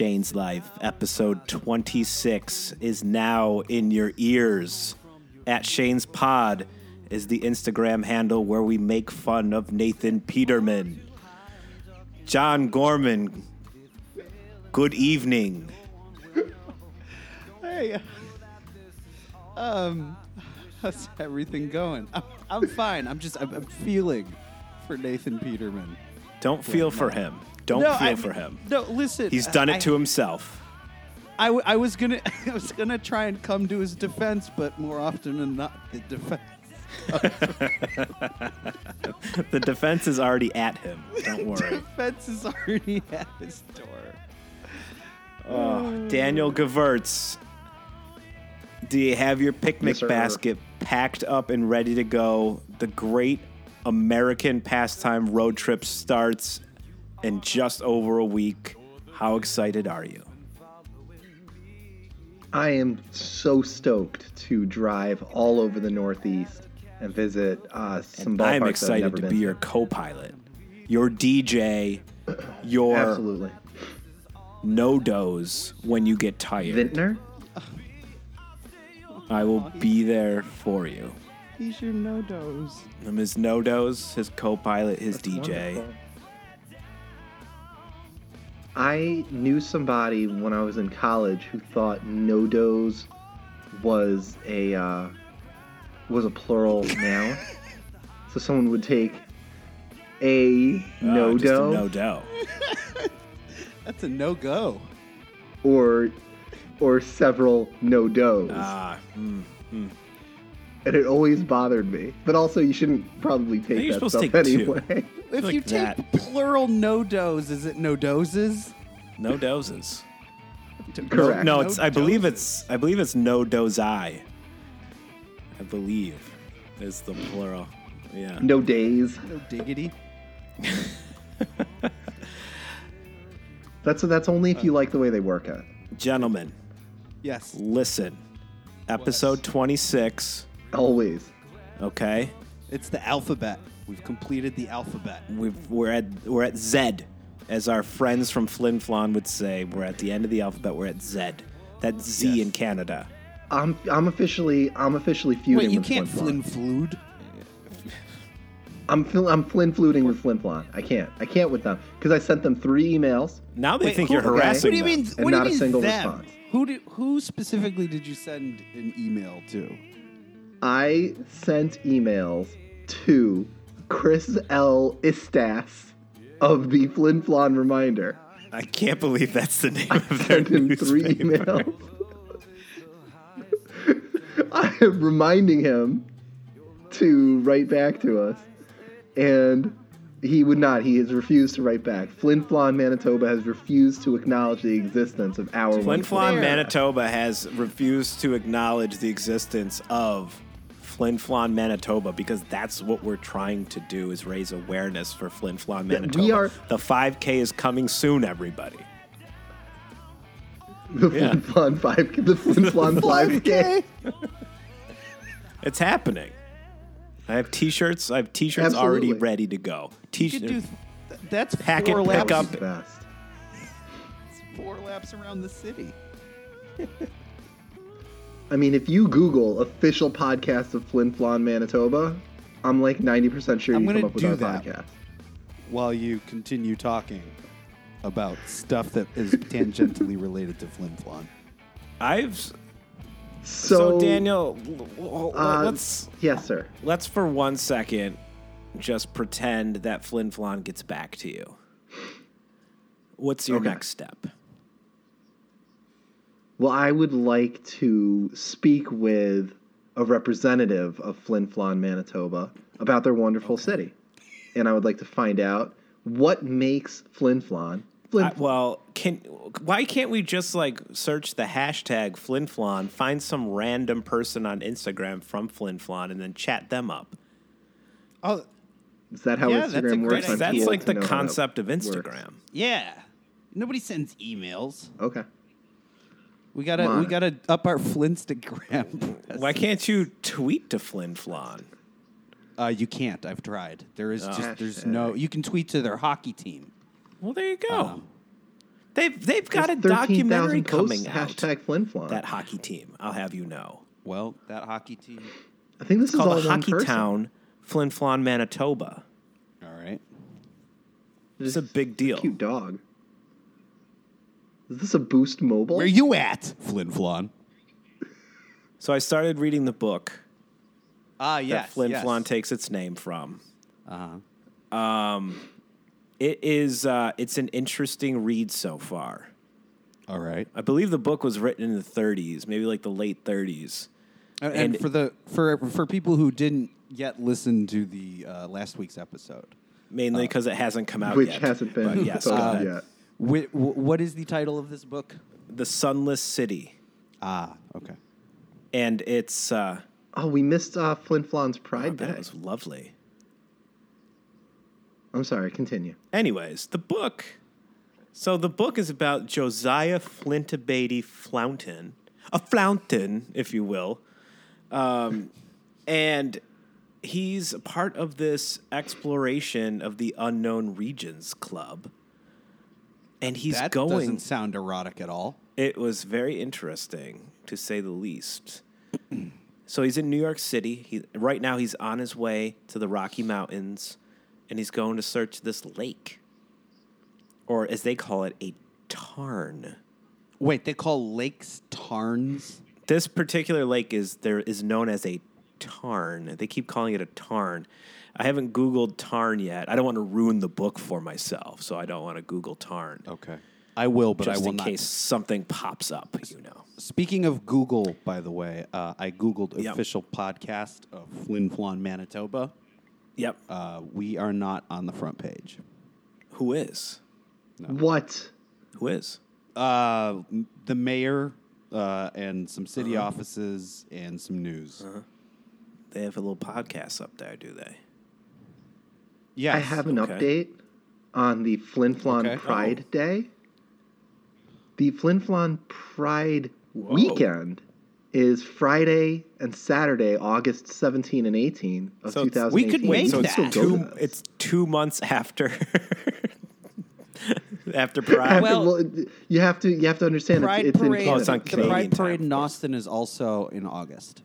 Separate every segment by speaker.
Speaker 1: Means Life, episode 26, is now in your ears. At Shane's Pod is the Instagram handle where we make fun of Nathan Peterman. John Gorman, good evening.
Speaker 2: Hey. Um, how's everything going? I'm, I'm fine. I'm just, I'm, I'm feeling for Nathan Peterman.
Speaker 1: Don't feel for him. Don't
Speaker 2: No,
Speaker 1: feel
Speaker 2: I-
Speaker 1: for him.
Speaker 2: No, listen.
Speaker 1: He's done
Speaker 2: I-
Speaker 1: it to himself.
Speaker 2: I, w- I was gonna, I was gonna try and come to his defense, but more often than not, the defense.
Speaker 1: The defense is already at him. Don't worry.
Speaker 2: Defense is already at his door.
Speaker 1: Daniel Gewurz, do you have your picnic
Speaker 3: Yes, sir.
Speaker 1: basket packed up and ready to go? The great American pastime road trip starts in just over a week. How excited are you?
Speaker 3: I am so stoked to drive all over the Northeast and visit uh, some ballparks
Speaker 1: I'm
Speaker 3: that I've
Speaker 1: excited
Speaker 3: never
Speaker 1: to be
Speaker 3: been
Speaker 1: your co pilot, your DJ, your
Speaker 3: Absolutely.
Speaker 1: no doze when you get tired.
Speaker 3: Vintner?
Speaker 1: I will be there for you.
Speaker 2: He's your no dos.
Speaker 1: I'm his no doze, his co pilot, his DJ.
Speaker 3: Wonderful. I knew somebody when I was in college who thought no-dos was a uh, was a plural noun. So someone would take a
Speaker 1: Uh, just a
Speaker 3: no-do
Speaker 1: no do.
Speaker 2: That's a no go.
Speaker 3: or or several no-dos.
Speaker 1: Ah, hmm.
Speaker 3: and it always bothered me. But also, you shouldn't probably take
Speaker 1: You're
Speaker 3: that
Speaker 1: supposed to take
Speaker 3: stuff
Speaker 1: two.
Speaker 3: anyway.
Speaker 2: If
Speaker 1: Like
Speaker 2: you take
Speaker 1: that.
Speaker 2: plural no dos, is it no doses?
Speaker 1: No doses.
Speaker 3: Correct.
Speaker 1: No,
Speaker 2: No
Speaker 1: it's. I believe
Speaker 2: doses.
Speaker 1: it's. I believe it's no doze I. I believe is the plural. Yeah.
Speaker 3: No days.
Speaker 2: No diggity.
Speaker 3: That's that's only if you like the way they work it.
Speaker 1: Gentlemen,
Speaker 2: Yes.
Speaker 1: listen. Episode twenty-six.
Speaker 3: Always.
Speaker 1: Okay,
Speaker 2: It's the alphabet. We've completed the alphabet.
Speaker 1: We've, we're at we're at Z, as our friends from Flin Flon would say. We're at the end of the alphabet. We're at Z. That's Z in Canada.
Speaker 3: I'm I'm officially I'm officially feuding
Speaker 2: Wait, you
Speaker 3: with
Speaker 2: can't flin
Speaker 3: Flin
Speaker 2: flude.
Speaker 3: Flon. I'm fl- I'm Flin fluting with Flin Flon. I can't I can't with them because I sent them three emails.
Speaker 1: Now they
Speaker 2: Wait,
Speaker 1: think
Speaker 2: who-
Speaker 1: you're
Speaker 2: okay.
Speaker 1: harassing.
Speaker 2: What do you
Speaker 1: them.
Speaker 2: mean?
Speaker 3: and
Speaker 2: what do you
Speaker 3: not a
Speaker 2: mean
Speaker 3: single
Speaker 2: them?
Speaker 3: response.
Speaker 2: Who did, who specifically did you send an email to?
Speaker 3: I sent emails to Chris L. Istas of the Flin Flon reminder.
Speaker 1: I can't believe that's the name of their
Speaker 3: sent him three
Speaker 1: newspaper.
Speaker 3: emails. I am reminding him to write back to us, and he would not. He has refused to write back. Flin Flon, Manitoba has refused to acknowledge the existence of our
Speaker 1: Flin
Speaker 3: wonderful-
Speaker 1: Flon, Manitoba has refused to acknowledge the existence of Flin Flon, Manitoba because that's what we're trying to do is raise awareness for Flin Flon, Manitoba.
Speaker 3: we are-
Speaker 1: the 5K is coming soon, everybody.
Speaker 3: The Flin Flon five, the Flin Flon five K.
Speaker 1: It's happening. I have t-shirts. I have t-shirts already
Speaker 3: Absolutely.
Speaker 1: ready to go.
Speaker 2: You
Speaker 1: T-shirt
Speaker 2: could do. Th- that's
Speaker 1: Pack
Speaker 2: four
Speaker 1: it,
Speaker 2: laps.
Speaker 1: pick up.
Speaker 3: Best.
Speaker 2: Four laps around the city.
Speaker 3: I mean, if you Google official podcast of Flin Flon, Manitoba, I'm like ninety percent sure
Speaker 2: I'm
Speaker 3: you come
Speaker 2: gonna
Speaker 3: up with
Speaker 2: do
Speaker 3: our
Speaker 2: that.
Speaker 3: podcast.
Speaker 2: While you continue talking about stuff that is tangentially related to Flin Flon.
Speaker 1: I've so,
Speaker 3: So,
Speaker 1: Daniel, l- l-
Speaker 3: uh,
Speaker 1: let's
Speaker 3: yes, sir.
Speaker 1: let's for one second just pretend that Flin Flon gets back to you. What's your
Speaker 3: Okay.
Speaker 1: next step?
Speaker 3: Well, I would like to speak with a representative of Flin Flon, Manitoba, about their wonderful city, and I would like to find out what makes Flin Flon. Flin
Speaker 1: I, well, can why can't we just like search the hashtag Flin Flon, find some random person on Instagram from Flin Flon, and then chat them up?
Speaker 2: Oh,
Speaker 3: is that how
Speaker 2: Yeah, that's a
Speaker 3: Instagram
Speaker 2: great
Speaker 3: works?
Speaker 2: idea.
Speaker 3: I'm
Speaker 1: That's
Speaker 3: too old
Speaker 1: like
Speaker 3: to
Speaker 1: the
Speaker 3: know how that
Speaker 1: concept of
Speaker 3: works.
Speaker 1: Instagram.
Speaker 2: yeah. Nobody sends emails.
Speaker 3: Okay.
Speaker 2: We gotta
Speaker 3: Come on.
Speaker 2: we gotta up our Flinstagram.
Speaker 1: Why can't you tweet to Flin Flon?
Speaker 2: Uh, you can't. I've tried. There is just there's no. You can tweet to their hockey team.
Speaker 1: Well, there you go.
Speaker 2: Um,
Speaker 1: They've they've got a
Speaker 3: There's 13,000
Speaker 1: documentary
Speaker 3: posts,
Speaker 1: coming out
Speaker 3: Hashtag Flint Flon.
Speaker 1: that hockey team. I'll have you know,
Speaker 2: Well, that hockey team.
Speaker 3: I think this is all
Speaker 1: called the
Speaker 3: one
Speaker 1: Hockey
Speaker 3: person.
Speaker 1: Town, Flin Flon, Manitoba.
Speaker 2: All right.
Speaker 1: It's a big deal.
Speaker 3: Cute dog. Is this a Boost Mobile?
Speaker 2: Where you at, Flynn Flon?
Speaker 1: So I started reading the book
Speaker 2: Ah,
Speaker 1: that Flin Flon takes its name from.
Speaker 2: Uh huh.
Speaker 1: It is uh, it's an interesting read so far.
Speaker 2: All right.
Speaker 1: I believe the book was written in the 30s, maybe like the late 30s.
Speaker 2: And,
Speaker 1: And-
Speaker 2: and for the for for people who didn't yet listen to the uh, last week's episode,
Speaker 1: mainly because it hasn't come out
Speaker 3: Uh, Which
Speaker 1: yet.
Speaker 3: hasn't been
Speaker 1: But yes, uh,
Speaker 3: thought
Speaker 1: go
Speaker 3: of
Speaker 1: ahead.
Speaker 3: yet.
Speaker 2: wh- wh- what is the title of this book?
Speaker 1: the Sunless City,
Speaker 2: Ah, okay.
Speaker 1: and it's uh,
Speaker 3: Oh, we missed uh, Flint Flon's Pride Day.
Speaker 1: Oh, that was lovely.
Speaker 3: I'm sorry, continue.
Speaker 1: Anyways, the book. So the book is about Josiah Flintabaty Flountain, a Flountain, if you will, um, and he's a part of this exploration of the unknown regions club, and he's
Speaker 2: that
Speaker 1: going.
Speaker 2: doesn't sound erotic at all.
Speaker 1: It was very interesting, to say the least. so he's in New York City. He, right now, he's on his way to the Rocky Mountains, and he's going to search this lake, or as they call it, a tarn.
Speaker 2: Wait, they call lakes tarns.
Speaker 1: This particular lake is there is known as a tarn. They keep calling it a tarn. I haven't Googled tarn yet. I don't want to ruin the book for myself, so I don't want to Google tarn.
Speaker 2: Okay, I will, but
Speaker 1: Just
Speaker 2: I will
Speaker 1: in
Speaker 2: not.
Speaker 1: case something pops up, you know.
Speaker 2: Speaking of Google, by the way, uh, I googled
Speaker 1: Yep.
Speaker 2: official podcast of Flin Flon Manitoba.
Speaker 1: Yep.
Speaker 2: Uh, we are not on the front page.
Speaker 1: Who is?
Speaker 3: What?
Speaker 1: Who is?
Speaker 2: Uh, m- the mayor uh, and some city
Speaker 1: Uh-huh.
Speaker 2: offices and some news. uh
Speaker 1: They have a little podcast up there, do they?
Speaker 2: Yes,
Speaker 3: I have an
Speaker 1: okay. Oh.
Speaker 3: update on the Flin Flon
Speaker 2: Okay.
Speaker 3: Pride Day. The Flin Flon Pride weekend is Friday and Saturday, August 17 and 18 of
Speaker 1: So it's-
Speaker 3: 2018.
Speaker 2: we could make
Speaker 1: so
Speaker 2: that.
Speaker 1: it's
Speaker 2: Go
Speaker 1: two. It's two months after after Pride.
Speaker 3: After,
Speaker 2: Well-
Speaker 3: well, it- you have to you have to understand
Speaker 2: Pride
Speaker 3: it's, it's in
Speaker 2: Parade.
Speaker 1: Oh, it's
Speaker 3: Canada.
Speaker 1: on
Speaker 2: the
Speaker 1: Canadian
Speaker 2: Pride
Speaker 1: time,
Speaker 2: Parade
Speaker 1: of
Speaker 2: in Austin is also in August,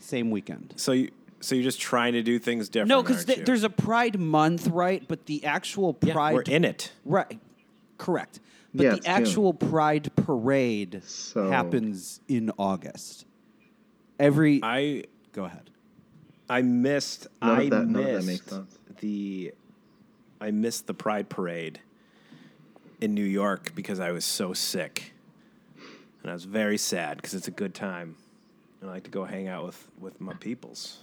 Speaker 2: same weekend.
Speaker 1: so you so you're just trying to do things different.
Speaker 2: No, because
Speaker 1: aren't
Speaker 2: th-
Speaker 1: you?
Speaker 2: there's a Pride Month, right? But the actual
Speaker 1: Yeah,
Speaker 2: Pride,
Speaker 1: we're in it.
Speaker 2: right? Correct. But
Speaker 3: Yeah, it's
Speaker 2: the
Speaker 3: June.
Speaker 2: actual Pride Parade
Speaker 3: So-
Speaker 2: happens in August. Every
Speaker 1: I
Speaker 2: go ahead.
Speaker 1: I missed
Speaker 3: None of
Speaker 1: I
Speaker 3: that- none of that makes
Speaker 1: missed
Speaker 3: sense.
Speaker 1: the I missed the Pride Parade in New York because I was so sick, and I was very sad because it's a good time, and I like to go hang out with with my peoples.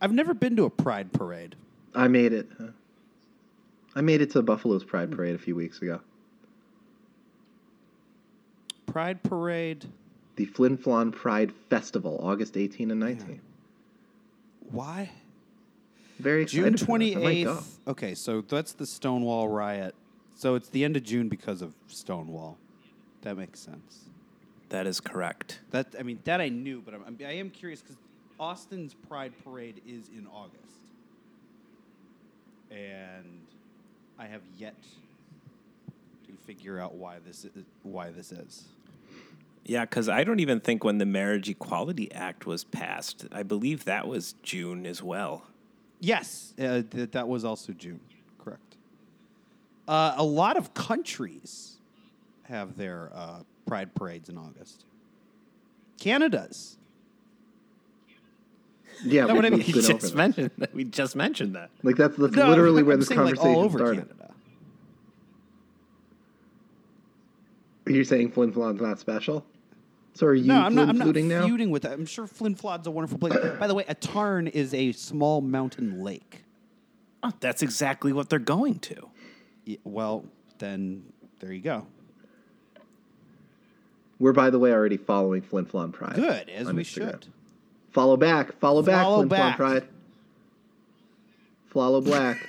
Speaker 2: I've never been to a Pride Parade.
Speaker 3: I made it. huh? I made it to Buffalo's Pride Parade a few weeks ago.
Speaker 2: Pride Parade.
Speaker 3: The Flin Flon Pride Festival, August 18 and 19.
Speaker 2: Why?
Speaker 3: Very
Speaker 2: June
Speaker 3: excited for this. I might go.
Speaker 2: 28th. Okay, so that's the Stonewall riot. So it's the end of June because of Stonewall. That makes sense.
Speaker 1: That is correct.
Speaker 2: That I mean, that I knew, but I'm, I'm, I am curious because Austin's Pride Parade is in August, and I have yet to figure out why this is, why this is.
Speaker 1: Yeah, because I don't even think when the Marriage Equality Act was passed, I believe that was June as well.
Speaker 2: Yes, uh, th- that was also June. Correct. Uh, a lot of countries have their uh, pride parades in August. Canada's.
Speaker 3: Yeah,
Speaker 2: No,
Speaker 3: we-
Speaker 2: but I mean,
Speaker 3: we've
Speaker 2: you
Speaker 3: been over
Speaker 1: just
Speaker 3: that.
Speaker 1: mentioned that. We just mentioned that.
Speaker 3: Like that's, that's
Speaker 2: No,
Speaker 3: literally where
Speaker 2: I'm
Speaker 3: this
Speaker 2: saying, like,
Speaker 3: conversation
Speaker 2: all over
Speaker 3: started.
Speaker 2: Canada.
Speaker 3: You're saying Flin Flon's not special? So are you
Speaker 2: No, I'm not.
Speaker 3: fluting
Speaker 2: I'm not
Speaker 3: now?
Speaker 2: feuding with that. I'm sure Flin Flod's a wonderful place. By the way, a tarn is a small mountain lake.
Speaker 1: Oh, that's exactly what they're going to.
Speaker 2: Y- well, then there you go.
Speaker 3: We're by the way already following Flin Flon Pride.
Speaker 2: Good, as
Speaker 3: on
Speaker 2: we
Speaker 3: Instagram.
Speaker 2: should.
Speaker 3: Follow back, follow back,
Speaker 2: Follow
Speaker 3: Flin Flon
Speaker 2: back.
Speaker 3: Pride. Follow black.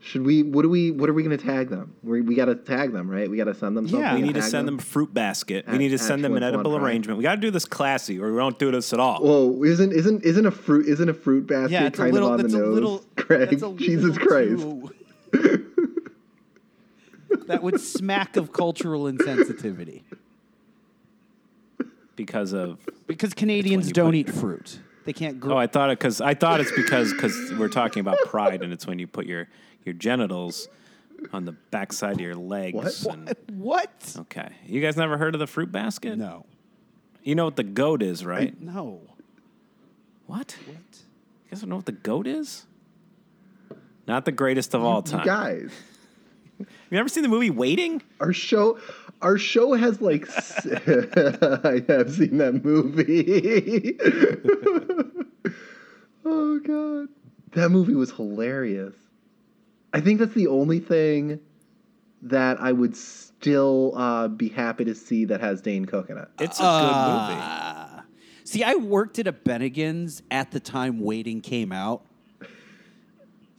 Speaker 3: Should we? What do we? What are we going to tag them? We we got to tag them, right? We got to send them.
Speaker 2: Yeah. We
Speaker 3: Something
Speaker 1: We
Speaker 3: and
Speaker 1: need to
Speaker 3: tag
Speaker 1: send them a fruit basket. We
Speaker 3: At-
Speaker 1: need to send them an
Speaker 3: actual
Speaker 1: edible
Speaker 3: Antoine Prime.
Speaker 1: arrangement. We got to do this classy, or we don't do this at all.
Speaker 3: Whoa! Isn't isn't isn't a fruit isn't a fruit basket
Speaker 2: Yeah, it's a
Speaker 3: kind
Speaker 2: little.
Speaker 3: of on
Speaker 2: That's
Speaker 3: the
Speaker 2: a
Speaker 3: nose?
Speaker 2: little.
Speaker 3: Craig,
Speaker 2: that's a
Speaker 3: Jesus Christ!
Speaker 2: little too- that would smack of cultural insensitivity
Speaker 1: because of
Speaker 2: because Canadians
Speaker 1: you
Speaker 2: don't
Speaker 1: put-
Speaker 2: eat fruit. They can't grow.
Speaker 1: oh, I thought it because I thought it's because because we're talking about pride, and it's when you put your your genitals on the backside of your legs.
Speaker 3: What?
Speaker 1: And,
Speaker 2: what?
Speaker 1: Okay, you guys never heard of the fruit basket?
Speaker 2: No.
Speaker 1: You know what the goat is, right?
Speaker 2: No.
Speaker 1: what? You
Speaker 2: What?
Speaker 1: guys don't know what the goat is? Not the greatest of all time.
Speaker 3: You guys,
Speaker 1: You ever seen the movie Waiting?
Speaker 3: our show, our show has like. s- I have seen that movie. oh god, that movie was hilarious. I think that's the only thing that I would still uh, be happy to see that has Dane Cook in it.
Speaker 1: It's a good movie.
Speaker 2: Ah. See, I worked at a Bennigan's at the time Waiting came out.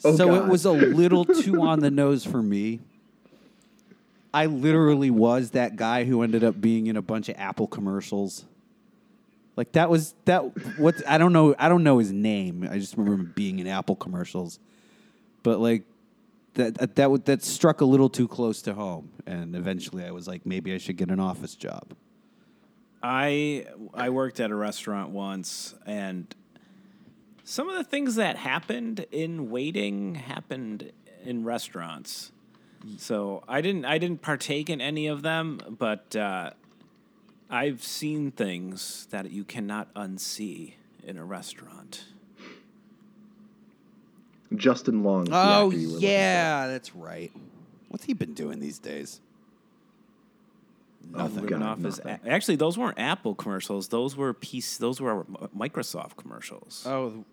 Speaker 3: Oh,
Speaker 2: so
Speaker 3: God.
Speaker 2: it was a little too on the nose for me. I literally was that guy who ended up being in a bunch of Apple commercials. Like that was that what I don't know I don't know his name. I just remember him being in Apple commercials. But like that that that, would- that struck a little too close to home and eventually I was like maybe I should get an office job.
Speaker 1: I I worked at a restaurant once, and some of the things that happened in waiting happened in restaurants. So I didn't I didn't partake in any of them, but uh, I've seen things that you cannot unsee in a restaurant.
Speaker 3: Justin Long. is the
Speaker 2: Oh
Speaker 3: actor you were looking
Speaker 2: yeah, that's right. What's he been doing these days?
Speaker 3: Oh,
Speaker 1: Nothing.
Speaker 3: God,
Speaker 1: off his
Speaker 3: nothing.
Speaker 1: a- actually, those weren't Apple commercials. Those were piece. Those were uh, Microsoft commercials.
Speaker 2: Oh,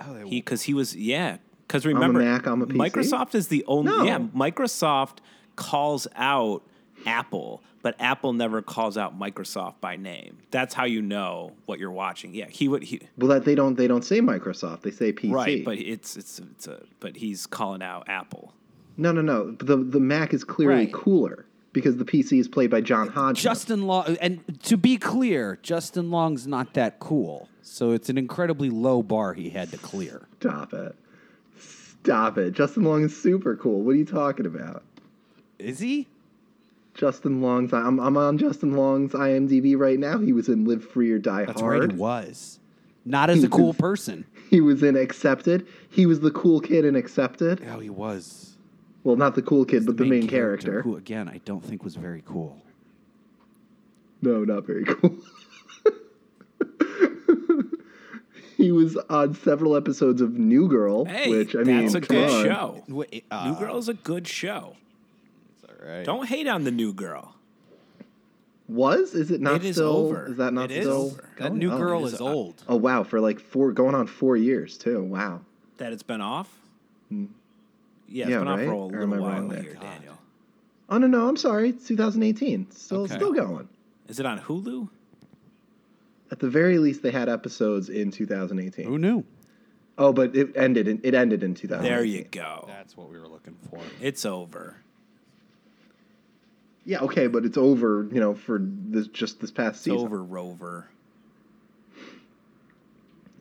Speaker 2: oh, they,
Speaker 1: He because he was yeah. Because remember,
Speaker 3: Mac, I'm a PC.
Speaker 1: Microsoft is the only
Speaker 3: No.
Speaker 1: yeah. Microsoft calls out Apple, but Apple never calls out Microsoft by name. That's how you know what you're watching. Yeah, he would he
Speaker 3: Well, that they don't they don't say Microsoft. They say PC.
Speaker 1: right, but it's it's it's a but he's calling out Apple.
Speaker 3: no, no, no. The the Mac is clearly
Speaker 2: Right.
Speaker 3: cooler because the PC is played by John Hodgman.
Speaker 2: Justin Long, and to be clear, Justin Long's not that cool. So it's an incredibly low bar he had to clear.
Speaker 3: Stop it. Stop it. Justin Long is super cool. What are you talking about?
Speaker 2: Is he?
Speaker 3: Justin Long's. I'm I'm on Justin Long's IMDb right now. He was in Live Free or Die
Speaker 2: That's right.
Speaker 3: Hard.
Speaker 2: He was not as a cool person.
Speaker 3: He was in Accepted. He was the cool kid in Accepted.
Speaker 2: Oh, he was.
Speaker 3: Well, not the cool kid, but the, main, character.
Speaker 2: who again I don't think was very cool.
Speaker 3: No, not very cool. he was on several episodes of New Girl,
Speaker 1: Hey,
Speaker 3: which I mean,
Speaker 1: that's a
Speaker 3: come
Speaker 1: good
Speaker 3: on.
Speaker 1: show.
Speaker 2: Wait,
Speaker 3: Uh.
Speaker 1: New Girl's a good show.
Speaker 2: all right.
Speaker 1: Don't hate on the New Girl.
Speaker 3: Was is it not
Speaker 1: It is
Speaker 3: still?
Speaker 1: over.
Speaker 3: Is that not
Speaker 1: It is
Speaker 3: still?
Speaker 1: over.
Speaker 2: that
Speaker 3: Oh,
Speaker 2: new
Speaker 3: oh.
Speaker 2: girl
Speaker 1: is
Speaker 2: is
Speaker 1: a-
Speaker 2: old.
Speaker 3: Oh wow, for like four, going on four years too. Wow.
Speaker 1: That it's been off. Yeah, it's
Speaker 3: Hmm. Yeah,
Speaker 1: been off
Speaker 3: right?
Speaker 1: for a
Speaker 3: Or am I
Speaker 1: little
Speaker 3: wrong
Speaker 1: while
Speaker 3: there?
Speaker 1: here,
Speaker 2: God.
Speaker 1: Daniel.
Speaker 3: Oh no, no, I'm sorry. It's 2018. Still,
Speaker 2: Okay.
Speaker 3: still going.
Speaker 1: Is it on Hulu?
Speaker 3: At the very least, they had episodes in 2018.
Speaker 2: Who knew?
Speaker 3: Oh, but it ended. In, it ended in 2018.
Speaker 1: There you go.
Speaker 2: That's what we were looking for.
Speaker 1: It's over.
Speaker 3: Yeah, okay, but it's over. You know, for this just this past
Speaker 1: It's
Speaker 3: season.
Speaker 1: over, Rover.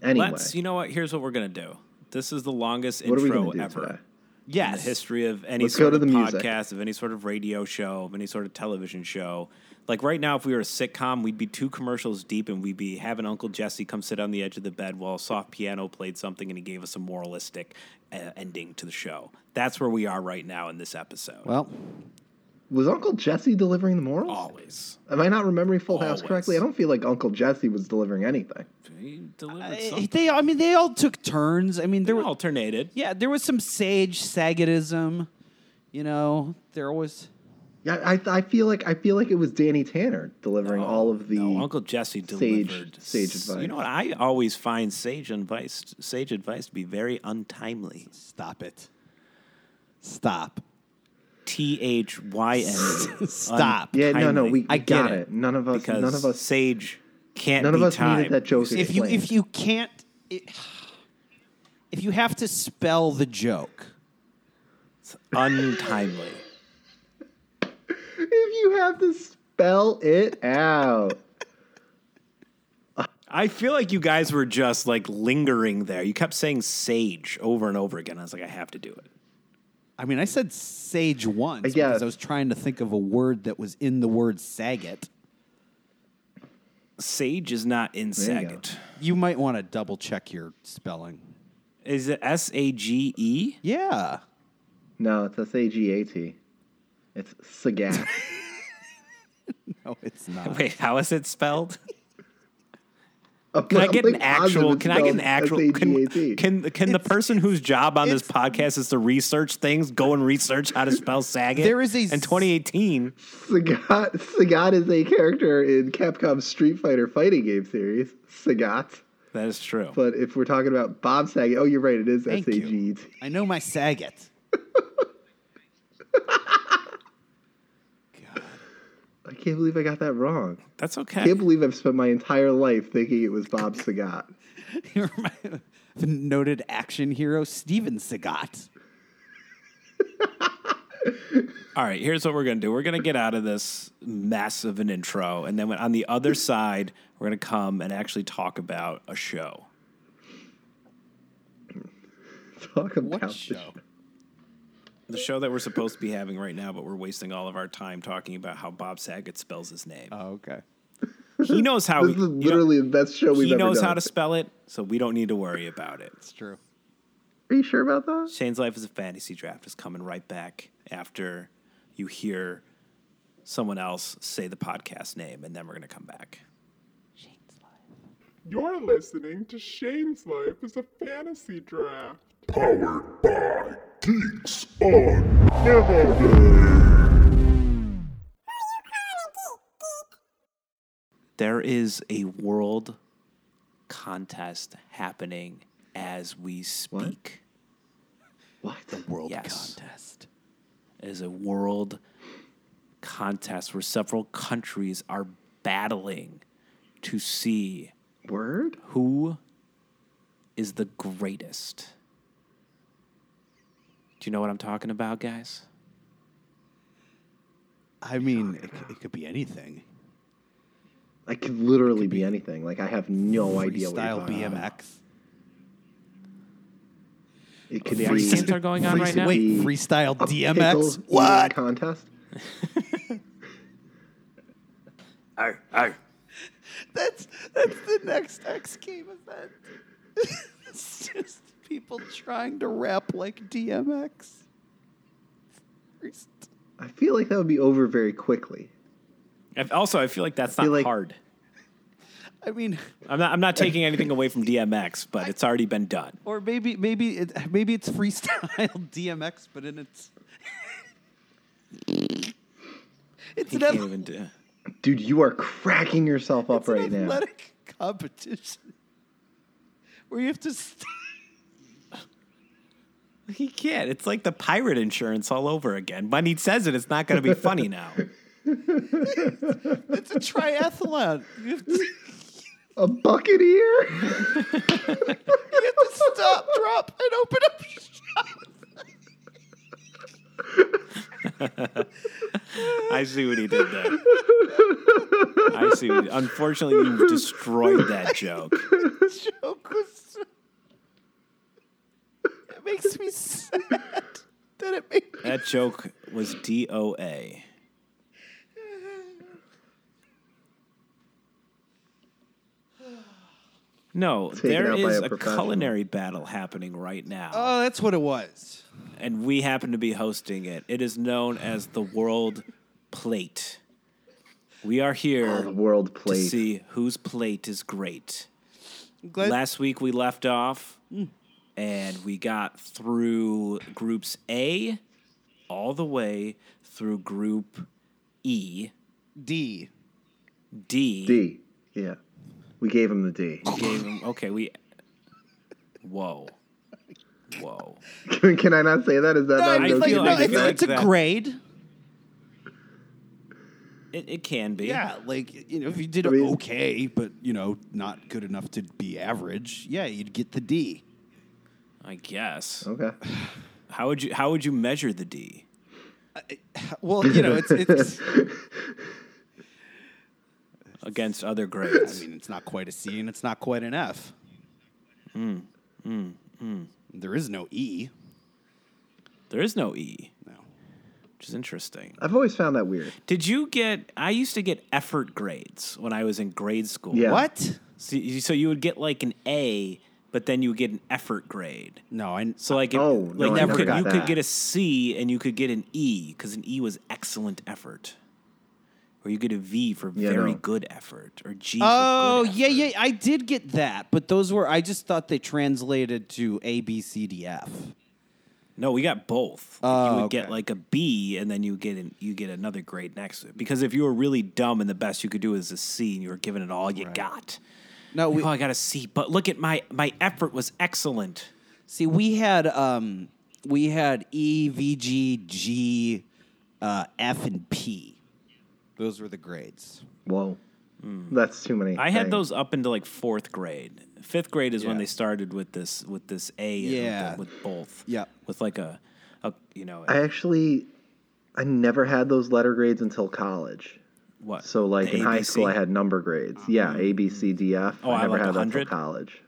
Speaker 3: Anyway,
Speaker 1: Let's. You know what? Here's what we're gonna do. This is the longest
Speaker 3: what are we
Speaker 1: intro
Speaker 3: gonna do
Speaker 1: ever
Speaker 3: today?
Speaker 1: in the
Speaker 2: Yes.
Speaker 1: history of any
Speaker 3: Let's go
Speaker 1: sort
Speaker 3: to
Speaker 1: of
Speaker 3: the
Speaker 1: podcast,
Speaker 3: music.
Speaker 1: of any sort of radio show, of any sort of television show. Like right now, if we were a sitcom, we'd be two commercials deep, and we'd be having Uncle Jesse come sit on the edge of the bed while a soft piano played something, and he gave us a moralistic uh, ending to the show. That's where we are right now in this episode.
Speaker 2: Well,
Speaker 3: Was Uncle Jesse delivering the morals?
Speaker 1: Always,
Speaker 3: Am I not remembering Full House
Speaker 1: Always.
Speaker 3: correctly? I don't feel like Uncle Jesse was delivering anything.
Speaker 1: he delivered
Speaker 2: I-
Speaker 1: something.
Speaker 2: Eh, they. I mean, they all took turns. I mean, there
Speaker 1: They
Speaker 2: were.
Speaker 1: alternated.
Speaker 2: Yeah, there was some sage Sagitism. You know, there was.
Speaker 3: Yeah, I, I feel like I feel like it was Danny Tanner delivering all of the.
Speaker 1: No, Uncle Jesse
Speaker 3: sage-
Speaker 1: delivered
Speaker 3: sage
Speaker 1: s-
Speaker 3: advice.
Speaker 1: You know what? I always find sage advice sage advice to be very untimely.
Speaker 2: Stop it. Stop.
Speaker 1: T H Y N. E.
Speaker 2: Stop.
Speaker 3: yeah, no, no, we,
Speaker 1: timely.
Speaker 2: I
Speaker 3: we got
Speaker 2: get
Speaker 3: it.
Speaker 2: it.
Speaker 3: None of us,
Speaker 1: because
Speaker 3: none of us,
Speaker 1: sage can't.
Speaker 3: none of
Speaker 1: be
Speaker 3: us
Speaker 1: time.
Speaker 3: needed that joke.
Speaker 2: if you
Speaker 3: explained.
Speaker 2: if you can't, it, if you have to spell the joke,
Speaker 1: It's untimely.
Speaker 3: If you have to spell it out.
Speaker 1: I feel like you guys were just like lingering there. You kept saying sage over and over again. I was like, I have to do it.
Speaker 2: I mean, I said sage once
Speaker 3: I
Speaker 2: because
Speaker 3: guess.
Speaker 2: I was trying to think of a word that was in the word Saget.
Speaker 1: Sage is not in
Speaker 3: There you go.
Speaker 1: Saget.
Speaker 2: You might want to double check your spelling.
Speaker 1: Is it S A G E?
Speaker 2: Yeah.
Speaker 3: No, it's S A G A T. It's Sagat.
Speaker 2: No, it's not.
Speaker 1: Wait, how is it spelled?
Speaker 3: I'm
Speaker 1: Can I get an
Speaker 3: like positive
Speaker 1: actual?
Speaker 3: it's
Speaker 1: Can I get an
Speaker 3: spelled
Speaker 1: actual? Can,
Speaker 3: S-A-G-A-T.
Speaker 1: can can the person whose job on this
Speaker 2: it's-
Speaker 1: podcast is to research things go and research how to spell Saget?
Speaker 2: There is a
Speaker 1: in
Speaker 2: s-
Speaker 1: 2018.
Speaker 3: Sagat, Sagat is a character in Capcom's Street Fighter fighting game series, Sagat.
Speaker 1: That is true.
Speaker 3: But if we're talking about Bob Saget, oh, you're right, it is S
Speaker 2: Thank
Speaker 3: A G
Speaker 2: you.
Speaker 3: E T.
Speaker 2: I know my Saget. God.
Speaker 3: I can't believe I got that wrong.
Speaker 1: That's
Speaker 3: I
Speaker 1: okay.
Speaker 3: can't believe I've spent my entire life thinking it was Bob Sagat.
Speaker 2: You remind- noted action hero Steven Sagat.
Speaker 1: All right, here's what we're gonna do. We're gonna get out of this mess of an intro, and then on the other side, we're gonna come and actually talk about a show.
Speaker 3: Talk about
Speaker 2: What
Speaker 3: the
Speaker 2: show?
Speaker 1: The show that we're supposed to be having right now, but we're wasting all of our time talking about how Bob Saget spells his name.
Speaker 2: Oh, okay.
Speaker 1: he knows how.
Speaker 3: Uh, This
Speaker 1: he- you
Speaker 3: is
Speaker 1: know-
Speaker 3: literally the best show we've
Speaker 1: he
Speaker 3: ever
Speaker 1: knows
Speaker 3: done.
Speaker 1: how to spell it, so we don't need to worry about it.
Speaker 2: It's true.
Speaker 3: Are you sure about that?
Speaker 1: Shane's Life is a Fantasy Draft is coming right back after you hear someone else say the podcast name, and then we're going to come back.
Speaker 4: You're listening to Shane's Life is a Fantasy Draft.
Speaker 5: powered by Geeks on Never
Speaker 1: There is a world contest happening as we speak.
Speaker 3: What?
Speaker 2: World
Speaker 1: Yes.
Speaker 2: contest.
Speaker 1: It is a world contest where several countries are battling to see
Speaker 3: Word?
Speaker 1: who is the greatest. Do you know what I'm talking about, guys?
Speaker 2: I mean, it, c- it could be anything.
Speaker 3: I could literally be anything. Like, I have no idea what you're
Speaker 2: Freestyle
Speaker 3: talking about.
Speaker 2: BMX.
Speaker 3: It could
Speaker 1: These
Speaker 3: be.
Speaker 1: games are going on right
Speaker 2: Freest-
Speaker 1: now.
Speaker 2: Wait,
Speaker 3: The-
Speaker 2: freestyle
Speaker 3: a pickle
Speaker 2: DMX?
Speaker 3: eating
Speaker 2: What?
Speaker 3: contest?
Speaker 2: That's that's the next X game event. it's just people trying to rap like DMX. Freest-
Speaker 3: I feel like that would be over very quickly.
Speaker 1: I- Also, I feel like that's
Speaker 3: I
Speaker 1: not
Speaker 3: feel like-
Speaker 1: hard.
Speaker 2: I mean,
Speaker 1: I'm not. I'm not taking anything away from DMX, but it's already been done.
Speaker 2: or maybe maybe it, maybe it's freestyle DMX, but in its it's
Speaker 1: He
Speaker 2: an,
Speaker 1: can't
Speaker 2: ath-
Speaker 1: even do.
Speaker 3: Dude, you are cracking yourself up
Speaker 2: it's an
Speaker 3: right now.
Speaker 2: athletic competition where you have to. St-
Speaker 1: He can't. It's like the pirate insurance all over again. When he says it, it's not going to be funny now.
Speaker 2: it's a triathlon. You have to,
Speaker 3: A bucketeer?
Speaker 2: you have to stop, drop, and open up your shop.
Speaker 1: I see what he did there. I see. What he, unfortunately, you destroyed that joke.
Speaker 2: joke was. It makes me sad that it made. Me...
Speaker 1: That joke was DOA. No,
Speaker 3: Taken
Speaker 1: there
Speaker 3: out by
Speaker 1: is
Speaker 3: a
Speaker 1: a,
Speaker 3: professional.
Speaker 1: culinary battle happening right now,
Speaker 2: Oh, that's what it was.
Speaker 1: and we happen to be hosting it. It is known as the World Plate. We are here
Speaker 3: The world
Speaker 1: to
Speaker 3: plate.
Speaker 1: see whose plate is great.
Speaker 2: I'm glad
Speaker 1: Last week we left off
Speaker 2: Hmm.
Speaker 1: and we got through groups A all the way through group E,
Speaker 2: D.
Speaker 1: D.
Speaker 3: D. Yeah. We gave him the D.
Speaker 1: Gave 'em- okay, we. Whoa. Whoa.
Speaker 3: Can, can I not say that? Is that
Speaker 2: No,
Speaker 3: not
Speaker 1: I
Speaker 2: it's
Speaker 3: no
Speaker 2: like,
Speaker 1: feel
Speaker 2: no,
Speaker 1: like- I
Speaker 2: it's,
Speaker 1: feel like
Speaker 2: it's a
Speaker 1: that-
Speaker 2: grade.
Speaker 1: It, it can be.
Speaker 2: Yeah, like you know, if you did
Speaker 3: I mean-
Speaker 2: okay, but you know, not good enough to be average, yeah, you'd get the D.
Speaker 1: I guess.
Speaker 3: Okay.
Speaker 1: How would you how would you measure the D?
Speaker 2: Well, you know, it's, it's
Speaker 1: against other
Speaker 2: I
Speaker 1: grades.
Speaker 2: mean, it's not quite a C and it's not quite an F. There is no E.
Speaker 1: There is no E,
Speaker 2: No.
Speaker 1: which is interesting.
Speaker 3: I've always found that weird.
Speaker 1: Did you get? I used to get effort grades when I was in grade school.
Speaker 3: Yeah.
Speaker 2: What?
Speaker 1: So you, so you would get like an A, but then you would get an effort grade.
Speaker 2: No, I.
Speaker 1: So like, if-
Speaker 3: Oh, no,
Speaker 1: like
Speaker 3: I
Speaker 1: you,
Speaker 3: never
Speaker 1: could,
Speaker 3: got
Speaker 1: you could
Speaker 3: that.
Speaker 1: get a C and you could get an E because an E was excellent effort, or you get a V for
Speaker 3: Yeah,
Speaker 1: very
Speaker 3: no.
Speaker 1: good effort, or G.
Speaker 2: Oh
Speaker 1: for good
Speaker 2: yeah,
Speaker 1: effort.
Speaker 2: yeah. I did get that, but those were. I just thought they translated to A B C D F.
Speaker 1: No, we got both. Like,
Speaker 2: Oh,
Speaker 1: you would get
Speaker 2: okay.
Speaker 1: like a B, and then you get an, you get another grade next to it. Because if you were really dumb and the best you could do is a C, and you were given it all you got,
Speaker 2: No, we
Speaker 1: oh, I got a C. But look at my my effort was excellent.
Speaker 2: see. We had um, we had E V G G, uh, F and P. Those were the grades.
Speaker 3: Whoa, that's too many.
Speaker 1: I had
Speaker 3: things.
Speaker 1: those up into like fourth grade. Fifth grade is when
Speaker 2: Yeah.
Speaker 1: they started with this with this A. and with the-
Speaker 2: Yeah.
Speaker 1: with, both.
Speaker 2: Yeah.
Speaker 1: with like a, a you know
Speaker 3: I actually, I never had those letter grades until college.
Speaker 1: what?
Speaker 3: So like
Speaker 1: The
Speaker 3: in high school, I
Speaker 1: ABC?
Speaker 3: had number grades. Yeah, A B C D F.
Speaker 1: Oh, I
Speaker 3: never
Speaker 1: like
Speaker 3: had that
Speaker 1: 100?
Speaker 3: until college.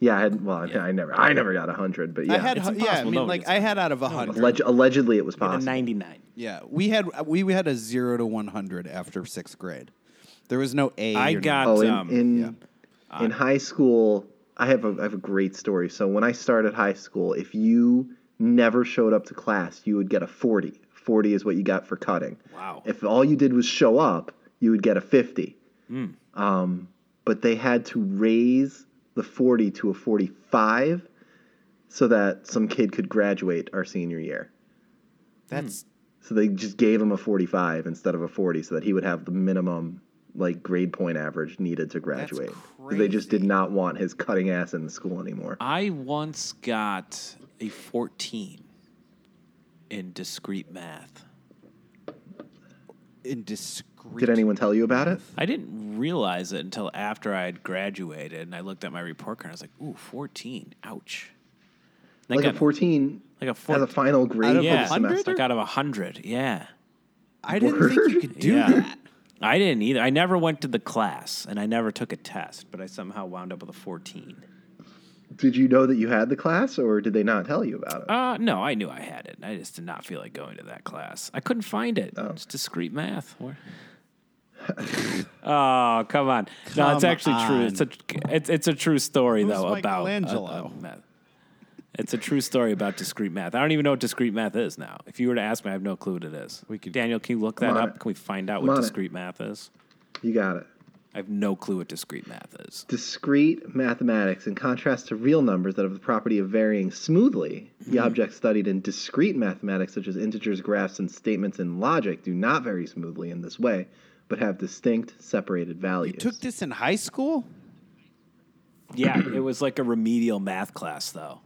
Speaker 3: Yeah, I had. Well, I- I never, I never got a hundred, but yeah,
Speaker 2: I had.
Speaker 1: It's
Speaker 2: hu- Yeah, I
Speaker 1: impossible.
Speaker 2: mean,
Speaker 1: No one
Speaker 2: like
Speaker 1: gets
Speaker 2: I
Speaker 1: that.
Speaker 2: had out of a hundred.
Speaker 3: Alleg- allegedly it was
Speaker 1: I had a
Speaker 3: possible.
Speaker 1: ninety nine.
Speaker 2: Yeah, we had we had a zero to one hundred after sixth grade. There was no A.
Speaker 1: I
Speaker 2: or
Speaker 1: got-
Speaker 2: no-
Speaker 3: Oh, in
Speaker 1: Um, Uh,
Speaker 3: in, in high school, I have a I have a great story. So when I started high school, if you never showed up to class, you would get a 40. 40 is what you got for cutting.
Speaker 1: Wow.
Speaker 3: If all you did was show up, you would get a 50.
Speaker 1: Hmm.
Speaker 3: Um, but they had to raise the 40 to a 45 so that some kid could graduate our senior year.
Speaker 1: Hmm.
Speaker 2: that's
Speaker 3: So they just gave him a 45 instead of a 40 so that he would have the minimum like grade point average needed to graduate. 'Cause They just did
Speaker 2: crazy.
Speaker 3: not want his cutting ass in the school anymore.
Speaker 1: I once got a 14 in discrete math.
Speaker 2: indiscreet.
Speaker 3: Did anyone tell you about it?
Speaker 1: I didn't realize it until after I had graduated and I looked at my report card and I was like, ooh, 14. Ouch. And I
Speaker 3: Like a
Speaker 1: got-
Speaker 3: 14
Speaker 1: Like a
Speaker 3: as
Speaker 1: 14.
Speaker 3: a final grade for
Speaker 1: yeah,
Speaker 3: the semester.
Speaker 1: like out of 100. Yeah.
Speaker 2: I didn't think you could do
Speaker 1: Yeah.
Speaker 2: that.
Speaker 1: I didn't either. I never went to the class and I never took a test, but I somehow wound up with a 14.
Speaker 3: Did you know that you had the class or did they not tell you about it?
Speaker 1: Uh, no, I knew I had it. I just did not feel like going to that class. I couldn't find it.
Speaker 2: Oh.
Speaker 1: It's discrete math. Where- oh, come on. no, it's
Speaker 2: Come
Speaker 1: actually true. It's a it's, it's a true story
Speaker 2: Who's
Speaker 1: though about uh,
Speaker 2: Michelangelo?
Speaker 1: uh, math. It's a true story about discrete math. I don't even know what discrete math is now. If you were to ask me, I have no clue what it is.
Speaker 2: We could-
Speaker 1: Daniel, can you look that
Speaker 3: on
Speaker 1: up?
Speaker 3: it.
Speaker 1: Can we find out
Speaker 3: Come
Speaker 1: what
Speaker 3: on it.
Speaker 1: discrete math is?
Speaker 3: You got it.
Speaker 1: I have no clue what discrete math is.
Speaker 3: Discrete mathematics, in contrast to real numbers that have the property of varying smoothly, the objects studied in discrete mathematics, such as integers, graphs, and statements in logic, do not vary smoothly in this way, but have distinct, separated values.
Speaker 2: Took this in high school.
Speaker 1: Yeah, it was like a remedial math class though.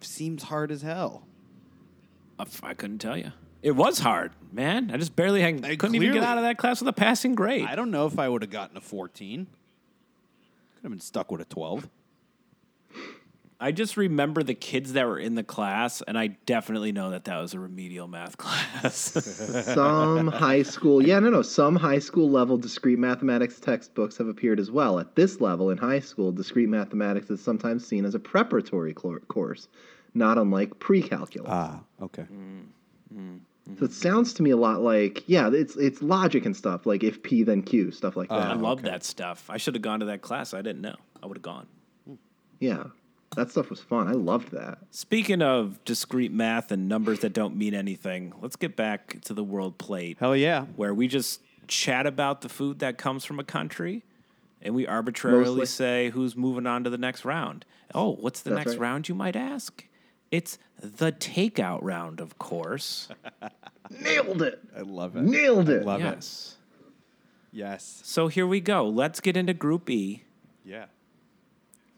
Speaker 2: Seems hard as hell.
Speaker 1: I f- I couldn't tell you. It was hard, man. I just barely hang,
Speaker 2: I
Speaker 1: couldn't even get
Speaker 2: clearly-
Speaker 1: out of that class with a passing grade.
Speaker 2: I don't know if I would have gotten a fourteen. Could have been stuck with a twelve.
Speaker 1: I just remember the kids that were in the class, and I definitely know that that was a remedial math class.
Speaker 3: some high school, yeah, no, no, some high school level discrete mathematics textbooks have appeared as well. At this level, in high school, discrete mathematics is sometimes seen as a preparatory clor- course, not unlike pre-calculus.
Speaker 2: Ah, okay.
Speaker 1: Hmm.
Speaker 3: So it sounds to me a lot like, yeah, it's it's logic and stuff, like if P then Q, stuff like that.
Speaker 1: I love that stuff. I should have gone to that class. I didn't know. I would have gone.
Speaker 3: Yeah, that stuff was fun. I loved that.
Speaker 1: Speaking of discrete math and numbers that don't mean anything, let's get back to the world plate.
Speaker 2: Hell yeah.
Speaker 1: where we just chat about the food that comes from a country and we arbitrarily
Speaker 3: Mostly.
Speaker 1: say who's moving on to the next round. Oh, what's the
Speaker 3: That's
Speaker 1: next
Speaker 3: right.
Speaker 1: round, you might ask? It's the takeout round, of course.
Speaker 3: Nailed it.
Speaker 2: I love it.
Speaker 3: Nailed it.
Speaker 2: Love it.
Speaker 1: yes.
Speaker 2: Yes.
Speaker 1: So here we go. Let's get into Group E.
Speaker 2: Yeah.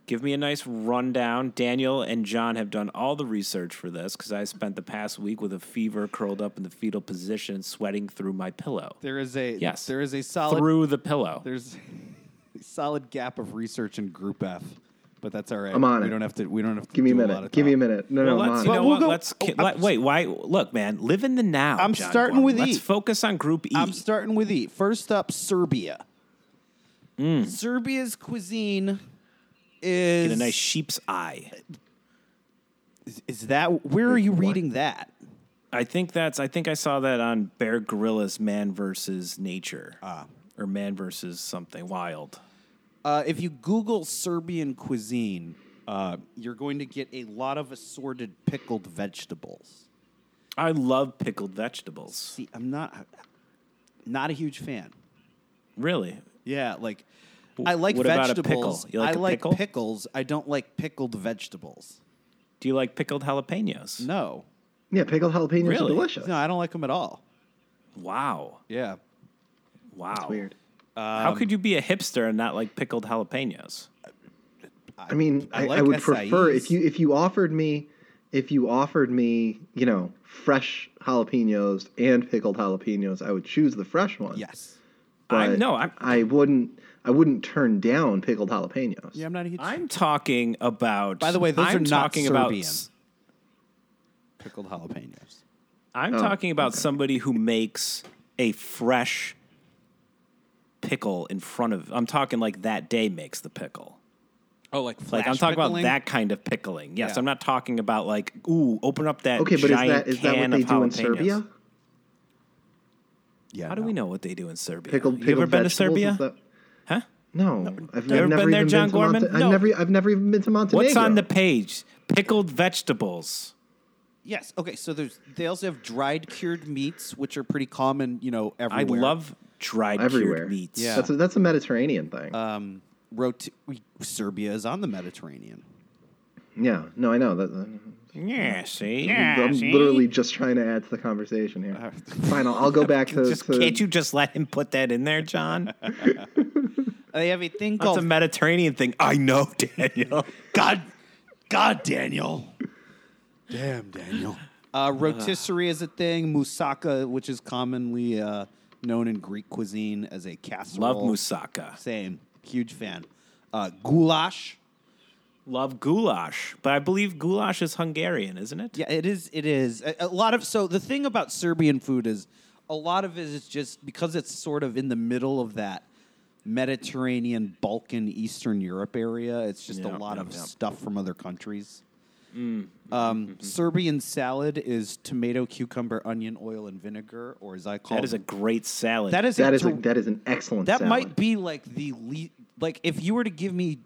Speaker 1: Give me a nice rundown. Daniel and John have done all the research for this because I spent the past week with a fever curled up in the fetal position, sweating through my pillow.
Speaker 2: There is a
Speaker 1: Yes.
Speaker 2: There is a solid
Speaker 1: through the pillow.
Speaker 2: There's a solid gap of research in Group F but that's all right.
Speaker 3: I'm on
Speaker 2: we
Speaker 3: it.
Speaker 2: don't have to. We don't have to.
Speaker 3: Give me a
Speaker 2: do a lot
Speaker 3: minute.
Speaker 2: of
Speaker 3: Give me a
Speaker 2: talking.
Speaker 3: minute. No, no,
Speaker 1: Well,
Speaker 3: I'm
Speaker 1: let's,
Speaker 3: on
Speaker 1: you
Speaker 3: it.
Speaker 1: know
Speaker 2: we'll
Speaker 1: what?
Speaker 2: go-
Speaker 1: let's
Speaker 2: oh,
Speaker 1: ki-
Speaker 2: I'm
Speaker 1: let- wait. Why? Look, man, live in the now.
Speaker 2: I'm
Speaker 1: John
Speaker 2: starting
Speaker 1: Guam.
Speaker 2: with
Speaker 1: Let's
Speaker 2: E.
Speaker 1: focus on Group E.
Speaker 2: I'm starting with E. First up, Serbia.
Speaker 3: Mm.
Speaker 2: Serbia's cuisine is
Speaker 1: Get a nice sheep's eye.
Speaker 2: Is, is that where are you reading that?
Speaker 1: I think that's. I think I saw that on Bear Grylls' Man versus Nature, or Man versus something wild.
Speaker 2: Uh, if you Google Serbian cuisine, uh, you're going to get a lot of assorted pickled vegetables.
Speaker 1: I love pickled vegetables.
Speaker 2: See, I'm not not a huge fan.
Speaker 1: Really?
Speaker 2: Yeah, like I like
Speaker 1: what about a pickle?
Speaker 2: vegetables.
Speaker 1: You like
Speaker 2: I
Speaker 1: a
Speaker 2: like
Speaker 1: pickle?
Speaker 2: pickles. I don't like pickled vegetables.
Speaker 1: Do you like pickled jalapenos?
Speaker 2: No,
Speaker 3: Yeah, pickled jalapenos are
Speaker 1: Really?
Speaker 3: delicious.
Speaker 2: no, I don't like them at all.
Speaker 1: Wow.
Speaker 2: Yeah,
Speaker 1: Wow.
Speaker 3: Weird.
Speaker 1: How could you be a hipster and not like pickled jalapenos?
Speaker 3: I mean,
Speaker 2: I
Speaker 3: I,
Speaker 2: like
Speaker 3: I would prefer
Speaker 2: SIEs.
Speaker 3: if you if you offered me if you offered me you know fresh jalapenos and pickled jalapenos, I would choose the fresh one.
Speaker 2: yes.
Speaker 1: I
Speaker 3: but
Speaker 1: no, I'm
Speaker 3: I wouldn't. I wouldn't turn down pickled jalapenos.
Speaker 2: Yeah, I'm not a huge
Speaker 1: I'm talking about
Speaker 2: By the way, those
Speaker 1: I'm
Speaker 2: are not
Speaker 1: talking about
Speaker 2: Serbian.
Speaker 1: s-
Speaker 2: pickled jalapenos.
Speaker 1: I'm
Speaker 3: Oh,
Speaker 1: talking about somebody who makes a fresh pickle in front of I'm talking like that day makes the pickle.
Speaker 2: Oh, like
Speaker 1: Like I'm talking about that kind of pickling. Yes,
Speaker 2: Yeah.
Speaker 1: I'm not talking about like ooh, open up that
Speaker 3: okay, but is
Speaker 1: giant
Speaker 3: that is that what
Speaker 1: can
Speaker 3: they
Speaker 1: of
Speaker 3: do in
Speaker 1: jalapenos.
Speaker 3: Serbia?
Speaker 2: Yeah.
Speaker 1: How do we know what they do in Serbia?
Speaker 3: Pickled
Speaker 1: you
Speaker 3: pickled
Speaker 1: ever been to
Speaker 3: vegetables,
Speaker 1: Serbia?
Speaker 3: is that-
Speaker 1: Huh?
Speaker 3: no,
Speaker 1: You ever
Speaker 3: I've, I've
Speaker 1: been
Speaker 3: never
Speaker 1: there, John
Speaker 3: even been to Monte-
Speaker 1: Gorman?
Speaker 3: I've
Speaker 1: No.
Speaker 3: never I've never even been to Montenegro.
Speaker 1: What's on the page? Pickled vegetables.
Speaker 2: Yes. Okay. So there's they also have dried cured meats, which are pretty common. You know,
Speaker 1: I
Speaker 2: everywhere.
Speaker 1: love dried
Speaker 3: everywhere?
Speaker 1: cured meats.
Speaker 2: Yeah.
Speaker 3: that's a, that's a Mediterranean thing.
Speaker 1: Uh.
Speaker 2: um, rot- we- Serbia is on the Mediterranean.
Speaker 3: yeah, no, I know. That,
Speaker 1: Yeah, Ah, see? Uh,
Speaker 3: I'm literally just trying to add to the conversation here. Fine, I'll, I'll go back to.
Speaker 1: Just,
Speaker 3: to-
Speaker 1: can't you just let him put that in there, John?
Speaker 2: They have a thing
Speaker 1: That's
Speaker 2: called
Speaker 1: a Mediterranean thing. I know, Daniel.
Speaker 2: God, God, Daniel. Damn, Daniel. Uh, rotisserie is a thing. Moussaka, which is commonly uh, known in Greek cuisine as a casserole.
Speaker 1: Love moussaka.
Speaker 2: Same. Huge fan. Uh, goulash.
Speaker 1: Love goulash. But I believe goulash is Hungarian, isn't it?
Speaker 2: Yeah, it is. It is a, a lot of. So the thing about Serbian food is, a lot of it is just because it's sort of in the middle of that Mediterranean, Balkan, Eastern Europe area. It's just
Speaker 1: Yeah,
Speaker 2: a lot
Speaker 1: yeah,
Speaker 2: of
Speaker 1: yeah.
Speaker 2: stuff from other countries. Um, Serbian salad is tomato, cucumber, onion, oil, and vinegar, or as I call
Speaker 1: That is a
Speaker 2: it,
Speaker 1: great salad.
Speaker 2: that is
Speaker 3: that
Speaker 2: a
Speaker 3: is a,
Speaker 2: ter-
Speaker 3: that is an excellent.
Speaker 2: that
Speaker 3: salad.
Speaker 2: might be like the le- like if you were to give me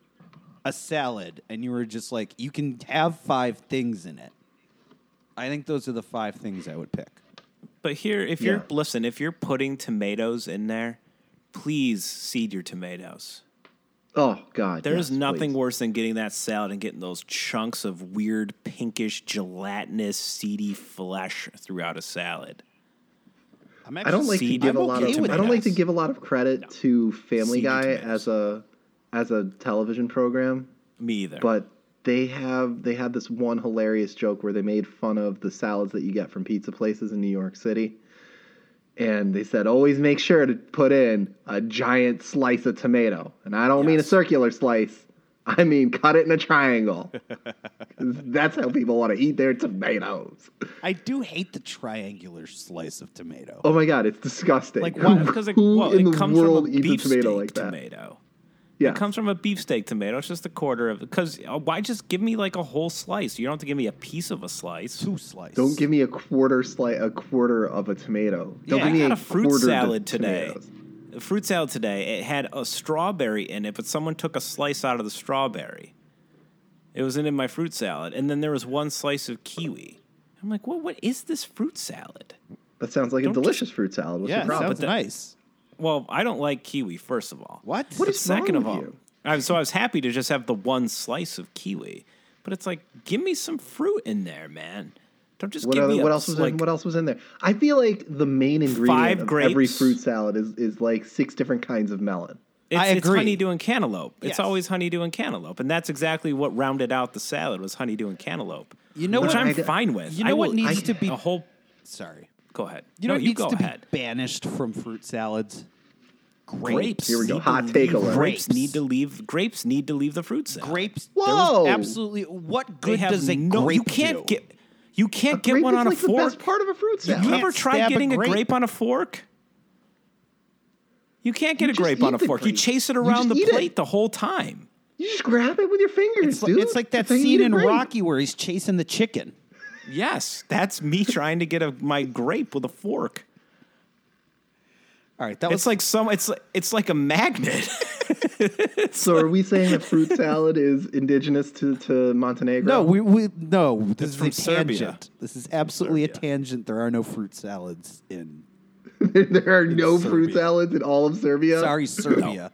Speaker 2: a salad and you were just like you can have five things in it. I think those are the five things I would pick.
Speaker 1: But here, if you're
Speaker 3: Yeah.
Speaker 1: listen, if you're putting tomatoes in there, please seed your tomatoes.
Speaker 3: Oh God,
Speaker 1: There is
Speaker 3: yes,
Speaker 1: nothing
Speaker 3: please.
Speaker 1: worse than getting that salad and getting those chunks of weird, pinkish, gelatinous, seedy flesh throughout a salad.
Speaker 2: I'm
Speaker 3: I don't like to
Speaker 1: Seed.
Speaker 3: give
Speaker 2: I'm
Speaker 3: a lot
Speaker 2: okay
Speaker 3: of
Speaker 2: with
Speaker 3: I don't like to
Speaker 1: tomatoes.
Speaker 3: give a lot of credit to Family
Speaker 1: Seeded
Speaker 3: Guy
Speaker 1: tomatoes.
Speaker 3: as a as a television program,
Speaker 1: Me either.
Speaker 3: but they have they had this one hilarious joke where they made fun of the salads that you get from pizza places in New York City. And they said always make sure to put in a giant slice of tomato. And I don't mean a circular slice. I mean cut it in a triangle. 'Cause that's how people want to eat their tomatoes.
Speaker 2: I do hate the triangular slice of tomato.
Speaker 3: Oh my god, it's disgusting.
Speaker 1: like why? Because it,
Speaker 3: Who
Speaker 1: well,
Speaker 3: in
Speaker 1: it
Speaker 3: the
Speaker 1: comes
Speaker 3: world
Speaker 1: from a
Speaker 3: eats a
Speaker 1: beefsteak
Speaker 3: tomato like that?
Speaker 1: Tomato.
Speaker 3: Yeah.
Speaker 1: It comes from a beefsteak tomato. It's just a quarter of. Because why just give me like a whole slice? You don't have to give me a piece of a slice.
Speaker 2: Two slices.
Speaker 3: Don't give me a quarter slice, a quarter of a tomato.
Speaker 1: Yeah,
Speaker 3: Don't give
Speaker 1: I
Speaker 3: me
Speaker 1: got
Speaker 3: a,
Speaker 1: a fruit
Speaker 3: quarter of
Speaker 1: salad today.
Speaker 3: tomatoes.
Speaker 1: A fruit salad today. It had a strawberry in it, but someone took a slice out of the strawberry. It wasn't in my fruit salad, and then there was one slice of kiwi. I'm like, well, what is this fruit salad?
Speaker 3: That sounds like a
Speaker 1: Don't
Speaker 3: delicious fruit salad. What's
Speaker 2: yeah,
Speaker 3: your
Speaker 2: it
Speaker 3: problem?
Speaker 2: sounds nice.
Speaker 1: Well, I don't like kiwi. First of all,
Speaker 2: What?
Speaker 1: But
Speaker 2: What
Speaker 3: is wrong
Speaker 1: second of
Speaker 3: with
Speaker 1: all?
Speaker 3: you?
Speaker 1: I, so I was happy to just have the one slice of kiwi, but it's like, give me some fruit in there, man. Don't just
Speaker 3: What,
Speaker 1: give
Speaker 3: other,
Speaker 1: me
Speaker 3: what
Speaker 1: a,
Speaker 3: else was
Speaker 1: like,
Speaker 3: in? What else was in there? I feel like the main ingredient
Speaker 1: Five
Speaker 3: of every
Speaker 1: grapes.
Speaker 3: fruit salad is, is like six different kinds of melon.
Speaker 1: It's,
Speaker 2: I agree.
Speaker 1: it's honeydew and cantaloupe.
Speaker 2: Yes.
Speaker 1: It's always honeydew and cantaloupe, and that's exactly what rounded out the salad was honeydew and cantaloupe.
Speaker 2: You know
Speaker 1: which
Speaker 2: what-
Speaker 1: I'm
Speaker 3: I d-
Speaker 1: fine with.
Speaker 2: You know
Speaker 1: I
Speaker 2: what
Speaker 1: will
Speaker 2: needs
Speaker 1: eat
Speaker 2: to be-
Speaker 1: a whole.
Speaker 2: Sorry.
Speaker 1: Go ahead.
Speaker 2: You
Speaker 1: no,
Speaker 2: know what
Speaker 1: you
Speaker 2: needs
Speaker 1: go
Speaker 2: to
Speaker 1: ahead.
Speaker 2: be banished from fruit salads? Grapes.
Speaker 3: Here we go.
Speaker 1: need to
Speaker 3: Hot take
Speaker 1: leave-
Speaker 3: alert.
Speaker 1: Grapes need to leave. Grapes need to leave the fruit salad.
Speaker 2: Grapes.
Speaker 3: Whoa!
Speaker 2: there was Absolutely. What
Speaker 1: They
Speaker 2: good
Speaker 1: have
Speaker 2: does a
Speaker 1: no,
Speaker 2: grape
Speaker 1: You can't
Speaker 2: do?
Speaker 1: get. You can't get
Speaker 3: grape
Speaker 1: one
Speaker 3: is
Speaker 1: on
Speaker 3: like
Speaker 1: a
Speaker 3: the
Speaker 1: fork.
Speaker 3: best part of a fruit
Speaker 2: You
Speaker 3: salad.
Speaker 1: You
Speaker 2: can't
Speaker 1: ever try
Speaker 2: stab a
Speaker 1: getting a grape.
Speaker 2: grape.
Speaker 1: on a fork? You can't get a
Speaker 3: just
Speaker 1: grape on
Speaker 3: eat
Speaker 1: a
Speaker 3: the
Speaker 1: fork. You
Speaker 3: grape.
Speaker 1: chase it
Speaker 3: You
Speaker 1: around
Speaker 3: just
Speaker 1: the
Speaker 3: eat it.
Speaker 1: plate the whole time.
Speaker 3: You just grab it with your fingers,
Speaker 2: It's, like,
Speaker 3: dude.
Speaker 2: it's like that
Speaker 3: That's how you
Speaker 2: scene
Speaker 3: eat a
Speaker 2: in
Speaker 3: grape.
Speaker 2: Rocky where he's chasing the chicken.
Speaker 1: Yes, that's me trying to get a, my grape with a fork.
Speaker 2: All right, that was
Speaker 1: It's like some. It's like, it's like a magnet.
Speaker 3: So are we saying that fruit salad is indigenous to, to Montenegro?
Speaker 2: no, we, we no. This
Speaker 1: from
Speaker 2: is a tangent.
Speaker 1: Serbia.
Speaker 2: This is absolutely a tangent. There are no fruit salads in.
Speaker 3: there are no fruit
Speaker 2: Serbia.
Speaker 3: salads in all of Serbia.
Speaker 2: Sorry, Serbia.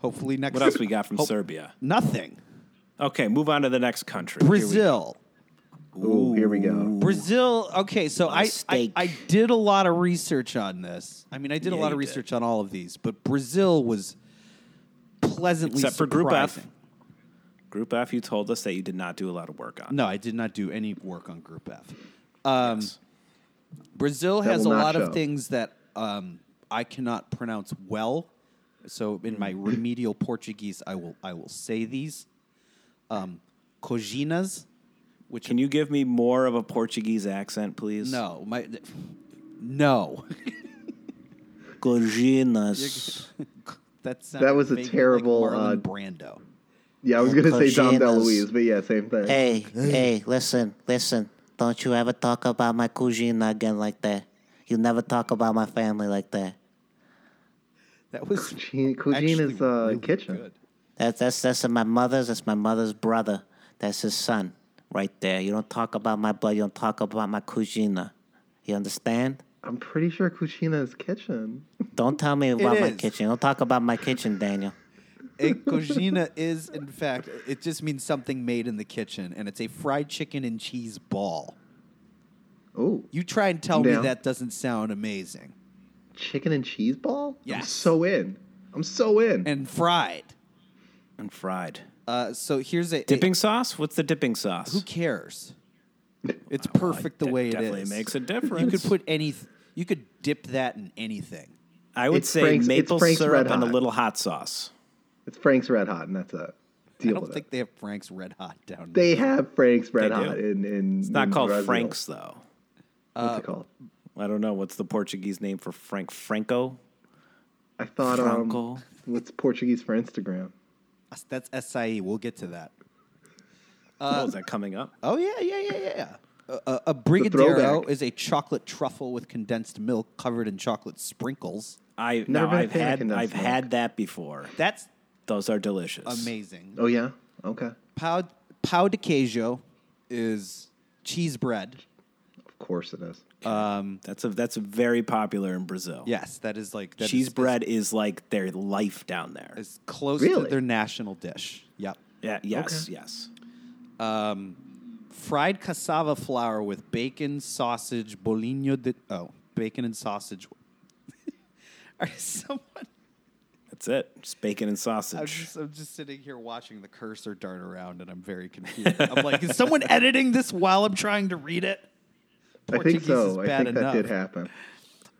Speaker 2: Hopefully next.
Speaker 1: what else we got from
Speaker 2: Hope-
Speaker 1: Serbia?
Speaker 2: Nothing.
Speaker 1: Okay, move on to the next country. Here we-
Speaker 2: Brazil.
Speaker 3: Ooh, here we go.
Speaker 2: Brazil. Okay, so I, I
Speaker 1: steak.
Speaker 2: I did a lot of research on this. I mean, I did a
Speaker 1: Yeah,
Speaker 2: lot of
Speaker 1: you did.
Speaker 2: research on all of these, but Brazil was pleasantly
Speaker 1: Except for Group F.
Speaker 2: surprising.
Speaker 1: Group F, you told us that you did not do a lot of work on.
Speaker 2: No, I did not do any work on Group F. Um,
Speaker 1: Yes.
Speaker 2: Brazil has a
Speaker 3: Double
Speaker 2: lot
Speaker 3: nacho.
Speaker 2: of things that um, I cannot pronounce well. So in my
Speaker 3: Mm.
Speaker 2: remedial Portuguese, I will I will say these. Um, cozinas, which
Speaker 1: Can you give me more of a Portuguese accent, please?
Speaker 2: no my no
Speaker 3: E
Speaker 1: Gorginas.
Speaker 2: that sounded
Speaker 3: That was a
Speaker 2: vaguely
Speaker 3: terrible,
Speaker 2: like Marlon
Speaker 3: uh,
Speaker 2: Brando.
Speaker 3: Yeah, I was gonna say Dom
Speaker 6: Cochinas.
Speaker 3: DeLuise, but yeah, same thing.
Speaker 6: Hey, hey, listen, listen. Don't you ever talk about my cousina again like that. You never talk about my family like that.
Speaker 2: That was
Speaker 3: Cuisine- cuisine
Speaker 2: actually
Speaker 3: is uh,
Speaker 2: really
Speaker 3: kitchen.
Speaker 2: good.
Speaker 6: That's that's that's my mother's. That's my mother's brother. That's his son, right there. You don't talk about my blood. You don't talk about my cousina. You understand?
Speaker 3: I'm pretty sure Cucina is kitchen.
Speaker 6: Don't tell me about my
Speaker 2: is.
Speaker 6: kitchen. Don't talk about my kitchen, Daniel.
Speaker 2: A cozina is, in fact, it just means something made in the kitchen, and it's a fried chicken and cheese ball.
Speaker 3: Oh,
Speaker 2: You try and tell
Speaker 3: Yeah.
Speaker 2: me that doesn't sound amazing.
Speaker 3: chicken and cheese ball. I'm
Speaker 2: Yes.
Speaker 3: so in. I'm so in.
Speaker 2: And fried.
Speaker 1: And fried.
Speaker 2: Uh, so here's a.
Speaker 1: Dipping sauce? What's the dipping sauce?
Speaker 2: who cares? It's perfect the
Speaker 1: That
Speaker 2: way it is.
Speaker 1: definitely makes a difference.
Speaker 2: You could put any. You could dip that in anything.
Speaker 1: I would
Speaker 3: It's
Speaker 1: say
Speaker 3: Frank's- it's
Speaker 1: maple
Speaker 3: Frank's Red
Speaker 1: syrup and a
Speaker 3: Hot.
Speaker 1: little hot sauce.
Speaker 3: it's Frank's Red Hot, and that's a
Speaker 2: I
Speaker 3: deal
Speaker 2: don't
Speaker 3: with
Speaker 2: think
Speaker 3: it.
Speaker 2: they have Frank's Red Hot down there.
Speaker 3: They have Frank's Red
Speaker 1: They do.
Speaker 3: Hot in in.
Speaker 1: It's not
Speaker 3: in
Speaker 1: called
Speaker 3: Brazil.
Speaker 1: Frank's, though.
Speaker 3: What's it called?
Speaker 1: I don't know. What's the Portuguese name for Frank? Franco?
Speaker 3: I thought
Speaker 1: Franco.
Speaker 3: um, what's Portuguese for Instagram?
Speaker 2: That's SIE. We'll get to that.
Speaker 1: oh, is that coming up?
Speaker 2: Oh yeah, yeah, yeah, yeah, yeah. A- A, a brigadeiro
Speaker 3: throwback.
Speaker 2: is a chocolate truffle with condensed milk covered in chocolate sprinkles.
Speaker 1: I
Speaker 3: never
Speaker 1: no,
Speaker 3: been a
Speaker 1: I've
Speaker 3: fan of
Speaker 1: had
Speaker 3: condensed
Speaker 1: I've
Speaker 3: milk.
Speaker 1: had that before.
Speaker 2: That's
Speaker 1: Those are delicious.
Speaker 2: amazing.
Speaker 3: Oh yeah. Okay.
Speaker 2: Pau, pau de queijo is cheese bread.
Speaker 3: Of course it is.
Speaker 1: That's a that's a very popular in Brazil.
Speaker 2: Yes, that is like that is-
Speaker 1: cheese
Speaker 2: is-
Speaker 1: bread is like their life down there.
Speaker 2: is, close
Speaker 3: Really?
Speaker 2: to their national dish. Yep.
Speaker 1: Yeah. Yes.
Speaker 3: Okay.
Speaker 1: Yes.
Speaker 2: Fried cassava flour with bacon, sausage, bolinho de oh, bacon and sausage. Are someone
Speaker 1: That's it. Just bacon and
Speaker 2: I'm
Speaker 1: sausage.
Speaker 2: just, I'm just sitting here watching the cursor dart around, and I'm very confused. I'm like, is someone editing this while I'm trying to read it?
Speaker 3: I think
Speaker 2: Portuguese
Speaker 3: so. I
Speaker 2: is bad
Speaker 3: think that
Speaker 2: enough.
Speaker 3: did happen.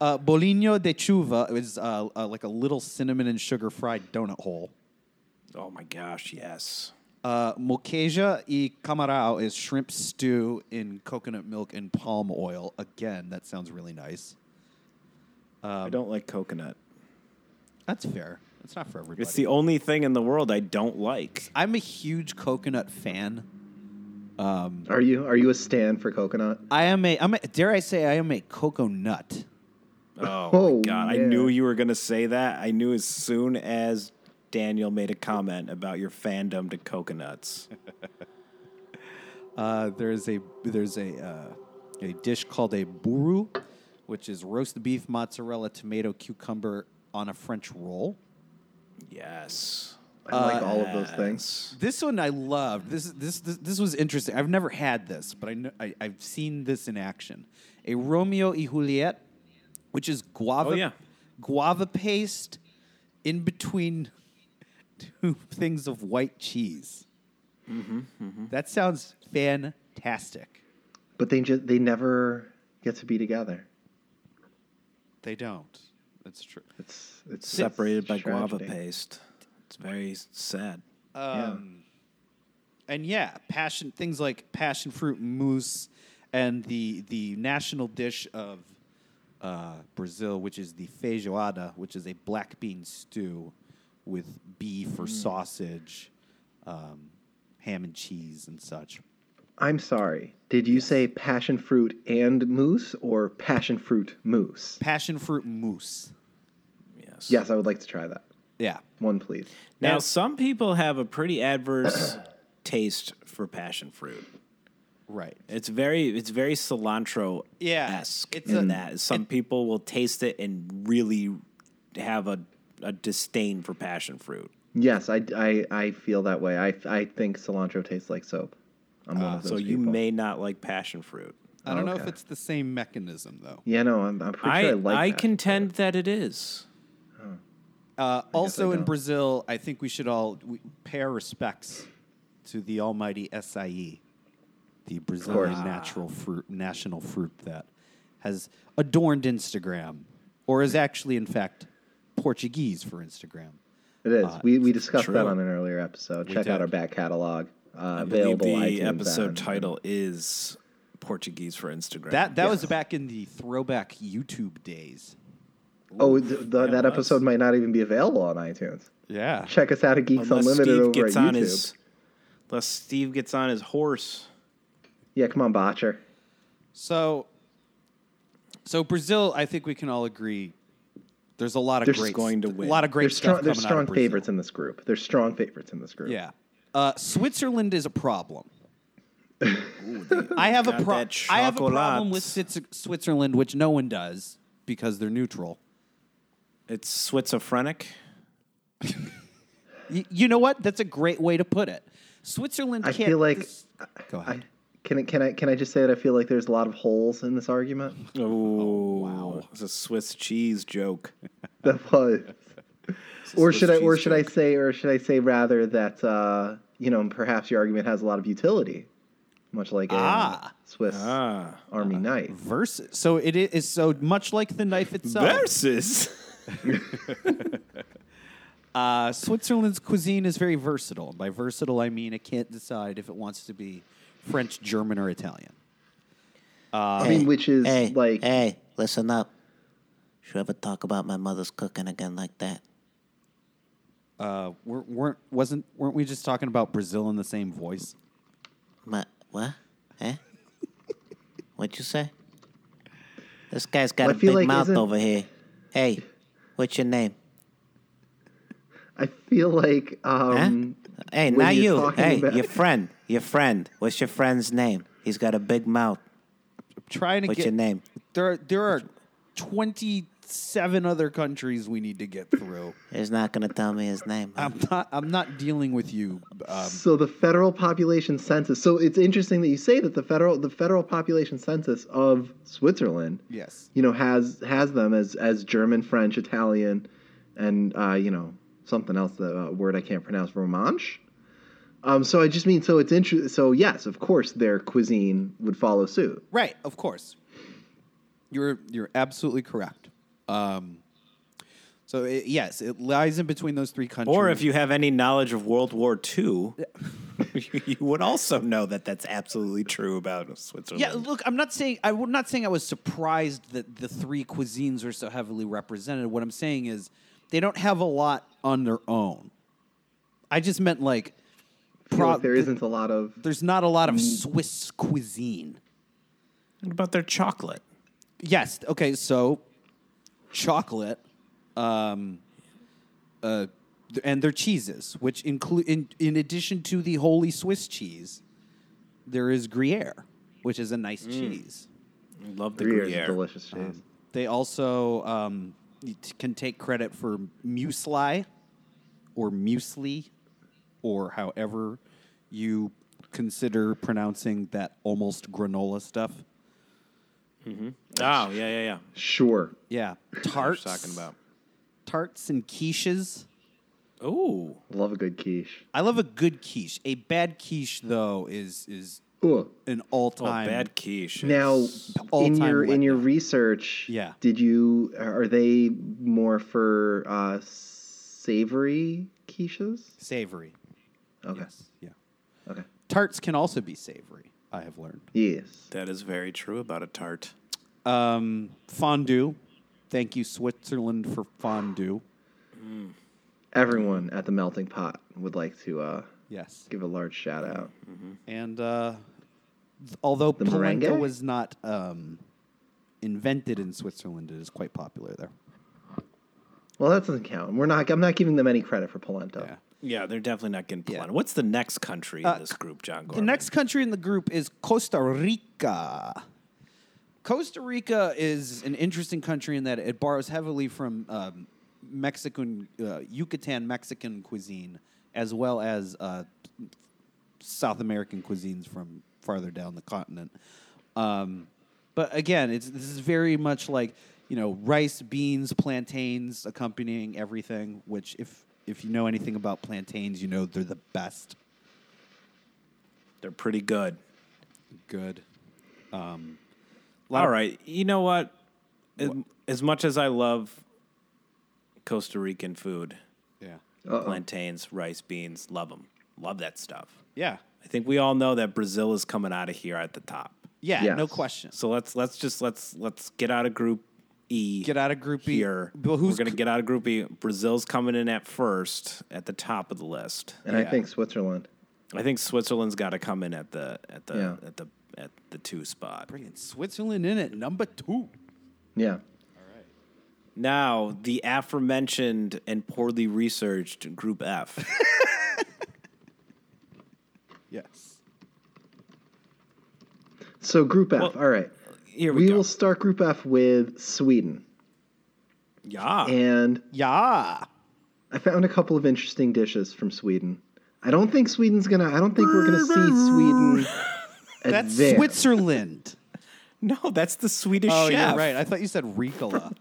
Speaker 2: Uh, bolinho de chuva is uh, uh, like a little cinnamon and sugar fried donut hole.
Speaker 1: oh my gosh. Yes.
Speaker 2: Uh, moqueja e camarão is shrimp stew in coconut milk and palm oil. Again, that sounds really nice.
Speaker 1: I don't like coconut.
Speaker 2: That's fair. It's not for everybody.
Speaker 1: It's the only thing in the world I don't like.
Speaker 2: I'm a huge coconut fan.
Speaker 3: Are you are you a stand for coconut?
Speaker 2: I am a, I'm a, dare I say, I am a cocoa nut.
Speaker 1: Oh,
Speaker 3: Oh,
Speaker 1: my god! I
Speaker 3: yeah.
Speaker 1: knew you were gonna say that. I knew as soon as Daniel made a comment about your fandom to coconuts.
Speaker 2: Uh, there's a there's a uh, a dish called a buru, which is roast beef, mozzarella, tomato, cucumber on a French roll.
Speaker 1: yes.
Speaker 3: I like all of
Speaker 1: Uh,
Speaker 3: those things.
Speaker 1: Yes.
Speaker 2: This one I loved. This this this, this was interesting. I've never had this, but I, know, I I've seen this in action. A Romeo y Juliet, which is guava
Speaker 1: Oh, yeah.
Speaker 2: guava paste in between two things of white cheese. That sounds fantastic.
Speaker 3: But they just they never get to be together.
Speaker 2: They don't. It's true.
Speaker 3: It's it's
Speaker 1: separated by guava
Speaker 3: tragedy.
Speaker 1: paste. It's very sad.
Speaker 2: Um, And yeah, passion things like passion fruit mousse and the the national dish of uh, Brazil, which is the feijoada, which is a black bean stew with beef or sausage, um, ham and cheese and such.
Speaker 3: I'm sorry. Did you say passion fruit and moose or passion fruit moose?
Speaker 2: Passion fruit mousse.
Speaker 1: Yes.
Speaker 3: Yes, I would like to try that.
Speaker 2: Yeah.
Speaker 3: One, please.
Speaker 1: Now,
Speaker 2: Now-
Speaker 1: some people have a pretty adverse taste for passion fruit.
Speaker 2: Right.
Speaker 1: It's very it's very cilantro esque
Speaker 2: Yeah, it's
Speaker 1: in
Speaker 2: a-
Speaker 1: that some people will taste it and really have a, a disdain for passion fruit.
Speaker 3: Yes, I, I, I feel that way. I, I think cilantro tastes like soap. I'm one of those
Speaker 1: Ah, So you
Speaker 3: people.
Speaker 1: may not like passion fruit.
Speaker 2: I don't know if
Speaker 3: Okay.
Speaker 2: it's the same mechanism though.
Speaker 3: Yeah, no, I'm, I'm pretty
Speaker 1: I
Speaker 3: sure I like
Speaker 1: I
Speaker 3: that.
Speaker 1: contend that it is.
Speaker 2: Uh, also in
Speaker 3: don't.
Speaker 2: Brazil, I think we should all we pay our respects to the almighty SIE, the Brazilian natural fruit, national fruit that has adorned Instagram, or is actually, in fact, Portuguese for Instagram.
Speaker 3: It is.
Speaker 2: Uh,
Speaker 3: we we discussed that
Speaker 1: Ah, true.
Speaker 3: on an earlier episode.
Speaker 2: We
Speaker 3: Check out
Speaker 2: did.
Speaker 3: our back catalog. Uh,
Speaker 1: I believe
Speaker 3: available
Speaker 1: the
Speaker 3: iTunes Oh,
Speaker 1: episode
Speaker 3: and-
Speaker 1: title is Portuguese for Instagram.
Speaker 2: That that was
Speaker 3: Yes.
Speaker 2: back in the throwback YouTube days.
Speaker 3: Oh, th- the,
Speaker 1: it
Speaker 3: that
Speaker 1: was.
Speaker 3: episode might not even be available on iTunes.
Speaker 2: Yeah.
Speaker 3: Check us out at Geeks
Speaker 1: unless
Speaker 3: Unlimited
Speaker 1: Steve
Speaker 3: over
Speaker 1: gets
Speaker 3: at
Speaker 1: on
Speaker 3: YouTube.
Speaker 1: his unless Steve gets on his horse.
Speaker 3: Yeah, come on, Botcher.
Speaker 2: So, so Brazil, I think we can all agree. There's a lot of
Speaker 1: There's
Speaker 2: great,
Speaker 1: going to
Speaker 2: st-
Speaker 1: win.
Speaker 2: a lot of great
Speaker 3: There's
Speaker 2: stuff
Speaker 3: strong, there's
Speaker 2: coming out
Speaker 3: strong
Speaker 2: of Brazil.
Speaker 3: favorites in this group. There's strong favorites in this group.
Speaker 2: Yeah. Uh, Switzerland is a problem. I have
Speaker 1: got
Speaker 2: a pro-
Speaker 1: that
Speaker 2: I have a
Speaker 1: chocolate.
Speaker 2: problem with Switz- Switzerland, which no one does because they're neutral.
Speaker 1: It's schizophrenic.
Speaker 2: Y- you know what? That's a great way to put it. Switzerland.
Speaker 3: I
Speaker 2: can't
Speaker 3: feel like-
Speaker 2: this- go ahead.
Speaker 3: I, can I can I can I just say that I feel like there's a lot of holes in this argument?
Speaker 1: Oh, wow. Oh, It's a Swiss cheese joke.
Speaker 3: That was. or
Speaker 1: Swiss
Speaker 3: should I or
Speaker 1: cheese
Speaker 3: should I
Speaker 1: joke.
Speaker 3: say or should I say rather that uh, you know perhaps your argument has a lot of utility, much like a
Speaker 2: Ah.
Speaker 3: Swiss
Speaker 1: Ah.
Speaker 3: Army knife.
Speaker 2: versus. So it i- is so much like the knife itself.
Speaker 1: Versus.
Speaker 2: Uh, Switzerland's cuisine is very versatile. By versatile, I mean it can't decide if it wants to be French, German, or Italian.
Speaker 3: I mean, which is
Speaker 6: hey,
Speaker 3: like
Speaker 6: hey, listen up. Should you ever talk about my mother's cooking again like that?
Speaker 2: Uh, weren't, weren't wasn't weren't we just talking about Brazil in the same voice?
Speaker 6: My what? Eh? What'd you say? This guy's got
Speaker 3: Well, I
Speaker 6: a
Speaker 3: feel
Speaker 6: big
Speaker 3: like
Speaker 6: mouth
Speaker 3: isn't-
Speaker 6: over here. Hey, what's your name?
Speaker 3: I feel like
Speaker 6: Huh?
Speaker 3: um,
Speaker 2: Eh?
Speaker 6: hey,
Speaker 3: when
Speaker 6: not
Speaker 3: you're
Speaker 6: you.
Speaker 3: talking
Speaker 6: Hey,
Speaker 3: about-
Speaker 6: your friend. Your friend. What's your friend's name? He's got a big mouth.
Speaker 2: trying to
Speaker 6: What's
Speaker 2: get
Speaker 6: your name?
Speaker 2: There, are- there are twenty-seven other countries we need to get through.
Speaker 6: He's not gonna tell me his name.
Speaker 1: Um,
Speaker 6: huh?
Speaker 2: I'm not, I'm not dealing with you. Um,
Speaker 3: so the federal population census. So it's interesting that you say that the federal the federal population census of Switzerland,
Speaker 2: yes,
Speaker 3: you know, has has them as as German, French, Italian, and uh, you know something else the uh, word I can't pronounce Romanche. Um, so I just mean so it's interesting. So yes, of course their cuisine would follow suit.
Speaker 2: right, of course. You're, you're absolutely correct. Um, so it, yes, it lies in between those three countries.
Speaker 1: Or if you have any knowledge of World War II, you would also know that that's absolutely true about Switzerland.
Speaker 2: Yeah, look, I'm not saying I'm not saying I was surprised that the three cuisines are so heavily represented. What I'm saying is they don't have a lot on their own. I just meant like
Speaker 3: I feel
Speaker 2: pro-
Speaker 3: like there isn't a lot of
Speaker 2: there's not a lot of Swiss cuisine.
Speaker 1: What about their chocolate?
Speaker 2: Yes. Okay. So, chocolate, um, uh, th- and their cheeses, which include in, in addition to the holy Swiss cheese, there is Gruyere, which is a nice cheese.
Speaker 1: I love the
Speaker 3: Gruyere
Speaker 1: Gruyere.
Speaker 3: is a delicious
Speaker 2: Um,
Speaker 3: cheese.
Speaker 2: They also um, you t- can take credit for muesli or muesli or however you consider pronouncing that almost granola stuff.
Speaker 1: Oh, yeah, yeah, yeah.
Speaker 3: Sure.
Speaker 2: Yeah. Tarts.
Speaker 1: Talking about.
Speaker 2: Tarts and quiches.
Speaker 1: Oh,
Speaker 3: Love a good quiche.
Speaker 2: I love a good quiche. A bad quiche though is is
Speaker 3: Ugh.
Speaker 2: an all-time
Speaker 1: Oh, bad quiche.
Speaker 3: Now, in
Speaker 2: all-time
Speaker 3: your in
Speaker 2: wetness.
Speaker 3: your research,
Speaker 2: Yeah.
Speaker 3: did you are they more for uh, savory quiches?
Speaker 2: savory.
Speaker 3: Okay.
Speaker 2: Yes. Yeah.
Speaker 3: Okay.
Speaker 2: Tarts can also be savory. I have learned.
Speaker 3: Yes.
Speaker 1: That is very true about a tart.
Speaker 2: Um, fondue. Thank you, Switzerland, for fondue.
Speaker 3: Everyone at the melting pot would like to uh,
Speaker 2: Yes.
Speaker 3: give a large shout out.
Speaker 2: And uh, th- although
Speaker 3: The
Speaker 2: polenta
Speaker 3: merengue?
Speaker 2: was not um, invented in Switzerland, it is quite popular there.
Speaker 3: Well, that doesn't count. We're not. I'm not giving them any credit for polenta.
Speaker 2: Yeah.
Speaker 1: Yeah, they're definitely not getting
Speaker 2: Yeah.
Speaker 1: polenta. What's the next country
Speaker 2: Uh,
Speaker 1: in this group, John
Speaker 2: The
Speaker 1: Gordon?
Speaker 2: next country in the group is Costa Rica. Costa Rica is an interesting country in that it borrows heavily from um, Mexican, uh, Yucatan Mexican cuisine, as well as uh, South American cuisines from farther down the continent. Um, but again, it's this is very much like you know rice, beans, plantains accompanying everything. Which, if if you know anything about plantains, you know they're the best
Speaker 1: They're pretty good.
Speaker 2: good. Um, lot
Speaker 1: All
Speaker 2: of-
Speaker 1: right. You know what? As, as much as I love Costa Rican food,
Speaker 2: Yeah.
Speaker 3: Uh-oh.
Speaker 1: plantains, rice, beans, love them. Love that stuff.
Speaker 2: Yeah.
Speaker 1: I think we all know that Brazil is coming out of here at the top.
Speaker 2: Yeah.
Speaker 3: Yes.
Speaker 2: No question.
Speaker 1: So let's let's just let's let's get out of group E.
Speaker 2: Get out of Group E.
Speaker 1: here.
Speaker 2: But who's
Speaker 1: We're gonna
Speaker 2: c-
Speaker 1: get out of group E. Brazil's coming in at first at the top of the list.
Speaker 3: And I
Speaker 2: Yeah.
Speaker 3: think Switzerland.
Speaker 1: I think Switzerland's got to come in at the at the
Speaker 3: Yeah.
Speaker 1: at the at the two spot.
Speaker 2: Bringing Switzerland E? in at number two.
Speaker 3: Yeah.
Speaker 1: Now the aforementioned and poorly researched group F.
Speaker 2: Yes.
Speaker 3: So Group F.
Speaker 1: Well,
Speaker 3: all right.
Speaker 1: Here we,
Speaker 3: We
Speaker 1: go.
Speaker 3: will start Group F with Sweden,
Speaker 1: yeah.
Speaker 3: and
Speaker 2: Yeah.
Speaker 3: I found a couple of interesting dishes from Sweden. I don't think Sweden's gonna. I don't think we're gonna see Sweden.
Speaker 2: That's
Speaker 3: advance.
Speaker 2: Switzerland.
Speaker 1: no, that's the Swedish
Speaker 2: oh,
Speaker 1: chef.
Speaker 2: yeah, right. I thought you said Ricola,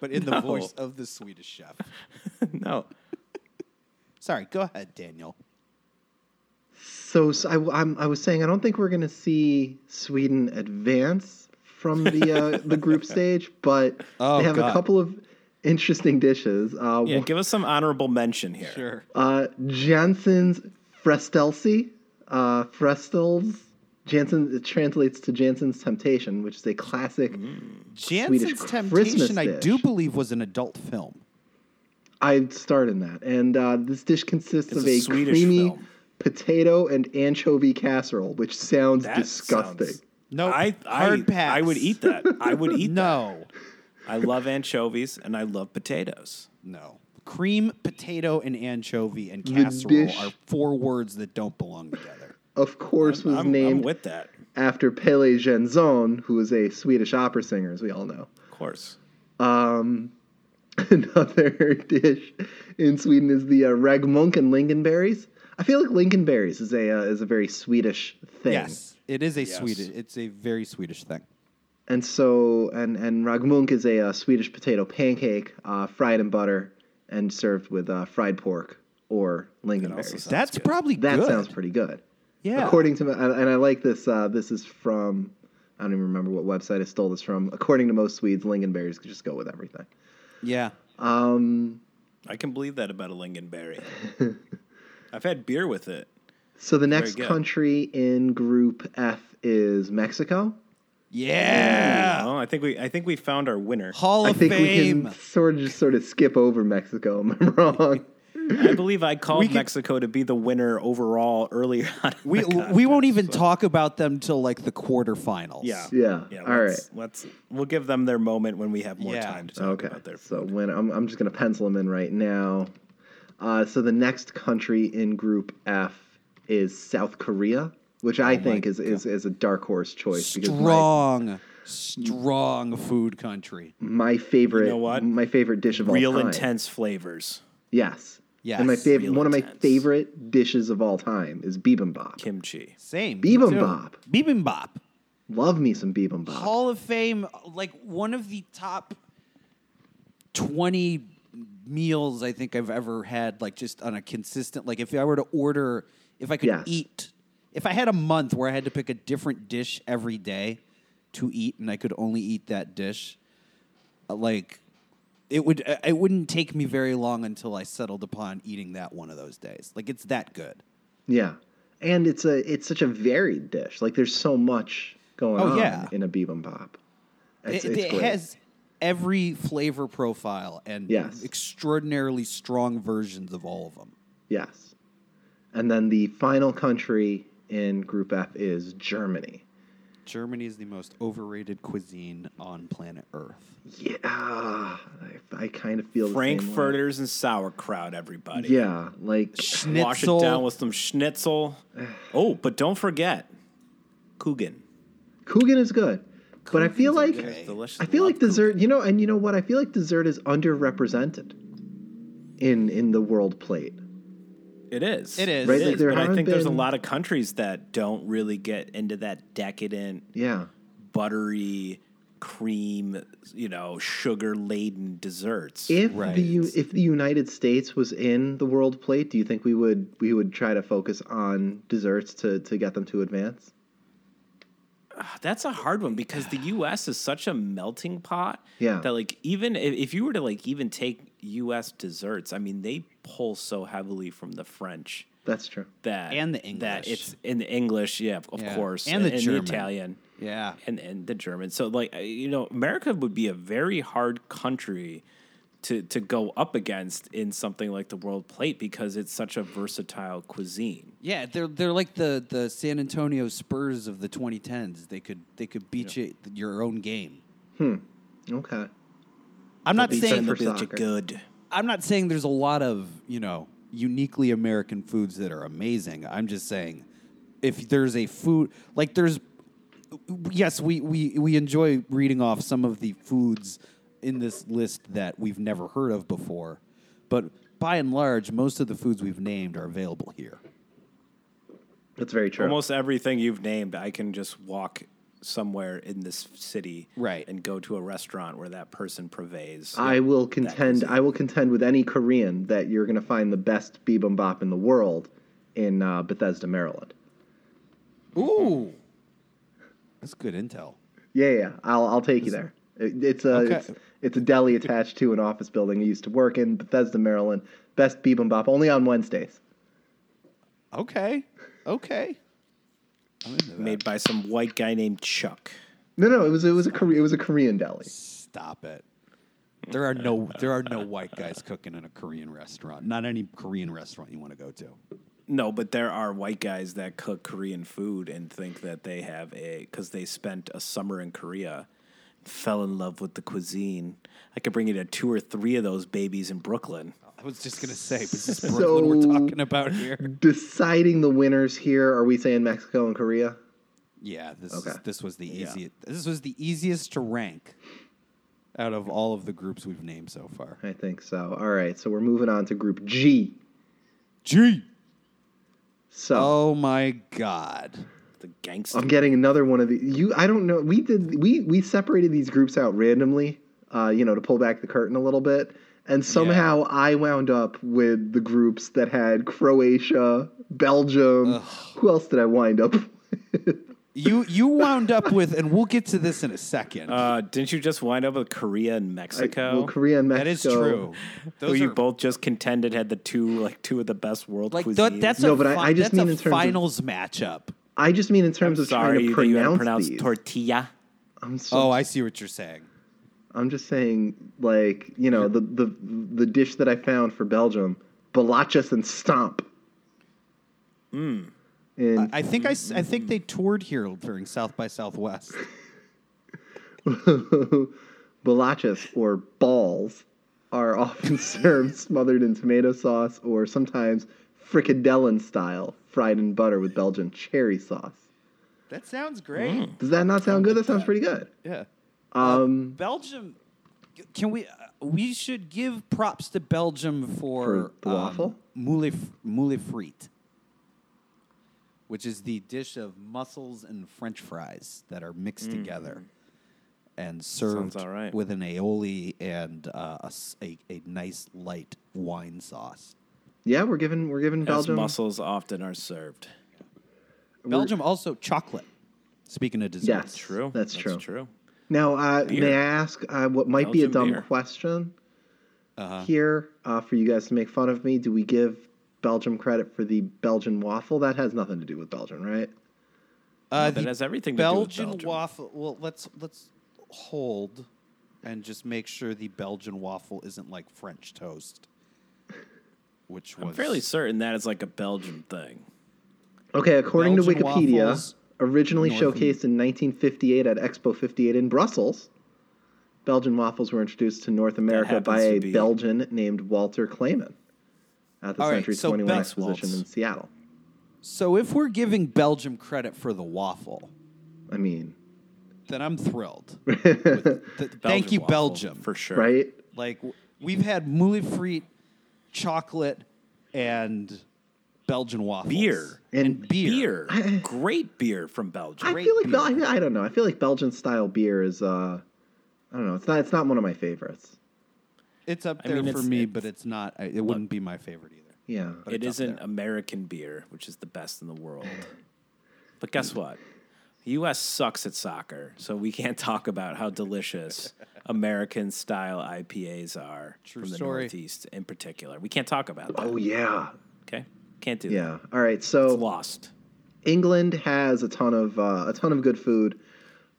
Speaker 2: but in the
Speaker 1: No.
Speaker 2: voice of the Swedish chef.
Speaker 1: No.
Speaker 2: Sorry. Go ahead, Daniel.
Speaker 3: So, so I, I'm, I was saying I don't think we're going to see Sweden advance from the uh, the group stage, but
Speaker 2: Oh,
Speaker 3: they have
Speaker 2: God.
Speaker 3: a couple of interesting dishes. Uh,
Speaker 1: Yeah, give us some honorable mention here.
Speaker 3: uh, Jansen's Frestelsi, uh, Frestels. Jansen it translates to Jansen's Temptation, which is a classic.
Speaker 1: Mm.
Speaker 2: Jansen's
Speaker 3: Christmas
Speaker 2: Temptation, I do
Speaker 3: dish.
Speaker 2: believe, was an adult film.
Speaker 3: I start in that, and uh, this dish consists
Speaker 1: It's
Speaker 3: of
Speaker 1: a
Speaker 3: a,
Speaker 1: Swedish
Speaker 3: creamy
Speaker 1: film.
Speaker 3: potato and anchovy casserole, which sounds
Speaker 1: That
Speaker 3: disgusting.
Speaker 1: sounds-
Speaker 2: No,
Speaker 1: I, I,
Speaker 2: hard pass.
Speaker 1: I would eat that. I would eat that.
Speaker 2: No,
Speaker 1: I love anchovies and I love potatoes.
Speaker 2: no. Cream, potato, and anchovy and
Speaker 3: The
Speaker 2: casserole
Speaker 3: dish-
Speaker 2: are four words that don't belong together.
Speaker 3: Of course, was
Speaker 1: I'm, I'm
Speaker 3: named
Speaker 1: with that,
Speaker 3: after Pele Jenson, who is a Swedish opera singer, as we all know.
Speaker 1: of course.
Speaker 3: Um, another dish in Sweden is the uh, ragmunk and lingonberries. I feel like lingonberries is a uh, is a very Swedish thing.
Speaker 2: Yes, it is a Swedish. It's a very Swedish thing.
Speaker 3: And so and and ragmunk is a uh, Swedish potato pancake, uh, fried in butter and served with uh, fried pork or lingonberries.
Speaker 1: sounds
Speaker 2: That's
Speaker 1: good.
Speaker 2: probably
Speaker 3: That
Speaker 2: good.
Speaker 3: sounds pretty good.
Speaker 2: yeah.
Speaker 3: According to, and and I like this. Uh, this is from, I don't even remember what website I stole this from. According to most Swedes, lingonberries just go with everything.
Speaker 2: yeah.
Speaker 3: Um,
Speaker 1: I can believe that about a lingonberry. I've had beer with it.
Speaker 3: so the next
Speaker 1: good.
Speaker 3: country in Group F is Mexico.
Speaker 2: Yeah.
Speaker 1: Oh, I think we I think we found our winner.
Speaker 2: Hall
Speaker 3: I
Speaker 2: of
Speaker 3: think we
Speaker 2: Fame.
Speaker 3: can sort of just sort of skip over Mexico. Am I wrong?
Speaker 1: I believe I called
Speaker 2: We can-
Speaker 1: Mexico to be the winner overall earlier on. in
Speaker 2: We,
Speaker 1: the
Speaker 2: we,
Speaker 1: con-
Speaker 2: won't even talk about them till like the quarterfinals.
Speaker 1: yeah.
Speaker 3: Yeah.
Speaker 1: Yeah,
Speaker 3: All
Speaker 1: let's, Let's we'll give them their moment when we have more
Speaker 2: Yeah.
Speaker 1: time to talk
Speaker 3: Okay.
Speaker 1: about their
Speaker 3: So when I'm, I'm just gonna pencil them in right now. Uh, so the next country in Group F is South Korea, which I think is, is is a dark horse choice because my
Speaker 2: Oh Strong, strong food country.
Speaker 3: my favorite
Speaker 1: You know what?
Speaker 3: my favorite dish of
Speaker 1: real
Speaker 3: all time.
Speaker 1: intense flavors.
Speaker 3: Yes.
Speaker 2: Yes,
Speaker 3: And my favorite
Speaker 1: real
Speaker 3: one of my
Speaker 1: intense.
Speaker 3: favorite dishes of all time is bibimbap.
Speaker 1: Kimchi.
Speaker 2: Same. me too.
Speaker 3: Bibimbap.
Speaker 2: Bibimbap.
Speaker 3: Love me some bibimbap.
Speaker 2: Hall of Fame, like one of the top 20 meals I think I've ever had, like just on a consistent, like if I were to order, if I could
Speaker 3: Yes.
Speaker 2: eat, If I had a month where I had to pick a different dish every day to eat, and I could only eat that dish, uh, like it would, uh, it wouldn't take me very long until I settled upon eating that one of those days. Like it's that good.
Speaker 3: Yeah, and it's a it's such a varied dish. Like there's so much going
Speaker 2: Oh,
Speaker 3: on
Speaker 2: yeah.
Speaker 3: in a bibimbap. It's,
Speaker 2: it
Speaker 3: it's
Speaker 2: it
Speaker 3: great.
Speaker 2: has every flavor profile and
Speaker 3: Yes.
Speaker 2: extraordinarily strong versions of all of them.
Speaker 3: Yes. And then the final country in Group F is Germany.
Speaker 2: Germany is the most overrated cuisine on planet Earth.
Speaker 3: Yeah, I, I kind of feel the same way.
Speaker 1: Frankfurters and sauerkraut, everybody.
Speaker 3: Yeah, like
Speaker 1: Wash it down with some schnitzel. Oh, but don't forget Coogan.
Speaker 3: Kugan is good, but I feel like
Speaker 1: There's delicious.
Speaker 3: I feel
Speaker 1: love
Speaker 3: like dessert. You know, and you know what? I feel like dessert is underrepresented in in the world plate.
Speaker 1: Coogan. It is.
Speaker 2: It is.
Speaker 1: It
Speaker 2: Right,
Speaker 1: is.
Speaker 2: like,
Speaker 3: there
Speaker 1: but I
Speaker 3: haven't
Speaker 1: think there's a
Speaker 3: been-
Speaker 1: lot of countries that don't really get into that decadent,
Speaker 3: Yeah,
Speaker 1: buttery, cream, you know, sugar laden desserts.
Speaker 3: if
Speaker 2: Right.
Speaker 3: the U- if the United States was in the world plate, do you think we would we would try to focus on desserts to to get them to advance?
Speaker 1: That's a hard one because the U.S. is such a melting pot.
Speaker 3: Yeah.
Speaker 1: That like even i- if you were to like even take U.S. desserts, I mean they pull so heavily from the French
Speaker 3: That's true.
Speaker 1: that
Speaker 2: And the
Speaker 1: that
Speaker 2: English.
Speaker 1: it's in the English, yeah, of
Speaker 2: Yeah.
Speaker 1: course,
Speaker 2: And the German.
Speaker 1: Italian,
Speaker 2: Yeah.
Speaker 1: and and the German. So like uh, you know, America would be a very hard country. To, to go up against in something like the world plate because it's such a versatile cuisine.
Speaker 2: Yeah, they're they're like the, the San Antonio Spurs of the 2010s. They could they could beat you at your own game.
Speaker 3: Okay.
Speaker 2: I'm not
Speaker 3: beat
Speaker 2: saying
Speaker 3: them for
Speaker 1: They'll build you
Speaker 3: soccer.
Speaker 1: good.
Speaker 2: I'm not saying there's a lot of you know uniquely American foods that are amazing. I'm just saying if there's a food like there's yes we we we enjoy reading off some of the foods in this list that we've never heard of before, but by and large most of the foods we've named are available here.
Speaker 3: That's very true.
Speaker 1: Almost everything you've named, I can just walk somewhere in this city,
Speaker 2: Right.
Speaker 1: and go to a restaurant where that person purveys.
Speaker 3: I will contend. I will contend with any Korean that you're going to find the best bibimbap in the world in uh, Bethesda, Maryland.
Speaker 2: Ooh, that's good intel.
Speaker 3: Yeah, yeah. I'll I'll take you there. It- it's a
Speaker 2: Okay.
Speaker 3: it's, it's a deli attached to an office building I used to work in, Bethesda, Maryland. Best bibimbap only on Wednesdays.
Speaker 2: Okay, okay. I'm into that.
Speaker 1: made by some white guy named Chuck.
Speaker 3: No, no, it was it was a Kore- it was a Korean deli.
Speaker 2: Stop it. There are no there are no white guys cooking in a Korean restaurant. Not any Korean restaurant you want to go to.
Speaker 1: No, but there are white guys that cook Korean food and think that they have a because they spent a summer in Korea, fell in love with the cuisine. I could bring you to two or three of those babies in Brooklyn.
Speaker 2: I was just gonna say, but is this Brooklyn we're
Speaker 3: So-
Speaker 2: talking about here?
Speaker 3: Deciding the winners here, are we saying Mexico and Korea?
Speaker 2: Yeah, this is,
Speaker 3: Okay.
Speaker 2: this was the easiest. This was the easiest to rank out of all of the groups we've named so far.
Speaker 3: I think so. All right, so we're moving on to Group G.
Speaker 2: Gee,
Speaker 3: So.
Speaker 2: oh my god,
Speaker 1: The gangster.
Speaker 3: I'm getting another one of the you. I don't know. We did we we separated these groups out randomly, uh, you know, to pull back the curtain a little bit, and somehow I wound up with the groups that had Croatia, Belgium. Who else did I wind up? with?
Speaker 2: you you wound up with, and we'll get to this in a second.
Speaker 1: Uh, didn't you just wind up with Korea and Mexico?
Speaker 3: well, Korea and Mexico.
Speaker 2: that is true.
Speaker 1: who
Speaker 2: Those
Speaker 1: you
Speaker 2: are-
Speaker 1: both just contended had the two like two of the best world
Speaker 2: like
Speaker 1: cuisines.
Speaker 2: that, that's
Speaker 3: No,
Speaker 2: a
Speaker 3: but I-
Speaker 2: fi-
Speaker 3: I just
Speaker 2: that's
Speaker 3: mean
Speaker 2: a
Speaker 3: in terms of-
Speaker 2: finals matchup.
Speaker 3: I just mean in terms of
Speaker 1: sorry
Speaker 3: trying to
Speaker 1: that you had to
Speaker 3: pronounce
Speaker 1: pronounce
Speaker 3: these.
Speaker 1: tortilla.
Speaker 3: I'm so
Speaker 2: Oh, I see what you're saying.
Speaker 3: I'm just saying, like you know, the the the dish that I found for Belgium, balachas and stomp. Mm. And
Speaker 2: Hmm. I think I, s- I think they toured here during South by Southwest.
Speaker 3: Balachas or balls are often served smothered in tomato sauce or sometimes frikadellen style, fried in butter with Belgian cherry sauce.
Speaker 2: That sounds great.
Speaker 3: Does that not sound good? That sounds pretty good.
Speaker 2: Yeah.
Speaker 3: Um,
Speaker 2: Uh, Belgium can we uh, we should give props to Belgium for,
Speaker 3: For the waffel?
Speaker 2: um, moule f- moule frite, which is the dish of mussels and french fries that are mixed
Speaker 3: Mm.
Speaker 2: together and served
Speaker 1: all right.
Speaker 2: with an aioli and uh, a, s- a- a nice light wine sauce.
Speaker 3: yeah, we're giving we're giving
Speaker 1: As
Speaker 3: Belgium.
Speaker 1: mussels often are served.
Speaker 2: Belgium also chocolate. Speaking of desserts,
Speaker 1: That's
Speaker 3: Yes.
Speaker 1: true.
Speaker 3: That's true.
Speaker 1: true.
Speaker 3: Now, uh,
Speaker 1: Beer.
Speaker 3: may I ask uh, what might be a
Speaker 1: Belgian
Speaker 3: dumb
Speaker 1: beer. Uh-huh.
Speaker 3: question here uh, for you guys to make fun of me? Do we give Belgium credit for the Belgian waffle? That has nothing to do with Belgium, right?
Speaker 2: Uh,
Speaker 1: that
Speaker 2: the
Speaker 1: has everything to do with
Speaker 2: Belgian
Speaker 1: Belgium.
Speaker 2: waffle. Well, let's let's hold and just make sure the Belgian waffle isn't like French toast, which was
Speaker 1: I'm fairly certain that is like a Belgian thing.
Speaker 3: Okay, according
Speaker 2: Belgian
Speaker 3: to Wikipedia,
Speaker 2: waffles,
Speaker 3: originally
Speaker 2: North-
Speaker 3: showcased in 1958 at Expo 58 in Brussels, Belgian waffles were introduced to North America
Speaker 1: happens
Speaker 3: by
Speaker 1: to
Speaker 3: a
Speaker 1: be-
Speaker 3: Belgian named Walter Clayman at the
Speaker 2: All right,
Speaker 3: Century
Speaker 2: so
Speaker 3: 21
Speaker 2: Bel-
Speaker 3: exposition
Speaker 1: Waltz.
Speaker 3: in Seattle.
Speaker 2: So if we're giving Belgium credit for the waffle,
Speaker 3: I mean,
Speaker 2: then I'm thrilled. With- th- thank
Speaker 1: Belgian
Speaker 2: you,
Speaker 1: waffle,
Speaker 2: Belgium.
Speaker 1: for sure.
Speaker 3: right?
Speaker 2: Like w- we've had moules frites, chocolate, and Belgian waffles,
Speaker 1: Beer.
Speaker 2: and,
Speaker 3: And
Speaker 2: beer.
Speaker 1: Beer, great beer from Belgium.
Speaker 3: I
Speaker 2: Great
Speaker 3: feel like Bel-
Speaker 2: beer.
Speaker 3: I, I don't know. I feel like Belgian style beer is uh, I don't know. It's not. It's not one of my favorites.
Speaker 2: It's up
Speaker 1: I
Speaker 2: there
Speaker 1: mean,
Speaker 2: for
Speaker 1: it's-
Speaker 2: me,
Speaker 1: it's-
Speaker 2: but it's not. I- It wouldn't be my favorite either.
Speaker 3: Yeah.
Speaker 1: It
Speaker 2: it's up
Speaker 1: isn't
Speaker 2: there.
Speaker 1: American beer, which is the best in the world. but guess what? The U.S. sucks at soccer, so we can't talk about how delicious American style IPAs are
Speaker 2: True
Speaker 1: from the
Speaker 2: story.
Speaker 1: Northeast in particular. We can't talk about that.
Speaker 3: Oh yeah.
Speaker 1: Okay, can't do that.
Speaker 3: Yeah. All right.
Speaker 1: It's
Speaker 3: So
Speaker 1: lost.
Speaker 3: England has a ton of uh, a ton of good food.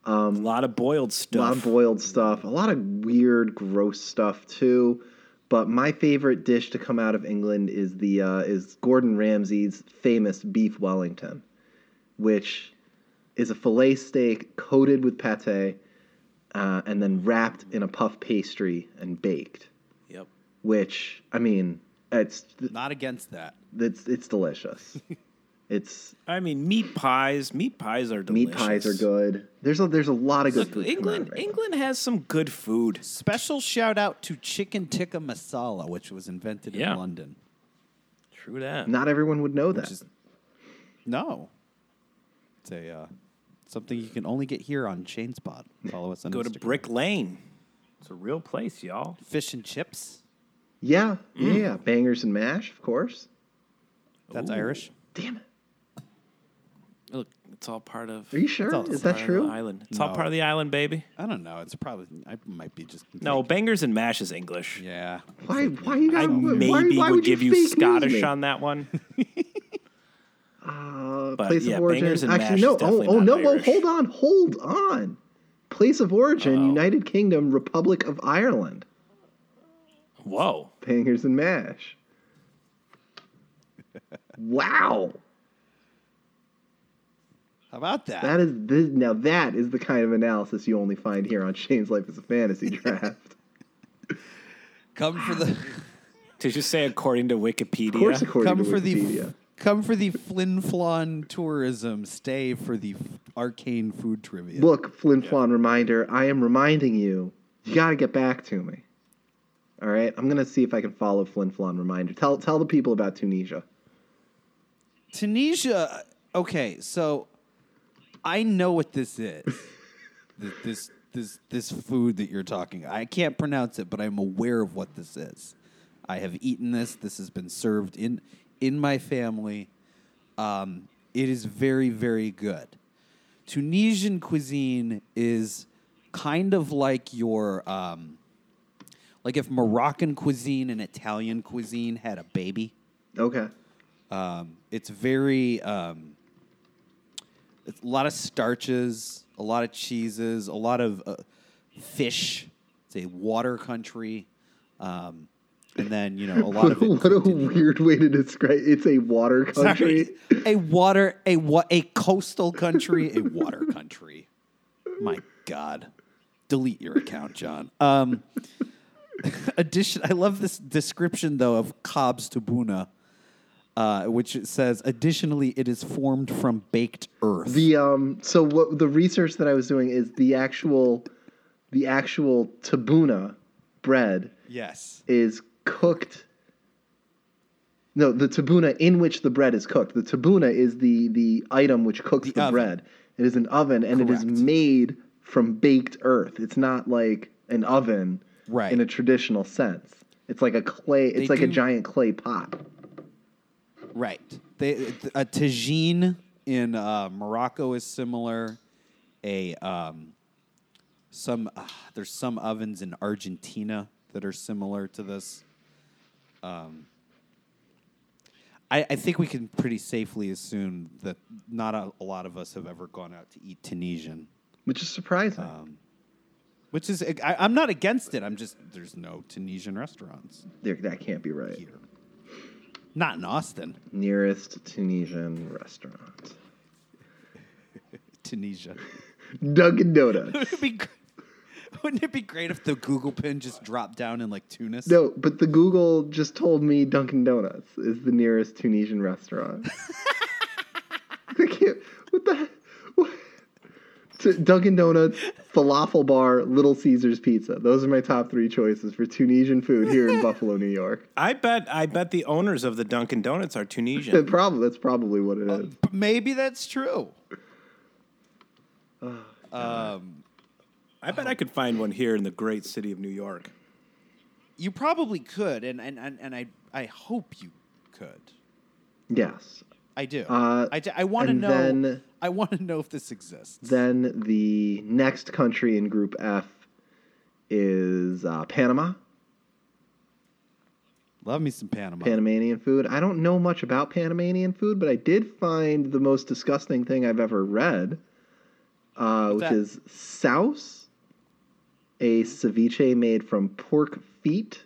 Speaker 1: A Um, lot of boiled
Speaker 3: A lot of
Speaker 1: stuff.
Speaker 3: boiled stuff, a lot of weird, gross stuff too. But my favorite dish to come out of England is the uh, is Gordon Ramsay's famous beef Wellington, which is a fillet steak coated with pate uh, and then wrapped in a puff pastry and baked.
Speaker 1: yep.
Speaker 3: Which I mean, it's
Speaker 2: Not against that.
Speaker 3: it's it's delicious. it's
Speaker 1: I mean, meat pies. Meat pies are delicious.
Speaker 3: meat pies are good. There's a there's a lot of good
Speaker 1: Look,
Speaker 3: food. coming out
Speaker 1: England,
Speaker 3: of
Speaker 1: England has some good food.
Speaker 2: Special shout out to chicken tikka masala, which was invented
Speaker 1: Yeah.
Speaker 2: in London.
Speaker 1: True that.
Speaker 3: Not everyone would know that.
Speaker 2: Which is no. It's a uh, something you can only get here on Chainspot. Follow us on
Speaker 1: Go to
Speaker 2: Instagram.
Speaker 1: Brick Lane. It's a real place, y'all.
Speaker 2: Fish and chips.
Speaker 3: Yeah, yeah,
Speaker 1: Mm.
Speaker 3: yeah. Bangers and mash, of course.
Speaker 2: That's
Speaker 1: Ooh.
Speaker 2: Irish.
Speaker 3: Damn it.
Speaker 1: Look, it's all part of.
Speaker 3: Are you sure?
Speaker 2: all
Speaker 3: Is that
Speaker 1: part of
Speaker 3: true?
Speaker 1: the island. It's all
Speaker 2: No.
Speaker 1: part of the island, baby.
Speaker 2: I don't know. It's probably I might be just
Speaker 1: No, bangers and mash is English.
Speaker 2: Yeah.
Speaker 3: Why? Why you
Speaker 1: I
Speaker 3: gotta? why-
Speaker 1: maybe
Speaker 3: why, why
Speaker 1: would
Speaker 3: would
Speaker 1: give you,
Speaker 3: fake news me?
Speaker 1: Scottish on that one.
Speaker 3: uh,
Speaker 1: but
Speaker 3: place
Speaker 1: yeah,
Speaker 3: of origin.
Speaker 1: bangers and mash
Speaker 3: Actually,
Speaker 1: is
Speaker 3: no. Oh,
Speaker 1: definitely
Speaker 3: oh
Speaker 1: not
Speaker 3: no. Whoa,
Speaker 1: Irish.
Speaker 3: hold on. Hold on. Place of origin: United Kingdom, Republic of Ireland.
Speaker 1: Whoa.
Speaker 3: Bangers and mash. wow,
Speaker 2: How about that?
Speaker 3: that is this, now that is the kind of analysis you only find here on Shane's Life as a Fantasy Draft.
Speaker 2: come for the
Speaker 1: Did you say according to
Speaker 3: Of course,
Speaker 1: Wikipedia?
Speaker 3: according
Speaker 2: come
Speaker 3: to
Speaker 2: for
Speaker 3: Wikipedia.
Speaker 2: the come for the Flin Flon tourism. Stay for the arcane food trivia.
Speaker 3: Look, Flin Flon reminder, I am reminding you, you gotta get back to me. All right, I'm gonna see if I can follow Flin Flon reminder. Tell tell the people about Tunisia.
Speaker 2: Tunisia. Okay, so I know what this is. Th- this this this food that you're talking. I can't pronounce it, but I'm aware of what this is. I have eaten this. This has been served in in my family. Um, it is very very good. Tunisian cuisine is kind of like your um, like if Moroccan cuisine and Italian cuisine had a baby.
Speaker 3: Okay.
Speaker 2: Um, it's very um, it's a lot of starches, a lot of cheeses, a lot of uh, fish. It's a water country, um, and then you know a lot
Speaker 3: What,
Speaker 2: of it.
Speaker 3: what a weird way to describe. It's a water country.
Speaker 2: a water, a what, a coastal country, a water country. My God, delete your account, John. Um, addition. I love this description though of Cobb's Tabuna, uh, which it says. Additionally, it is formed from baked earth.
Speaker 3: The um. So what the research that I was doing is the actual, the actual tabuna bread
Speaker 2: yes,
Speaker 3: is cooked. No, the tabuna in which the bread is cooked. The tabuna is the the item which cooks the,
Speaker 2: oven.
Speaker 3: bread. It is an oven, and it
Speaker 2: Correct.
Speaker 3: is made from baked earth. It's not like an oven
Speaker 2: Right.
Speaker 3: in a traditional sense. It's like a clay. It's
Speaker 2: They
Speaker 3: like a
Speaker 2: do-
Speaker 3: giant clay pot.
Speaker 2: right. They, a tagine in uh, Morocco is similar. A um, some uh, there's some ovens in Argentina that are similar to this. Um, I, I think we can pretty safely assume that not a, a lot of us have ever gone out to eat Tunisian,
Speaker 3: which is surprising.
Speaker 2: Um, which is I, I'm not against it. I'm just there's no Tunisian restaurants
Speaker 3: there, that can't be right.
Speaker 2: here, not in Austin,
Speaker 3: Nearest Tunisian restaurant.
Speaker 2: Tunisia.
Speaker 3: Dunkin' Donuts.
Speaker 2: Wouldn't it be gr- wouldn't it be great if the Google pin just dropped down in like Tunis?
Speaker 3: No, but the Google just told me Dunkin' Donuts is the nearest Tunisian restaurant. I can't. What the? What? T- Dunkin' Donuts, falafel bar, Little Caesars pizza. Those are my top three choices for Tunisian food here in Buffalo, New York.
Speaker 1: I bet I bet the owners of the Dunkin' Donuts are Tunisian.
Speaker 3: That probably that's probably what it is.
Speaker 2: But maybe that's true. um,
Speaker 1: I bet I could find one here in the great city of New York.
Speaker 2: you probably could, and and, and, and I I hope you could.
Speaker 3: Yes.
Speaker 2: I do.
Speaker 3: Uh,
Speaker 2: I, do- I want to
Speaker 3: and
Speaker 2: know.
Speaker 3: then-
Speaker 2: I want to know if this exists.
Speaker 3: Then the next country in Group F is uh, Panama.
Speaker 2: Love me some Panama.
Speaker 3: Panamanian food. I don't know much about Panamanian food, but I did find the most disgusting thing I've ever read, uh, which
Speaker 2: that?
Speaker 3: is souse, a ceviche made from pork feet,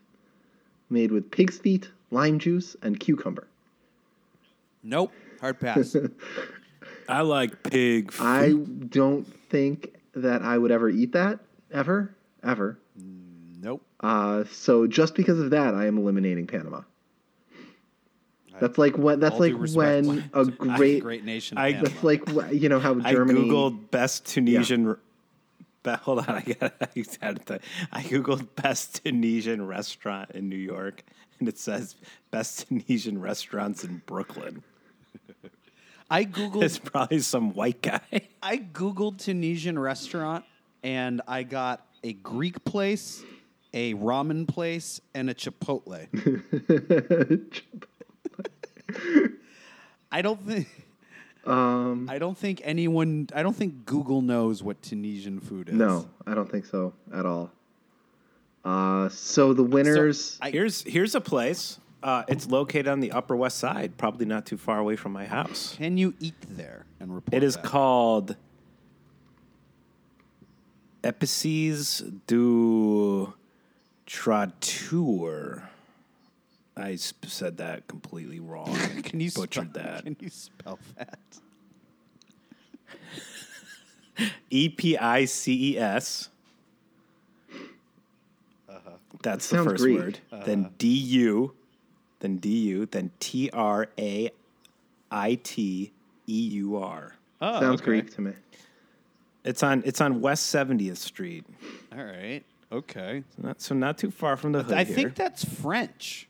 Speaker 3: made with pig's feet, lime juice, and cucumber.
Speaker 2: Nope. Hard pass.
Speaker 1: I like pig. f-
Speaker 3: I
Speaker 2: Hmm.
Speaker 3: don't think that I would ever eat that, ever, ever.
Speaker 2: nope.
Speaker 3: Uh, so just because of that, I am eliminating Panama. That's like when. That's
Speaker 2: All
Speaker 3: like
Speaker 2: due respect,
Speaker 3: when a great.
Speaker 2: great nation.
Speaker 1: I-
Speaker 2: Panama.
Speaker 3: That's like wh- you know how
Speaker 1: I
Speaker 3: Germany.
Speaker 1: googled best Tunisian. re- Be, hold on, I got. I, had to- I googled best Tunisian restaurant in New York, and it says best Tunisian restaurants in Brooklyn.
Speaker 2: I
Speaker 1: It's
Speaker 2: googled.
Speaker 1: probably some white guy.
Speaker 2: I googled Tunisian restaurant, and I got a Greek place, a ramen place, and a Chipotle. I don't think.
Speaker 3: Um,
Speaker 2: I don't think anyone. I don't think Google knows what Tunisian food is.
Speaker 3: no, I don't think so at all. Uh, so the winners,
Speaker 2: I-
Speaker 1: Here's here's a place. Uh, it's located on the Upper West Side, probably not too far away from my house.
Speaker 2: Can you eat there and report?
Speaker 1: It is
Speaker 2: back?
Speaker 1: called Epices du Trateur. I s- said that completely wrong.
Speaker 2: Can you
Speaker 1: butchered
Speaker 2: spell,
Speaker 1: that?
Speaker 2: Can you spell that?
Speaker 1: E P I C E S.
Speaker 2: Uh-huh.
Speaker 1: That's the
Speaker 3: Sounds
Speaker 1: first
Speaker 3: Greek.
Speaker 1: word. Then D U, then D U, then T R A I T E U R.
Speaker 2: Oh,
Speaker 3: sounds
Speaker 2: okay.
Speaker 3: Greek to me.
Speaker 1: It's on it's on West 70th Street.
Speaker 2: All right. Okay.
Speaker 1: Not, so not too far from the hood
Speaker 2: I
Speaker 1: here.
Speaker 2: think that's French.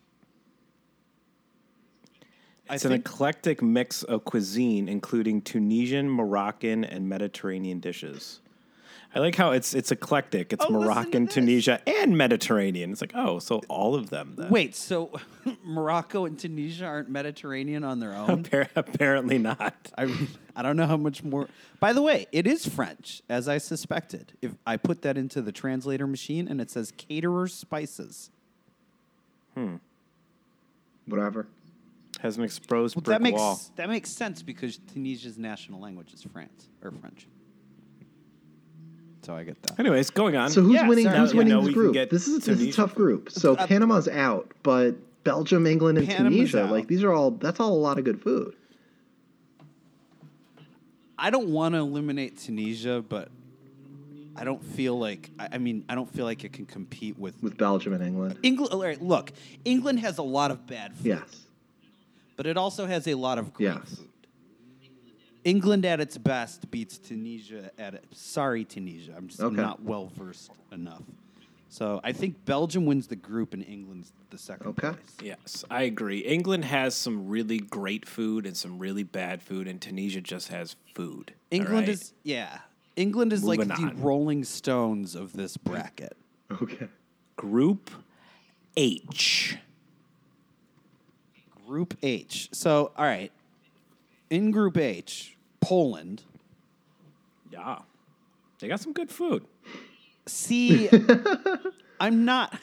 Speaker 2: I
Speaker 1: It's an
Speaker 2: think-
Speaker 1: eclectic mix of cuisine, including Tunisian, Moroccan, and Mediterranean dishes. I like how it's it's eclectic. It's
Speaker 2: Oh, listen to
Speaker 1: Moroccan,
Speaker 2: this.
Speaker 1: Tunisia, and Mediterranean. It's like oh, so all of them. Then.
Speaker 2: Wait, so Morocco and Tunisia aren't Mediterranean on their own?
Speaker 1: Appar- apparently not.
Speaker 2: I re- I don't know how much more. By the way, it is French, as I suspected. If I put that into the translator machine and it says caterer spices.
Speaker 3: Whatever.
Speaker 1: Has an exposed
Speaker 2: Well,
Speaker 1: brick
Speaker 2: that makes
Speaker 1: wall.
Speaker 2: that makes sense because Tunisia's national language is France or French. So I get that.
Speaker 1: Anyways, going on.
Speaker 3: So who's
Speaker 2: Yeah,
Speaker 3: winning?
Speaker 2: sorry.
Speaker 1: Now Um,
Speaker 3: Who's
Speaker 1: you
Speaker 3: winning
Speaker 1: know
Speaker 3: this
Speaker 1: we can
Speaker 3: group?
Speaker 1: get
Speaker 3: This is this is a
Speaker 1: Tunisia.
Speaker 3: tough group. So Panama's out, but Belgium, England, and
Speaker 2: Panama's
Speaker 3: Tunisia,
Speaker 2: out.
Speaker 3: like these are all that's all a lot of good food.
Speaker 2: I don't want to eliminate Tunisia, but I don't feel like I I mean I don't feel like it can compete with
Speaker 3: With Belgium and England,
Speaker 2: England. All right, look, England has a lot of bad food,
Speaker 3: yes,
Speaker 2: but it also has a lot of great
Speaker 3: Yes.
Speaker 2: food. England at its best beats Tunisia at it. Sorry, Tunisia, I'm just I'm
Speaker 3: Okay.
Speaker 2: not well versed enough. So I think Belgium wins the group and England's the second
Speaker 3: Okay.
Speaker 2: place.
Speaker 1: yes, I agree. England has some really great food and some really bad food, and Tunisia just has food. all
Speaker 2: England
Speaker 1: right?
Speaker 2: is yeah. England is like
Speaker 1: Moving
Speaker 2: the
Speaker 1: on.
Speaker 2: Rolling Stones of this bracket.
Speaker 3: okay.
Speaker 1: Group H.
Speaker 2: Group H. So, all right. In Group H, Poland.
Speaker 1: Yeah. They got some good food.
Speaker 2: See, I'm not.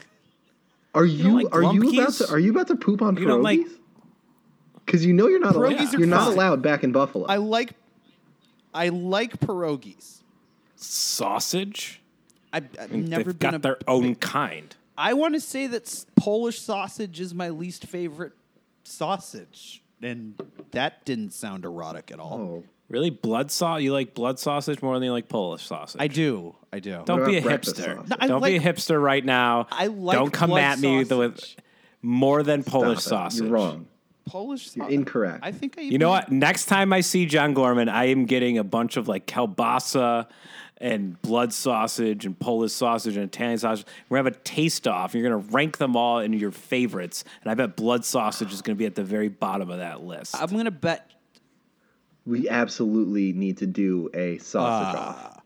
Speaker 3: Are you,
Speaker 1: like
Speaker 3: are you about
Speaker 1: glumpies?
Speaker 3: to are you about to poop on
Speaker 1: don't like-
Speaker 3: pierogies? Because you know you're not
Speaker 2: Pierogies
Speaker 3: allowed.
Speaker 2: are
Speaker 3: You're not
Speaker 2: fine.
Speaker 3: allowed back in Buffalo.
Speaker 2: I like, I like pierogies.
Speaker 1: Sausage.
Speaker 2: I've, I've never
Speaker 1: They've
Speaker 2: been
Speaker 1: got
Speaker 2: a
Speaker 1: their own kind.
Speaker 2: I want to say that s- Polish sausage is my least favorite sausage, and that didn't sound erotic at all.
Speaker 3: oh,
Speaker 1: Really, blood saw? You like blood sausage more than you like Polish sausage?
Speaker 2: I do, I do.
Speaker 1: Don't be
Speaker 3: about
Speaker 1: a
Speaker 3: breakfast
Speaker 1: hipster.
Speaker 3: sausage? No,
Speaker 2: I
Speaker 1: Don't be a
Speaker 2: like-
Speaker 1: hipster right now.
Speaker 2: I like
Speaker 1: Don't come
Speaker 2: blood
Speaker 1: at me with- with
Speaker 2: sausage.
Speaker 1: more than Polish
Speaker 3: stop it.
Speaker 1: sausage.
Speaker 3: You're wrong.
Speaker 2: Polish sausage.
Speaker 3: incorrect.
Speaker 2: I think I.
Speaker 1: You know what? Next time I see John Gorman, I am getting a bunch of like kielbasa and blood sausage and Polish sausage and Italian sausage. We're gonna have a taste off. You're gonna rank them all in your favorites, and I bet blood sausage is gonna be at the very bottom of that list.
Speaker 2: I'm gonna bet.
Speaker 3: We absolutely need to do a sausage
Speaker 2: Ah.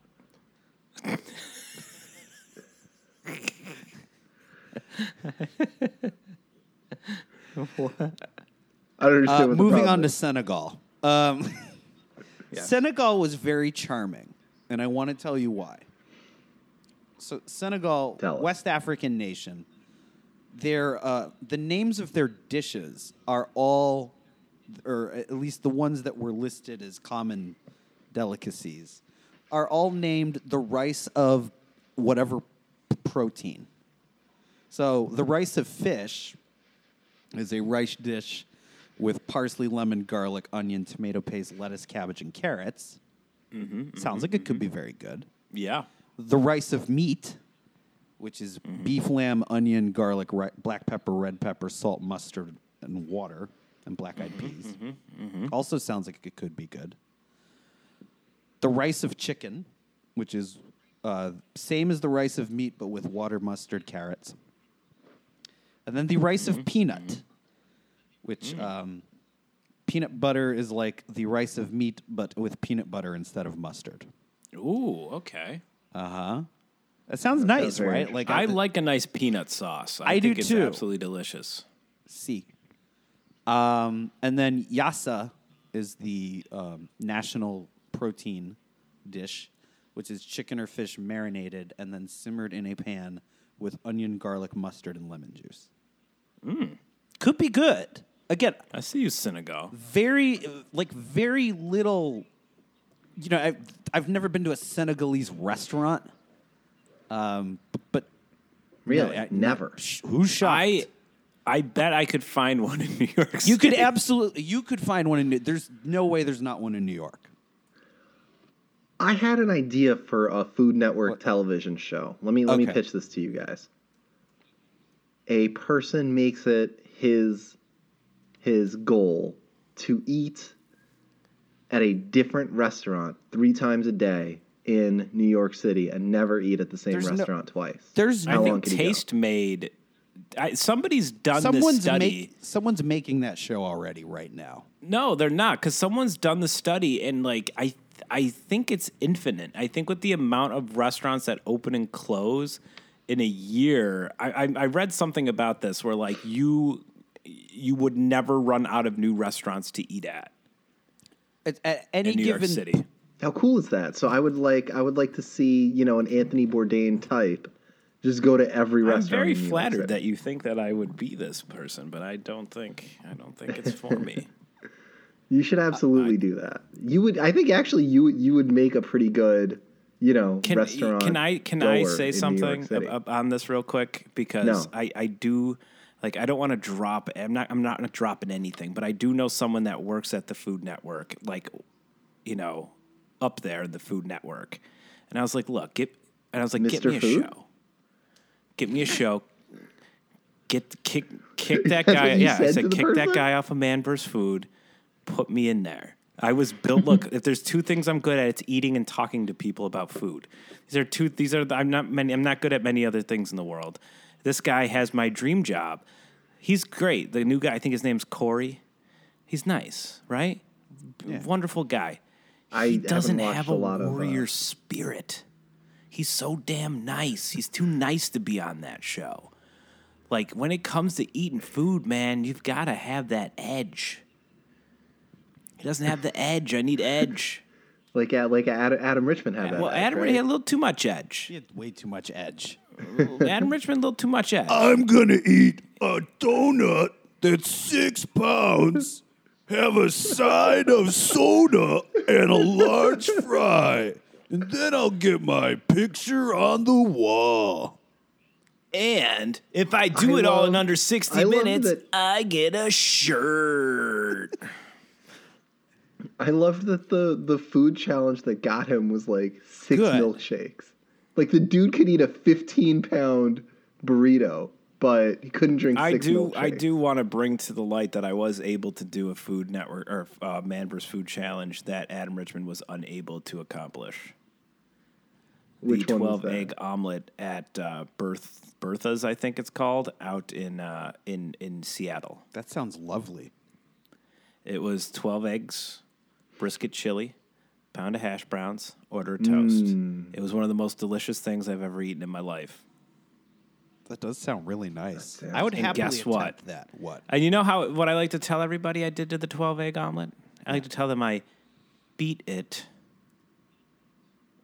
Speaker 3: off. I don't understand.
Speaker 2: Uh,
Speaker 3: what the
Speaker 2: moving
Speaker 3: problem
Speaker 2: on to
Speaker 3: is.
Speaker 2: Senegal. Um, Senegal was very charming, and I want to tell you why. So Senegal,
Speaker 3: Tell us.
Speaker 2: West African nation, their uh, the names of their dishes are all, or at least the ones that were listed as common delicacies, are all named the rice of whatever protein. So the rice of fish is a rice dish with parsley, lemon, garlic, onion, tomato paste, lettuce, cabbage, and carrots.
Speaker 3: Mm-hmm,
Speaker 2: Sounds like it could be very good.
Speaker 1: yeah,
Speaker 2: The rice of meat, which is beef, lamb, onion, garlic, ri- black pepper, red pepper, salt, mustard, and water, and black eyed peas. mm-hmm, Also sounds like it could be good. The rice of chicken, which is uh, same as the rice of meat, but with water, mustard, carrots. And then the rice of peanut, which um, peanut butter is like the rice of meat, but with peanut butter instead of mustard.
Speaker 1: ooh, okay.
Speaker 2: Uh huh. That sounds nice,
Speaker 3: very
Speaker 2: right? Like
Speaker 1: I like a nice peanut sauce. I,
Speaker 2: I do
Speaker 1: think it's
Speaker 2: too.
Speaker 1: Absolutely delicious.
Speaker 2: see. Um, and then yassa is the um, national protein dish, which is chicken or fish marinated and then simmered in a pan with onion, garlic, mustard, and lemon juice.
Speaker 3: Mm.
Speaker 2: Could be good. Again,
Speaker 1: I see you, Senegal.
Speaker 2: very like very little you know I've, I've never been to a senegalese restaurant um, b- but
Speaker 3: really
Speaker 2: I-
Speaker 3: never.
Speaker 2: sh- who's shocked
Speaker 1: I, I bet I could find one in New York.
Speaker 2: you could
Speaker 1: City.
Speaker 2: absolutely you could find one in new there's no way there's not one in new york
Speaker 3: I had an idea for a Food Network television show. Let me let me
Speaker 2: Okay.
Speaker 3: pitch this to you guys. A person makes it his his goal to eat at a different restaurant three times a day in New York City and never eat at the same
Speaker 2: There's no-
Speaker 3: restaurant twice.
Speaker 2: there's
Speaker 1: I
Speaker 2: no
Speaker 3: How
Speaker 1: think
Speaker 3: long could he go?
Speaker 1: Taste Made. I, somebody's done this
Speaker 2: someone's
Speaker 1: study.
Speaker 2: make, someone's making that show already right now
Speaker 1: No, they're not because someone's done the study and like I, I think it's infinite. I think with the amount of restaurants that open and close in a year, I, I, I read something about this where like you, you would never run out of new restaurants to eat at
Speaker 2: it's at any
Speaker 1: in New
Speaker 2: given
Speaker 1: York City.
Speaker 3: How cool is that? So I would like I would like to see, you know, an Anthony Bourdain type just go to every
Speaker 1: I'm
Speaker 3: restaurant.
Speaker 1: very
Speaker 3: in New York City.
Speaker 1: flattered that you think that I would be this person, but I don't think I don't think it's for me.
Speaker 3: You should absolutely do that. You would. I think actually, you would- you would make a pretty good, you know,
Speaker 1: can,
Speaker 3: restaurant.
Speaker 1: Can I can I
Speaker 3: goer
Speaker 1: say
Speaker 3: in New York
Speaker 1: something
Speaker 3: City.
Speaker 1: ab- ab- on this real quick because
Speaker 3: No.
Speaker 1: I I do like I don't want to drop I'm not I'm not dropping anything, but I do know someone that works at the Food Network, like you know, up there in the Food Network, and I was like, look, get and I was like, get
Speaker 3: Mr.
Speaker 1: me a
Speaker 3: Food?
Speaker 1: show, get me a show. Get kick kick that
Speaker 3: That's what
Speaker 1: guy.
Speaker 3: you
Speaker 1: Yeah, I
Speaker 3: said to
Speaker 1: said
Speaker 3: the
Speaker 1: kick that
Speaker 3: person?
Speaker 1: guy off a man vs. food. Put me in there. I was built. Look, if there's two things I'm good at, it's eating and talking to people about food. These are two. These are. the- I'm not many. I'm not good at many other things in the world. This guy has my dream job. He's great. The new guy. I think his name's Corey. He's nice, right? Wonderful guy.
Speaker 3: I
Speaker 1: he
Speaker 3: haven't
Speaker 1: doesn't
Speaker 3: watched
Speaker 1: have
Speaker 3: a lot of, uh,
Speaker 1: warrior spirit. He's so damn nice. He's too nice to be on that show like when it comes to eating food, man, you've got to have that edge. He doesn't have the edge. I need edge.
Speaker 3: Like at like Adam, Adam Richmond had that.
Speaker 1: Well,
Speaker 3: act,
Speaker 1: Adam
Speaker 3: right?
Speaker 1: Richmond had a little too much edge.
Speaker 2: She had way too much edge.
Speaker 1: Adam Richmond, a little too much edge.
Speaker 3: Oh.
Speaker 2: I'm gonna eat a donut that's six pounds, have a side of soda, and a large fry, and then I'll get my picture on the wall.
Speaker 1: And if I do
Speaker 3: I
Speaker 1: it all
Speaker 3: love-
Speaker 1: in under 60
Speaker 3: I love
Speaker 1: minutes,
Speaker 3: that-
Speaker 1: I get a shirt.
Speaker 3: I loved that the the food challenge that got him was like six
Speaker 2: Good.
Speaker 3: milkshakes. Like the dude could eat a fifteen pound burrito, but he couldn't drink.
Speaker 1: I
Speaker 3: six
Speaker 1: do. I
Speaker 3: milkshakes.
Speaker 1: do want to bring to the light that I was able to do a Food Network or uh, Man vs. Food challenge that Adam Richmond was unable to accomplish.
Speaker 3: Which
Speaker 1: the
Speaker 3: one was
Speaker 1: twelve
Speaker 3: that?
Speaker 1: egg omelet at uh, Berth Bertha's, I think it's called, out in uh, in in Seattle.
Speaker 2: That sounds lovely.
Speaker 1: It was twelve eggs, brisket chili, pound of hash browns, order of toast.
Speaker 3: Mm.
Speaker 1: It was one of the most delicious things I've ever eaten in my life.
Speaker 2: That does sound really nice.
Speaker 3: sounds-
Speaker 2: I would
Speaker 1: And
Speaker 2: happily
Speaker 1: guess
Speaker 2: attempt
Speaker 1: what?
Speaker 2: that. What?
Speaker 1: And you know how what I like to tell everybody I did to the twelve egg omelet? I like to tell them I beat it.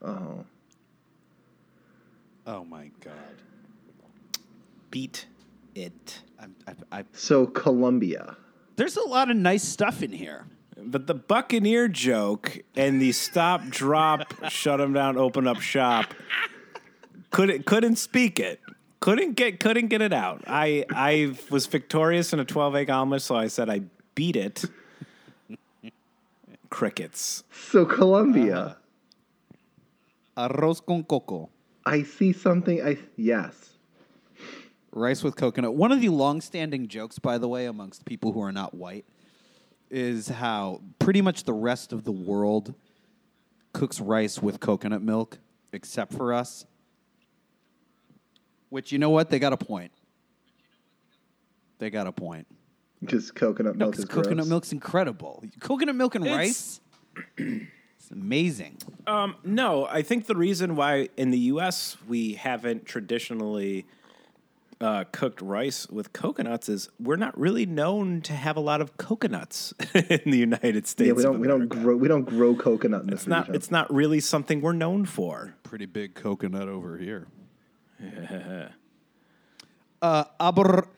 Speaker 3: Oh,
Speaker 2: Oh my god!
Speaker 1: Beat it.
Speaker 2: I'm, I, I,
Speaker 3: so Colombia.
Speaker 2: there's a lot of nice stuff in here.
Speaker 1: But the Buccaneer joke and the stop, drop, shut him down, open up shop couldn't couldn't speak it. Couldn't get couldn't get it out. I I was victorious in a twelve egg omelet, so I said I beat it. Crickets.
Speaker 3: So Colombia.
Speaker 1: Ah.
Speaker 2: Arroz con coco.
Speaker 3: I see something. I yes.
Speaker 2: Rice with coconut. One of the long-standing jokes, by the way, amongst people who are not white, is how pretty much the rest of the world cooks rice with coconut milk, except for us. Which you know what? They got a point. They got a point.
Speaker 3: Just coconut
Speaker 2: No,
Speaker 3: milk.
Speaker 2: because
Speaker 3: is
Speaker 2: coconut
Speaker 3: gross.
Speaker 2: milk's incredible. Coconut milk and
Speaker 1: It's-
Speaker 2: rice. It's amazing.
Speaker 1: Um, no, I think the reason why in the U.S. we haven't traditionally uh, cooked rice with coconuts is we're not really known to have a lot of coconuts in the United States.
Speaker 3: Yeah, we don't
Speaker 1: of
Speaker 3: we don't
Speaker 1: America.
Speaker 3: grow we don't grow coconut in this
Speaker 1: It's not.
Speaker 3: region.
Speaker 1: It's not really something we're known for.
Speaker 2: Pretty big coconut over here. uh, abor-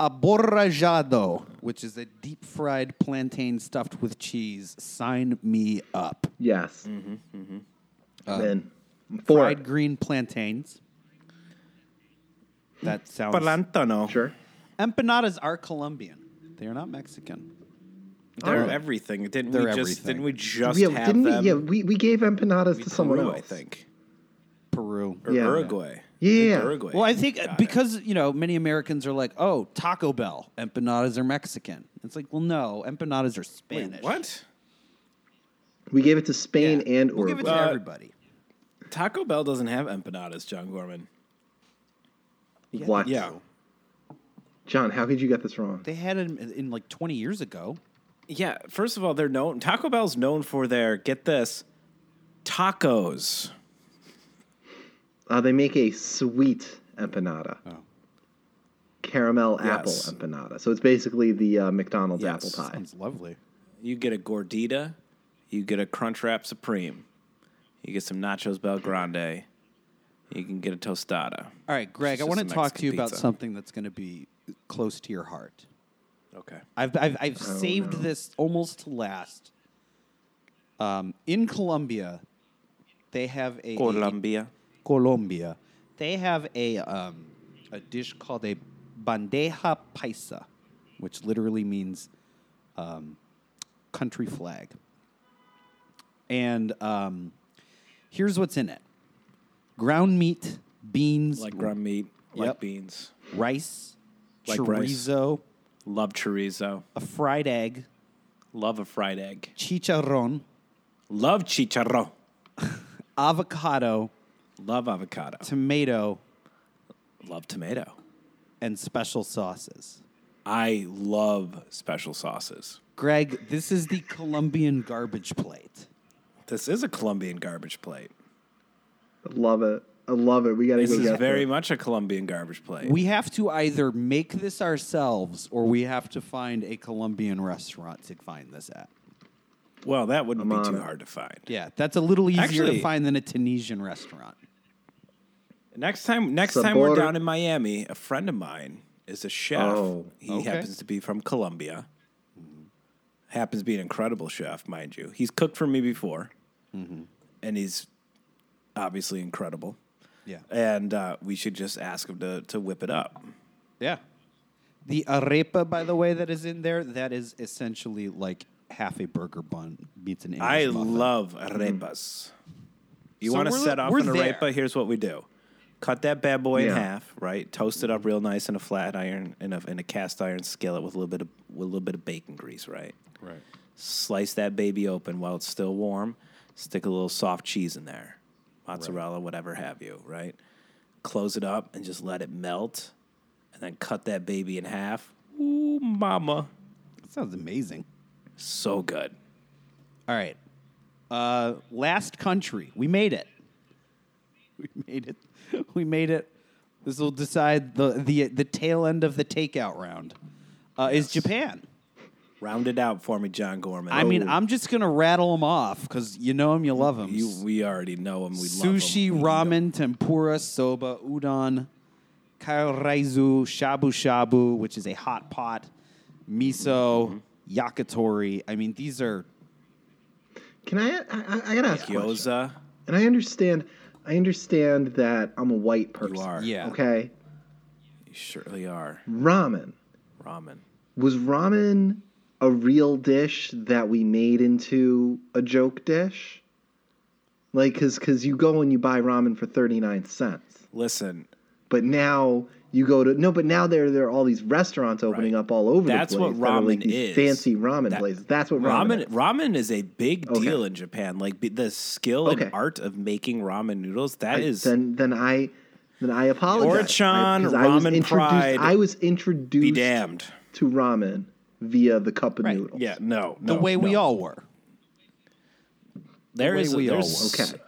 Speaker 2: aborrajado, which is a deep fried plantain stuffed with cheese. Sign me up.
Speaker 3: yes. Mm-hmm,
Speaker 2: mm-hmm.
Speaker 3: then four.
Speaker 2: Fried green plantains. That sounds.
Speaker 1: Palantano.
Speaker 3: Sure.
Speaker 2: Empanadas are Colombian. They are not Mexican.
Speaker 1: They're
Speaker 3: Alright.
Speaker 1: everything. Didn't
Speaker 2: They're
Speaker 1: we just?
Speaker 2: everything.
Speaker 1: Didn't we just
Speaker 3: Yeah,
Speaker 1: have
Speaker 3: didn't we?
Speaker 1: them?
Speaker 3: Yeah, we, we gave empanadas to someone
Speaker 1: Peru,
Speaker 3: else.
Speaker 1: I think.
Speaker 2: Peru.
Speaker 1: Or
Speaker 3: Yeah.
Speaker 1: Uruguay.
Speaker 3: Yeah.
Speaker 1: Uruguay.
Speaker 2: Well, I think
Speaker 1: Got it.
Speaker 2: because you know many Americans are like, "Oh, Taco Bell empanadas are Mexican." It's like, well, no, empanadas are Spanish.
Speaker 1: What?
Speaker 3: We gave it to Spain
Speaker 2: Yeah.
Speaker 3: and
Speaker 2: we'll give it
Speaker 3: Uruguay.
Speaker 2: to
Speaker 1: Uh,
Speaker 2: everybody.
Speaker 1: Taco Bell doesn't have empanadas, John Gorman.
Speaker 3: what?
Speaker 1: Yeah.
Speaker 3: John, how could you get this wrong?
Speaker 2: They had it in, in like 20 years ago.
Speaker 1: Yeah, first of all, they're known. Taco Bell's known for their get this tacos.
Speaker 3: Uh, they make a sweet empanada.
Speaker 2: Oh.
Speaker 3: Caramel
Speaker 1: Yes.
Speaker 3: apple empanada. So it's basically the uh, McDonald's
Speaker 1: Yes.
Speaker 3: apple pie.
Speaker 2: Sounds lovely.
Speaker 1: You get a gordita, you get a Crunchwrap Supreme, you get some Nachos Bel Grande, you can get a tostada.
Speaker 2: All right, Greg,
Speaker 1: It's
Speaker 2: I
Speaker 1: just
Speaker 2: want to
Speaker 1: a
Speaker 2: talk to you
Speaker 1: Mexican
Speaker 2: about
Speaker 1: pizza.
Speaker 2: something that's going to be close to your heart.
Speaker 1: Okay.
Speaker 2: I've, I've, I've saved this almost to last. Um, in Colombia, they have a
Speaker 1: Colombia.
Speaker 2: Colombia, they have a um, a dish called a bandeja paisa, which literally means um, country flag. And um, here's what's in it: ground meat, beans,
Speaker 1: Like ground meat, like
Speaker 2: Yep.
Speaker 1: beans.
Speaker 2: rice,
Speaker 1: Like rice.
Speaker 2: chorizo,
Speaker 1: Love chorizo.
Speaker 2: a fried egg,
Speaker 1: Love a fried egg.
Speaker 2: chicharron,
Speaker 1: Love chicharro.
Speaker 2: avocado,
Speaker 1: Love avocado.
Speaker 2: tomato,
Speaker 1: Love tomato.
Speaker 2: and special sauces.
Speaker 1: I love special sauces.
Speaker 2: Greg, this is the Colombian garbage plate.
Speaker 1: This is a Colombian garbage plate.
Speaker 3: I love it. I love it. We got to
Speaker 1: This
Speaker 3: go
Speaker 1: is
Speaker 3: get
Speaker 1: very
Speaker 3: that.
Speaker 1: much a Colombian garbage plate.
Speaker 2: We have to either make this ourselves or we have to find a Colombian restaurant to find this at.
Speaker 1: Well, that wouldn't
Speaker 3: I'm
Speaker 1: be
Speaker 3: on
Speaker 1: too
Speaker 3: it.
Speaker 1: hard to find.
Speaker 2: Yeah, that's a little easier
Speaker 1: Actually-
Speaker 2: to find than a Tunisian restaurant.
Speaker 1: Next time, next time we're
Speaker 3: Sabor.
Speaker 1: down in Miami, a friend of mine is a chef.
Speaker 3: Oh,
Speaker 1: he
Speaker 2: okay.
Speaker 1: happens to be from Colombia. Happens to be an incredible chef, mind you. He's cooked for me before,
Speaker 3: Mm-hmm.
Speaker 1: and he's obviously incredible.
Speaker 2: Yeah.
Speaker 1: And uh, we should just ask him to to whip it up.
Speaker 2: Yeah. The arepa, by the way, that is in there, that is essentially like half a burger bun meets an English
Speaker 1: I
Speaker 2: muffin.
Speaker 1: love arepas. You
Speaker 2: Mm-hmm. So
Speaker 1: want to
Speaker 2: we're-
Speaker 1: set off
Speaker 2: we're
Speaker 1: an arepa?
Speaker 2: there.
Speaker 1: Here's what we do: cut that bad boy in
Speaker 3: Yeah.
Speaker 1: half, right? Toast it up real nice in a flat iron in a, in a cast iron skillet with a little bit of with a little bit of bacon grease, right?
Speaker 2: Right.
Speaker 1: Slice that baby open while it's still warm. Stick a little soft cheese in there, mozzarella, whatever have you, right? Close it up and just let it melt, and then cut that baby in half. Ooh, mama,
Speaker 2: That sounds amazing.
Speaker 1: so good.
Speaker 2: All right. Uh, last country. We made it. We made it. We made it. This will decide the, the, the tail end of the takeout round. Uh, Is Japan.
Speaker 1: Round it out for me, John Gorman.
Speaker 2: I mean,
Speaker 1: Ooh.
Speaker 2: I'm just going to rattle them off because you know them, you love them.
Speaker 1: You, we already know him. We
Speaker 2: sushi,
Speaker 1: love him.
Speaker 2: ramen, tempura, soba, udon, kairaizu, shabu shabu, which is a hot pot, miso,
Speaker 1: Mm-hmm.
Speaker 2: yakitori. I mean, these are
Speaker 3: Can I? I, I- I gotta ask you.
Speaker 1: Gyoza.
Speaker 3: And I understand. I understand that I'm a white person.
Speaker 1: You are.
Speaker 2: yeah.
Speaker 3: Okay.
Speaker 1: You surely are.
Speaker 3: Ramen.
Speaker 1: Ramen.
Speaker 3: Was ramen a real dish that we made into a joke dish? Like, cause, 'cause you go and you buy ramen for thirty nine cents,
Speaker 1: Listen,
Speaker 3: but now you go to no, but now there there are all these restaurants opening
Speaker 1: Right.
Speaker 3: up all over
Speaker 1: That's
Speaker 3: the place.
Speaker 1: what
Speaker 3: that are, like
Speaker 1: ramen is.
Speaker 3: these Fancy ramen
Speaker 1: That-
Speaker 3: places. That's what ramen.
Speaker 1: ramen.
Speaker 3: is.
Speaker 1: Ramen is a big
Speaker 3: Okay.
Speaker 1: deal in Japan. Like be- the skill
Speaker 3: Okay.
Speaker 1: and art of making ramen noodles.
Speaker 3: I-
Speaker 1: That is
Speaker 3: then then I then I apologize.
Speaker 1: Orichan,
Speaker 3: I- 'cause I was
Speaker 1: ramen
Speaker 3: introduced-
Speaker 1: pride,
Speaker 3: I was introduced
Speaker 1: be damned.
Speaker 3: to ramen via the cup of noodles.
Speaker 1: Yeah. No.
Speaker 2: the
Speaker 1: no,
Speaker 2: way we
Speaker 1: no.
Speaker 2: all were.
Speaker 1: There
Speaker 2: way
Speaker 1: is.
Speaker 2: we all
Speaker 1: there's
Speaker 3: were. Okay.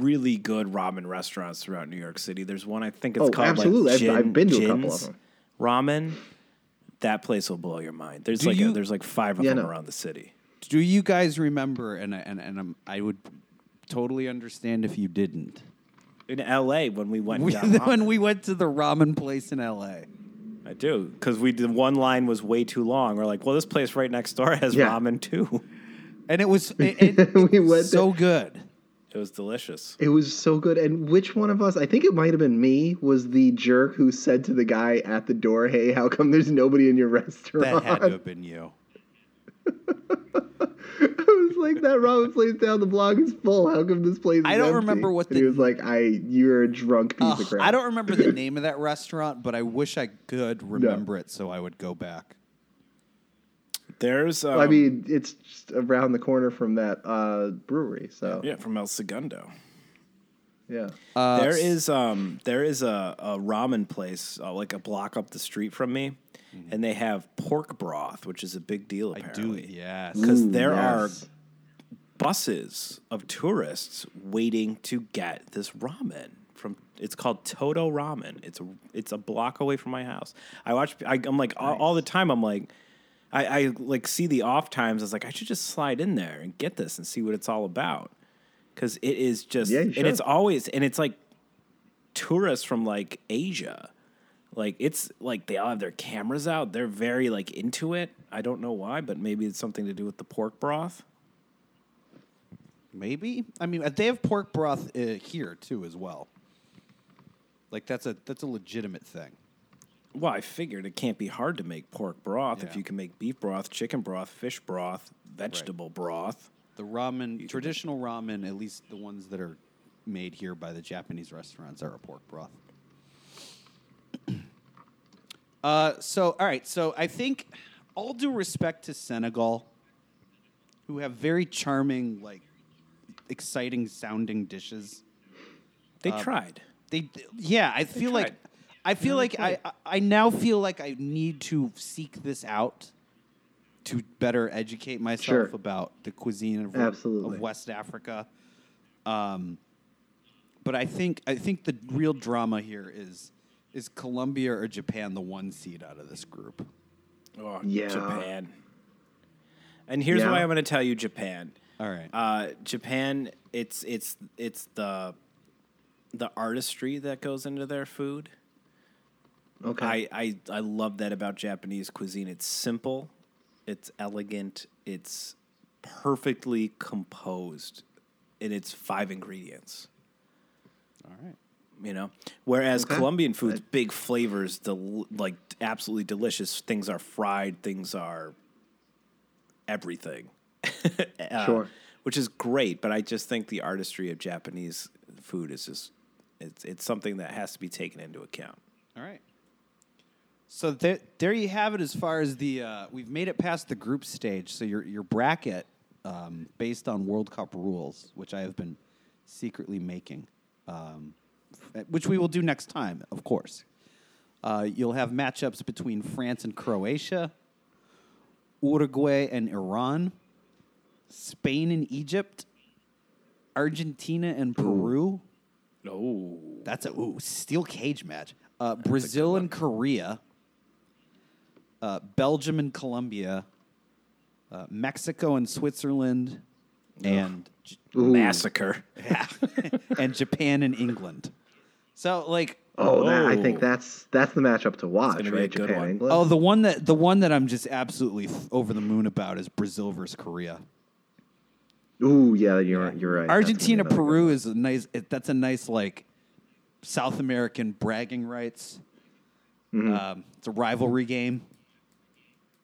Speaker 1: Really good ramen restaurants throughout New York City. There's one I think it's
Speaker 3: Oh,
Speaker 1: called
Speaker 3: absolutely.
Speaker 1: like
Speaker 3: I've- I've
Speaker 1: Jin-
Speaker 3: been to a couple of
Speaker 1: Jin's
Speaker 3: them.
Speaker 1: Ramen. That place will blow your mind. There's
Speaker 2: Do
Speaker 1: like a,
Speaker 2: you-
Speaker 1: there's like five of
Speaker 3: Yeah,
Speaker 1: them
Speaker 3: no.
Speaker 1: around the city.
Speaker 2: Do you guys remember? And I- and and I'm, I would totally understand if you didn't.
Speaker 1: In L.A. when we went
Speaker 2: We,
Speaker 1: down
Speaker 2: when we went to the ramen place in L.A.
Speaker 1: I do because we did one line was way too long. We're like, well, this place right next door has
Speaker 3: Yeah.
Speaker 1: ramen too.
Speaker 2: and it was it, it,
Speaker 3: We went
Speaker 2: so good.
Speaker 1: It was delicious.
Speaker 3: It was so good. And which one of us, I think it might have been me, was the jerk who said to the guy at the door, Hey, how come there's nobody in your
Speaker 2: That
Speaker 3: restaurant?
Speaker 2: had to have been you.
Speaker 3: I was like, That ramen place down the block is full. How come this place is
Speaker 2: I don't
Speaker 3: empty?"
Speaker 2: remember what
Speaker 3: And he
Speaker 2: the-
Speaker 3: was like, I, You're a drunk piece of
Speaker 2: Ugh,
Speaker 3: crap.
Speaker 2: I don't remember the name of that restaurant, but I wish I could remember it so I would go back.
Speaker 1: There's, um,
Speaker 3: I mean, it's just around the corner from that uh, brewery. So, yeah.
Speaker 1: um, yeah, from El Segundo.
Speaker 3: yeah.
Speaker 1: there is, um, there is a, a ramen place uh, like a block up the street from me,
Speaker 3: Mm-hmm.
Speaker 1: and they have pork broth, which is a big deal apparently.
Speaker 2: yes.
Speaker 1: because there
Speaker 3: yes.
Speaker 1: are buses of tourists waiting to get this ramen from it's called Toto Ramen. It's a, it's a block away from my house. I watch I, I'm like all, all the time I'm like I, I like see the off times I was like I should just slide in there and get this and see what it's all about cuz it is just
Speaker 3: Yeah, you
Speaker 1: and
Speaker 3: should.
Speaker 1: it's always and it's like tourists from like Asia. Like it's like they all have their cameras out. They're very like into it. I don't know why, but maybe it's something to do with the pork broth.
Speaker 2: Maybe. I mean, they have pork broth uh, here too as well. Like that's a that's a legitimate thing.
Speaker 1: Well, I figured it can't be hard to make pork broth if
Speaker 2: Yeah.
Speaker 1: you can make beef broth, chicken broth, fish broth, vegetable broth.
Speaker 2: The ramen, traditional ramen, at least the ones that are made here by the Japanese restaurants, are a pork broth. uh, so, all right. So, I think all due respect to Senegal, who have very charming, like, exciting sounding dishes.
Speaker 1: They
Speaker 3: Uh,
Speaker 1: tried.
Speaker 2: They, yeah, I feel like,
Speaker 1: tried.
Speaker 2: I feel like I, I, I now feel like I need to seek this out to better educate myself
Speaker 3: Sure.
Speaker 2: about the cuisine of,
Speaker 3: Absolutely.
Speaker 2: of West Africa. Um, but I think I think the real drama here is is Colombia or Japan the one seed out of this group?
Speaker 1: Oh,
Speaker 3: Yeah.
Speaker 1: Japan. And here's
Speaker 3: Yeah.
Speaker 1: why I'm going to tell you Japan.
Speaker 2: All right.
Speaker 1: Uh, Japan, it's it's it's the the artistry that goes into their food.
Speaker 3: Okay.
Speaker 1: I, I I love that about Japanese cuisine. It's simple, it's elegant, it's perfectly composed, and it's five ingredients.
Speaker 2: All right.
Speaker 1: You know, whereas
Speaker 3: Okay.
Speaker 1: Colombian foods,
Speaker 3: I-
Speaker 1: big flavors, del- like absolutely delicious. Things are fried. Things are everything. Uh,
Speaker 3: Sure.
Speaker 1: Which is great, but I just think the artistry of Japanese food is just it's it's something that has to be taken into account.
Speaker 2: All right. So there, there you have it. As far as the, uh, we've made it past the group stage. So your your bracket, um, based on World Cup rules, which I have been secretly making, um, f- which we will do next time, of course. Uh, you'll have matchups between France and Croatia, Uruguay and Iran, Spain and Egypt, Argentina and Peru.
Speaker 1: Oh,
Speaker 2: That's a ooh, steel cage match. Uh, Brazil and Korea, uh, Belgium and Colombia, uh, Mexico and Switzerland, and J-
Speaker 3: Ooh.
Speaker 1: massacre.
Speaker 2: and Japan and England. So like,
Speaker 3: Oh, that, I
Speaker 1: Oh.
Speaker 3: think that's that's the matchup to watch,
Speaker 1: gonna be a
Speaker 3: right?
Speaker 1: good
Speaker 3: Japan,
Speaker 1: one.
Speaker 3: England.
Speaker 2: oh, the one that the one that I'm just absolutely f- over the moon about is Brazil versus Korea.
Speaker 3: Ooh, yeah, you're you're
Speaker 2: Oh.
Speaker 3: right. That's gonna be
Speaker 2: Argentina
Speaker 3: another good
Speaker 2: Peru is a nice. It, that's a nice like South American bragging rights. Um, it's a rivalry game,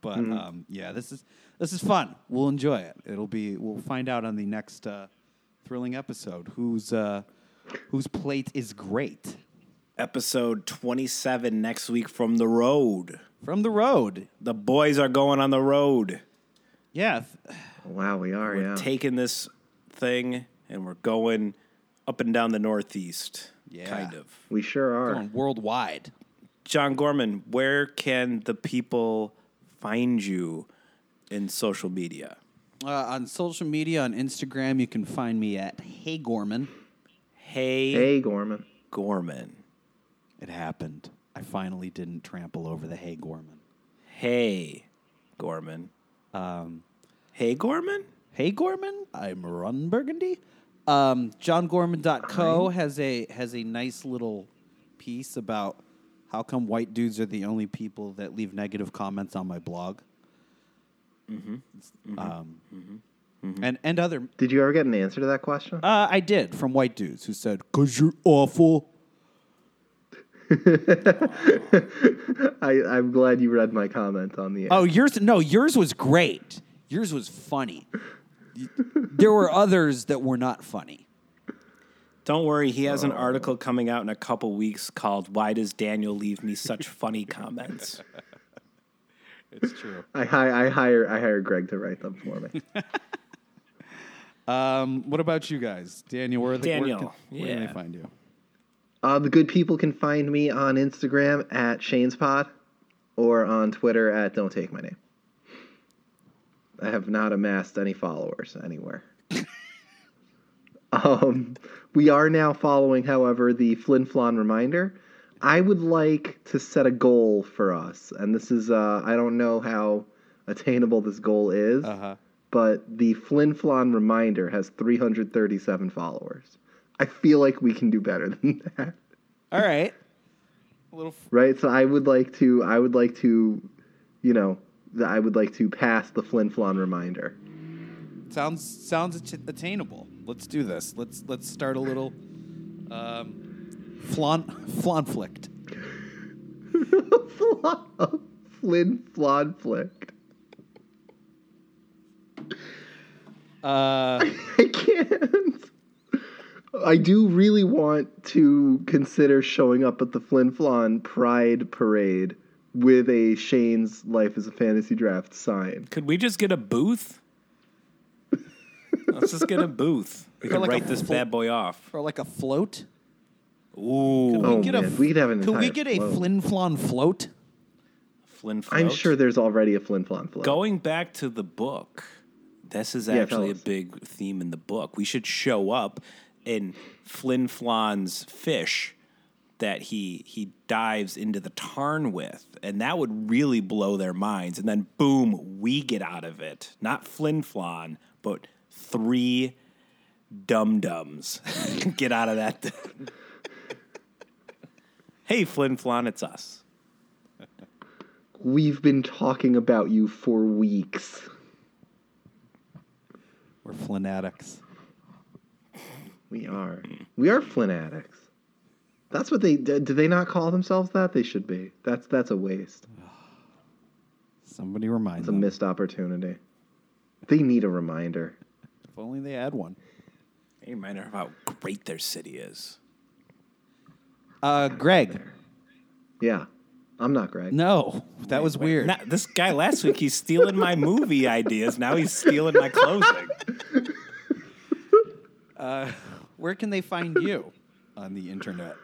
Speaker 2: but um, yeah, this is this is fun. We'll enjoy it. It'll be. We'll find out on the next uh, thrilling episode whose uh, whose plate is great
Speaker 1: Episode 27 next week from the road.
Speaker 2: from the road.
Speaker 1: The boys are going on the road.
Speaker 2: Yeah, th-
Speaker 3: one. Wow, we are.
Speaker 1: We're
Speaker 3: yeah.
Speaker 1: taking this thing and we're going up and down the Northeast.
Speaker 2: Yeah.
Speaker 1: Kind of.
Speaker 3: we sure are.
Speaker 2: going worldwide.
Speaker 1: John Gorman, where can the people find you in social media?
Speaker 2: Uh, on social media, on Instagram, you can find me at Hey Gorman.
Speaker 1: Hey,
Speaker 3: Hey, Gorman.
Speaker 1: Gorman.
Speaker 2: It happened. I finally didn't trample over the Hey Gorman.
Speaker 1: Hey, Gorman.
Speaker 2: Um,
Speaker 1: Hey, Gorman?
Speaker 2: hey Gorman, I'm Ron Burgundy. Um, JohnGorman.co has a has a nice little piece about how come white dudes are the only people that leave negative comments on my blog. Um, And and other
Speaker 3: Did you ever get an answer to that question?
Speaker 2: uh, I did from white dudes who said because you're awful.
Speaker 3: I, I'm glad you read my comment on the.
Speaker 2: Oh, yours no, yours was great. Yours was funny. Y- there were others that were not funny.
Speaker 1: Don't worry, he has an article coming out in a couple weeks called Why Does Daniel Leave Me Such Funny Comments?
Speaker 2: It's true.
Speaker 3: I, hi- I hire I hire Greg to write them for me.
Speaker 2: Um, what about you guys, Daniel? Where, the,
Speaker 1: Daniel,
Speaker 2: where, can, where can
Speaker 1: yeah.
Speaker 2: they find you?
Speaker 3: uh, the good people can find me on Instagram at Shane's Pod, or on Twitter at Don't Take My Name. I have not amassed any followers anywhere. um, we are now following, however, the Flin Flon reminder. I would like to set a goal for us, and this is uh, I don't know how attainable this goal is.
Speaker 2: huh.
Speaker 3: but the Flin Flon reminder has 337 followers. I feel like we can do better than that,
Speaker 2: All right. A little. F-
Speaker 3: right? So I would like to, I would like to, you know, th- I would like to pass the Flin Flon reminder.
Speaker 2: sounds sounds att- attainable. Let's do this. Let's let's start a little. Um, flaunt flaunflict.
Speaker 3: Flin Flon flicked.
Speaker 2: Uh,
Speaker 3: I can't. I do really want to consider showing up at the Flin Flon Pride Parade with a Shane's Life is a Fantasy Draft sign.
Speaker 1: Could we just get a booth? Let's just get a booth. We
Speaker 2: Or
Speaker 1: can
Speaker 2: like a
Speaker 1: write this
Speaker 2: full-
Speaker 1: bad boy off.
Speaker 2: or like a float.
Speaker 1: Ooh,
Speaker 3: Oh,
Speaker 2: get a
Speaker 3: man.
Speaker 2: f-
Speaker 3: we could have an
Speaker 2: Could we
Speaker 3: entire
Speaker 2: get a
Speaker 3: float.
Speaker 2: flin flon float?
Speaker 1: Flynn float.
Speaker 3: I'm sure there's already a Flin Flon float.
Speaker 1: Going back to the book, this is
Speaker 3: Yeah,
Speaker 1: actually
Speaker 3: tell
Speaker 1: a
Speaker 3: us.
Speaker 1: big theme in the book. We should show up in Flynn Flon's fish that he he dives into the tarn with, and that would really blow their minds. And then boom, we get out of it. Not Flin Flon, but three dum dums get out of that. hey, Flin Flon, it's us.
Speaker 3: We've been talking about you for weeks.
Speaker 2: We're flanatics.
Speaker 3: We are.
Speaker 2: Mm.
Speaker 3: We are Flynn addicts. That's what they do. Do they not call themselves that? They should be. That's that's a waste.
Speaker 2: Somebody reminds
Speaker 3: It's a
Speaker 2: them.
Speaker 3: missed opportunity. They need a reminder.
Speaker 2: If only they had one.
Speaker 1: A reminder of how great their city is.
Speaker 2: Uh, Greg.
Speaker 3: Yeah, I'm not Greg.
Speaker 2: No, that was weird.
Speaker 1: Now, this guy last week, he's stealing my movie ideas. Now he's stealing my closing.
Speaker 2: Where can they find you on the internet?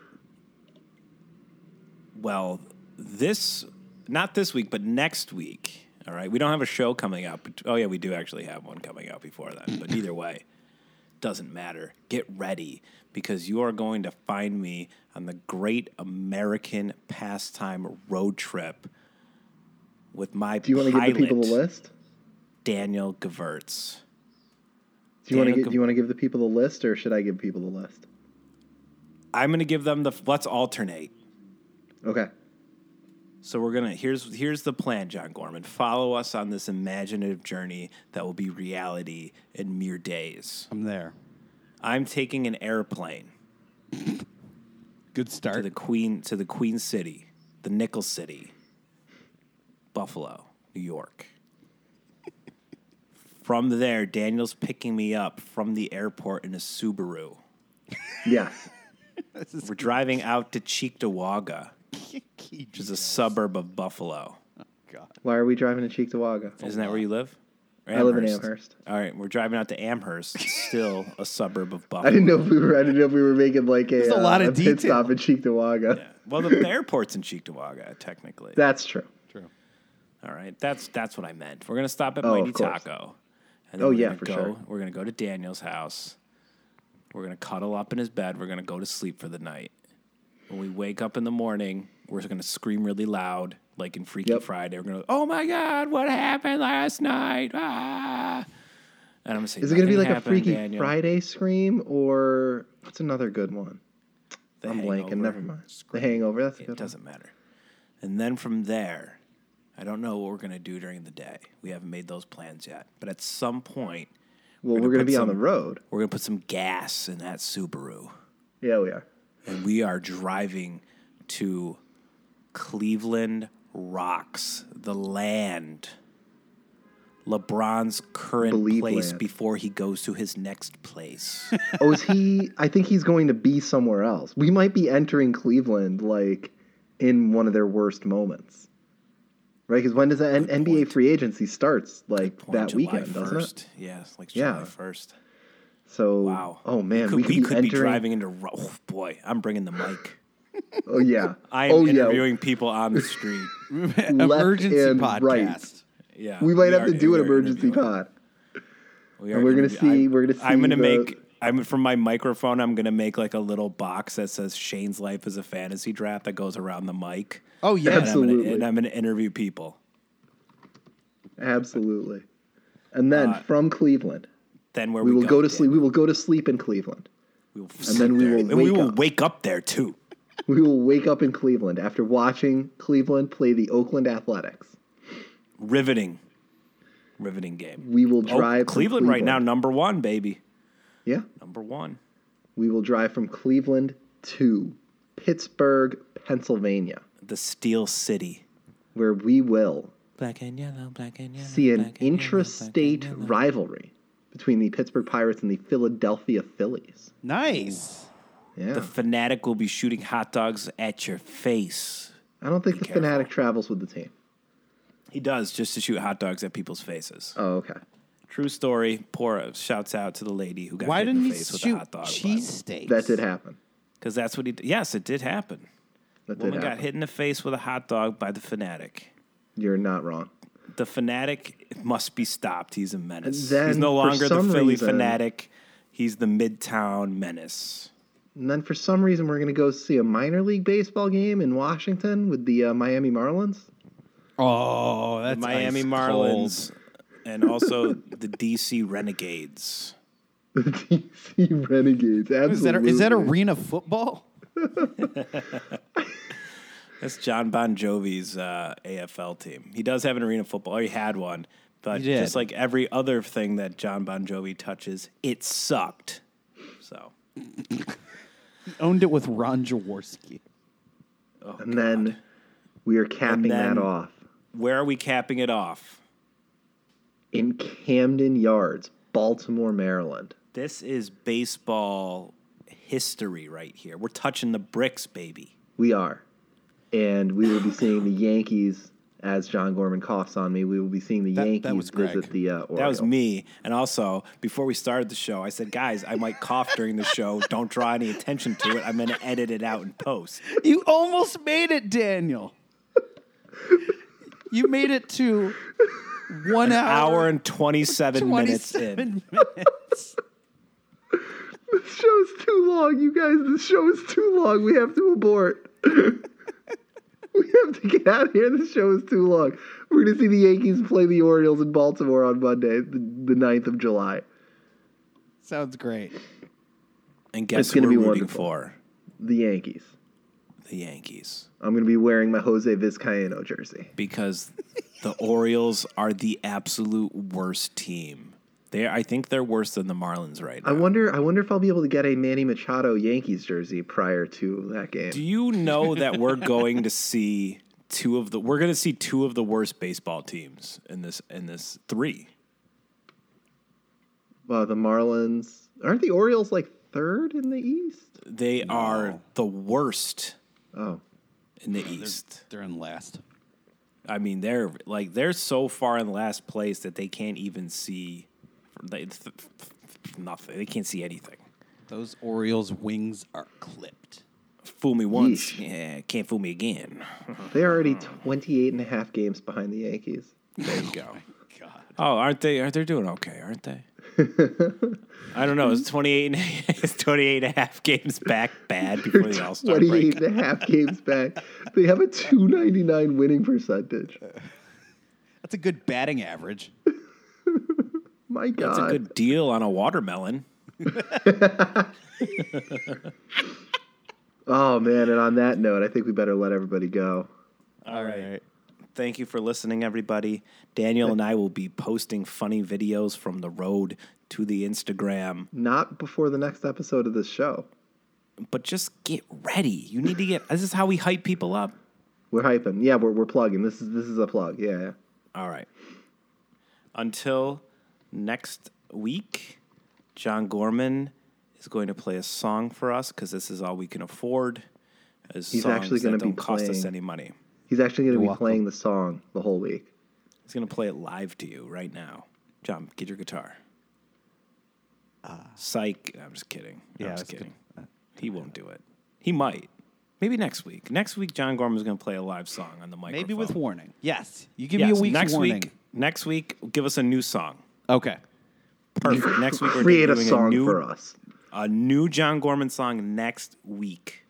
Speaker 1: Well, this, not this week, but next week. All right. We don't have a show coming up. But, oh, yeah, we do actually have one coming out before that. But either way, doesn't matter. Get ready because you are going to find me on the great American pastime road trip with my
Speaker 3: Do you want to give
Speaker 1: pilot,
Speaker 3: the people the list?
Speaker 1: Daniel Gewurz.
Speaker 3: Do you want to
Speaker 1: Daniel
Speaker 3: get, do you want to give the people the list, or should I give people the list?
Speaker 1: I'm going to give them the, let's alternate.
Speaker 3: Okay.
Speaker 1: So we're gonna here's here's the plan, John Gorman. Follow us on this imaginative journey that will be reality in mere days.
Speaker 2: I'm there.
Speaker 1: I'm taking an airplane
Speaker 2: Good
Speaker 1: to
Speaker 2: start.
Speaker 1: the Queen to the Queen City, the Nickel City, Buffalo, New York. From there, Daniel's picking me up from the airport in a Subaru.
Speaker 3: Yes.
Speaker 1: We're driving out to Cheektowaga, which is a suburb of Buffalo.
Speaker 3: Why are we driving to Cheektowaga?
Speaker 1: Isn't that where you live? Or
Speaker 3: Oh, I live in Amherst.
Speaker 1: All right, we're driving out to Amherst, still a suburb of Buffalo.
Speaker 3: I didn't know if we were. I didn't know if we were making like a,
Speaker 2: There's a
Speaker 3: uh,
Speaker 2: lot of
Speaker 3: pit
Speaker 2: detail.
Speaker 3: stop at Cheektowaga.
Speaker 1: Well, the, the airport's in Cheektowaga, technically.
Speaker 3: That's true.
Speaker 1: All right, that's that's what I meant. We're gonna stop at
Speaker 3: Oh, of
Speaker 1: Mighty
Speaker 3: course.
Speaker 1: Taco, and then
Speaker 3: Oh,
Speaker 1: we're
Speaker 3: yeah,
Speaker 1: gonna
Speaker 3: for
Speaker 1: go,
Speaker 3: sure.
Speaker 1: We're gonna go to Daniel's house. We're gonna cuddle up in his bed. We're gonna go to sleep for the night. When we wake up in the morning, we're gonna scream really loud, like in Freaky
Speaker 3: Yep.
Speaker 1: Friday. We're gonna, oh my god, what happened last night? Ah! And I'm gonna say,
Speaker 3: Is it going to be
Speaker 1: "Nothing
Speaker 3: like a
Speaker 1: happened,
Speaker 3: Freaky
Speaker 1: Daniel."
Speaker 3: Friday scream, or what's another good one?
Speaker 1: The
Speaker 3: I'm
Speaker 1: Hangover.
Speaker 3: blanking. Never mind. The Hangover. That's a
Speaker 1: It
Speaker 3: good.
Speaker 1: doesn't matter. And then from there, I don't know what we're going to do during the day. We haven't made those plans yet. But at some point,
Speaker 3: One. Well,
Speaker 1: gonna
Speaker 3: we're going to
Speaker 1: put
Speaker 3: be on the
Speaker 1: some-
Speaker 3: road.
Speaker 1: we're going to put some gas in that Subaru.
Speaker 3: Yeah, we are.
Speaker 1: And we are driving to Cleveland Rocks, the land. LeBron's current
Speaker 3: Believe
Speaker 1: place
Speaker 3: land.
Speaker 1: before he goes to his next place.
Speaker 3: Oh, is he? I think he's going to be somewhere else. We might be entering Cleveland like in one of their worst moments, right? Because when does that N- NBA
Speaker 1: point.
Speaker 3: free agency starts? Like
Speaker 1: On
Speaker 3: that
Speaker 1: July
Speaker 3: weekend, doesn't it?
Speaker 1: 1st. Yeah, it's like
Speaker 3: Yeah.
Speaker 1: July 1st.
Speaker 3: So,
Speaker 1: Wow.
Speaker 3: oh man,
Speaker 1: we could, we could be
Speaker 3: entering-
Speaker 1: driving into. ro- Oh boy, I'm bringing the mic.
Speaker 3: Oh yeah,
Speaker 1: I am
Speaker 3: oh
Speaker 1: interviewing people on the street.
Speaker 2: Emergency
Speaker 3: and
Speaker 2: podcast.
Speaker 3: right.
Speaker 1: Yeah,
Speaker 3: We might have
Speaker 1: are-
Speaker 3: to do an
Speaker 1: we are
Speaker 3: emergency
Speaker 1: interviewing.
Speaker 3: pod.
Speaker 1: We
Speaker 3: and
Speaker 1: are
Speaker 3: we're gonna
Speaker 1: interview-
Speaker 3: see-
Speaker 1: I'm-
Speaker 3: we're gonna
Speaker 1: I'm
Speaker 3: see
Speaker 1: gonna
Speaker 3: the-
Speaker 1: make. I'm from my microphone. I'm gonna make like a little box that says Shane's life is a fantasy draft that goes around the mic.
Speaker 2: Oh
Speaker 1: And
Speaker 2: yeah.
Speaker 1: I'm gonna-
Speaker 3: Absolutely.
Speaker 1: and I'm gonna interview people.
Speaker 3: Absolutely. And then from Cleveland,
Speaker 1: Then where
Speaker 3: we
Speaker 1: Uh, we,
Speaker 3: will go to
Speaker 1: Dan.
Speaker 3: sleep. We will go to sleep in Cleveland.
Speaker 1: We will
Speaker 3: and then we will
Speaker 1: and we
Speaker 3: wake
Speaker 1: will
Speaker 3: up.
Speaker 1: wake up there too.
Speaker 3: We will wake up in Cleveland after watching Cleveland play the Oakland Athletics.
Speaker 1: Riveting, riveting game.
Speaker 3: We will
Speaker 1: Oh,
Speaker 3: drive from
Speaker 1: Cleveland right now, number one, baby,
Speaker 3: Yeah,
Speaker 1: number one.
Speaker 3: we will drive from Cleveland to Pittsburgh, Pennsylvania,
Speaker 1: The Steel City.
Speaker 3: where we will
Speaker 6: Black and yellow, black and yellow.
Speaker 3: see an
Speaker 6: black and yellow, black and
Speaker 3: intrastate
Speaker 6: yellow.
Speaker 3: rivalry between the Pittsburgh Pirates and the Philadelphia Phillies.
Speaker 2: Nice.
Speaker 3: Yeah,
Speaker 1: The fanatic will be shooting hot dogs at your face.
Speaker 3: I don't think the
Speaker 1: careful.
Speaker 3: fanatic travels with the team.
Speaker 1: He does just to shoot hot dogs at people's faces.
Speaker 3: Oh, okay.
Speaker 1: True story. Poor shouts out to the lady who got
Speaker 2: Why
Speaker 1: hit
Speaker 2: didn't
Speaker 1: in
Speaker 2: he
Speaker 1: the face with a
Speaker 2: shoot
Speaker 1: hot dog.
Speaker 2: cheesesteaks?
Speaker 3: That did happen.
Speaker 1: Because that's what he. Did. Yes, it did happen.
Speaker 3: That did
Speaker 1: Woman
Speaker 3: happen.
Speaker 1: got hit in the face with a hot dog by the fanatic.
Speaker 3: You're not wrong.
Speaker 1: The fanatic must be stopped. He's a menace.
Speaker 3: And then,
Speaker 1: He's no
Speaker 3: for
Speaker 1: longer the
Speaker 3: some
Speaker 1: Philly
Speaker 3: reason-
Speaker 1: fanatic. He's the Midtown menace.
Speaker 3: And then for some reason, we're going to go see a minor league baseball game in Washington with the uh, Miami Marlins.
Speaker 2: Oh, that's
Speaker 1: Miami
Speaker 2: ice
Speaker 1: Marlins and also the DC Renegades.
Speaker 3: The DC Renegades. Absolutely.
Speaker 2: cold. Is that, is that arena football?
Speaker 1: That's John Bon Jovi's uh, AFL team. He does have an arena football. Or he had one, but
Speaker 2: He did.
Speaker 1: just like every other thing that John Bon Jovi touches, it sucked. So
Speaker 2: Owned it with Ron Jaworski.
Speaker 3: and then we are capping
Speaker 1: then-
Speaker 3: that off
Speaker 1: where are we capping it off?
Speaker 3: in Camden Yards, Baltimore, Maryland.
Speaker 1: This is baseball history right here. We're touching the bricks, baby.
Speaker 3: We are. And we will be seeing the Yankees as John Gorman coughs on me. We will be seeing the
Speaker 2: That- that
Speaker 3: Yankees
Speaker 2: was Greg.
Speaker 3: visit the uh, Orioles.
Speaker 1: That was me. And also, before we started the show, I said, guys, I might cough during the show. Don't draw any attention to it. I'm going to edit it out in post.
Speaker 2: You almost made it, Daniel. you made it to one
Speaker 1: Hour
Speaker 2: hour,
Speaker 1: and 27 minutes in.
Speaker 2: 27
Speaker 3: This show is too long, you guys. This show is too long. We have to abort. we have to get out of here. This show is too long. We're going to see the Yankees play the Orioles in Baltimore on Monday, the, the 9th of July.
Speaker 2: Sounds great.
Speaker 1: And guess
Speaker 3: It's
Speaker 1: who we're
Speaker 3: gonna
Speaker 1: rooting
Speaker 3: be wonderful.
Speaker 1: for?
Speaker 3: The Yankees.
Speaker 1: The Yankees.
Speaker 3: I'm going to be wearing my Jose Vizcaino jersey.
Speaker 1: Because the Orioles are the absolute worst team. They, I think they're worse than the Marlins right
Speaker 3: I
Speaker 1: now.
Speaker 3: wonder. I wonder if I'll be able to get a Manny Machado Yankees jersey prior to that game.
Speaker 1: Do you know that we're going to see two of the we're going to see two of the worst baseball teams in this in this three?
Speaker 3: uh, the Marlins aren't the Orioles like third in the East?
Speaker 1: They are the worst
Speaker 3: Oh,
Speaker 1: in the East.
Speaker 2: They're in last.
Speaker 1: I mean, they're like they're so far in last place that they can't even see they, th- th- th- nothing. They can't see anything.
Speaker 2: Those Orioles' wings are clipped.
Speaker 1: Fool me once,
Speaker 3: Yeesh.
Speaker 1: yeah, can't fool me again.
Speaker 3: they're already
Speaker 1: Hmm.
Speaker 3: 28 and a half games behind the Yankees.
Speaker 1: There you go.
Speaker 2: God.
Speaker 1: Oh, aren't they? Are they doing okay? Aren't they? I don't know. Is 28 and, is 28 and a half games back bad before the All Star
Speaker 3: 28
Speaker 1: break?
Speaker 3: and a half games back. They have a 299 winning percentage.
Speaker 2: That's a good batting average.
Speaker 3: My God.
Speaker 1: That's a good deal on a watermelon.
Speaker 3: Oh, man. And on that note, I think we better let everybody go.
Speaker 1: All right. Thank you for listening, everybody. Daniel and I will be posting funny videos from the road to the Instagram.
Speaker 3: Not before the next episode of this show.
Speaker 1: But just get ready. You need to get. This is how we hype people up.
Speaker 3: We're hyping. Yeah, we're, we're plugging. This is this is a plug. Yeah, yeah.
Speaker 1: All right. Until next week, John Gorman is going to play a song for us because this is all we can afford. As
Speaker 3: He's
Speaker 1: songs
Speaker 3: actually
Speaker 1: that
Speaker 3: gonna be
Speaker 1: don't cost us
Speaker 3: playing-
Speaker 1: any money.
Speaker 3: He's actually going to be
Speaker 2: welcome.
Speaker 3: playing the song the whole week.
Speaker 1: He's going to play it live to you right now. John, get your guitar. Psych. I'm just kidding.
Speaker 2: Uh. Yeah,
Speaker 1: I'm just
Speaker 2: that's good. Uh,
Speaker 1: kidding. He won't do it. He might. Maybe next week. Next week, John Gorman's going to play a live song on the microphone.
Speaker 2: Maybe with warning. Yes. You give me
Speaker 1: Yes,
Speaker 2: a week's
Speaker 1: next
Speaker 2: warning.
Speaker 1: week. Next week, give us a new song.
Speaker 2: Okay.
Speaker 1: Perfect. Next week, we're
Speaker 3: Create a
Speaker 1: doing
Speaker 3: song
Speaker 1: new,
Speaker 3: for us.
Speaker 1: a new John Gorman song next week.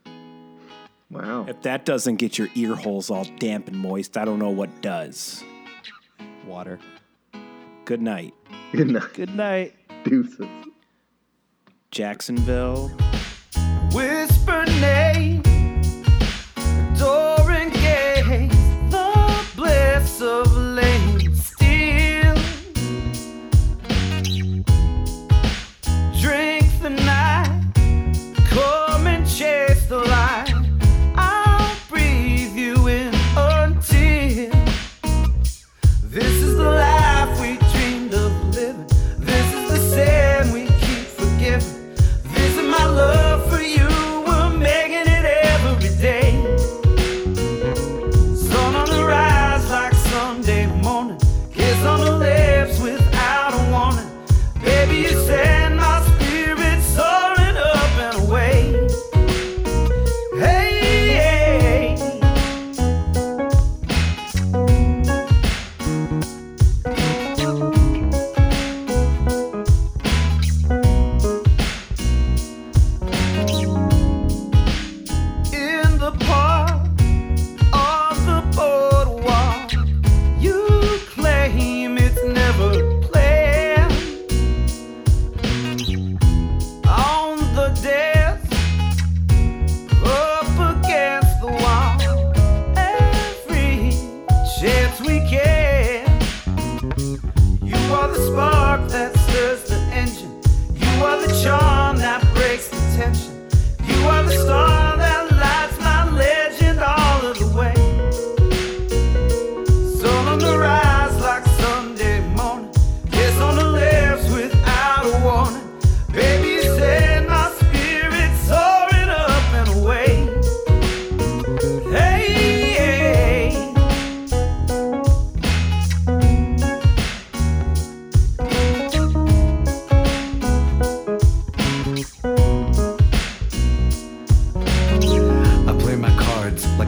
Speaker 3: Wow.
Speaker 1: If that doesn't get your ear holes all damp and moist, I don't know what does.
Speaker 2: Water.
Speaker 1: Good night,
Speaker 3: Good night.
Speaker 2: Good night.
Speaker 3: Deuces.
Speaker 1: Jacksonville.
Speaker 7: Whisper name, door and gate, the bliss of lane still. Drink the night, come and chase the light. I'll breathe you in until. This is the life we dreamed of living. This is the sin we keep forgiving. This is my love for you. We're making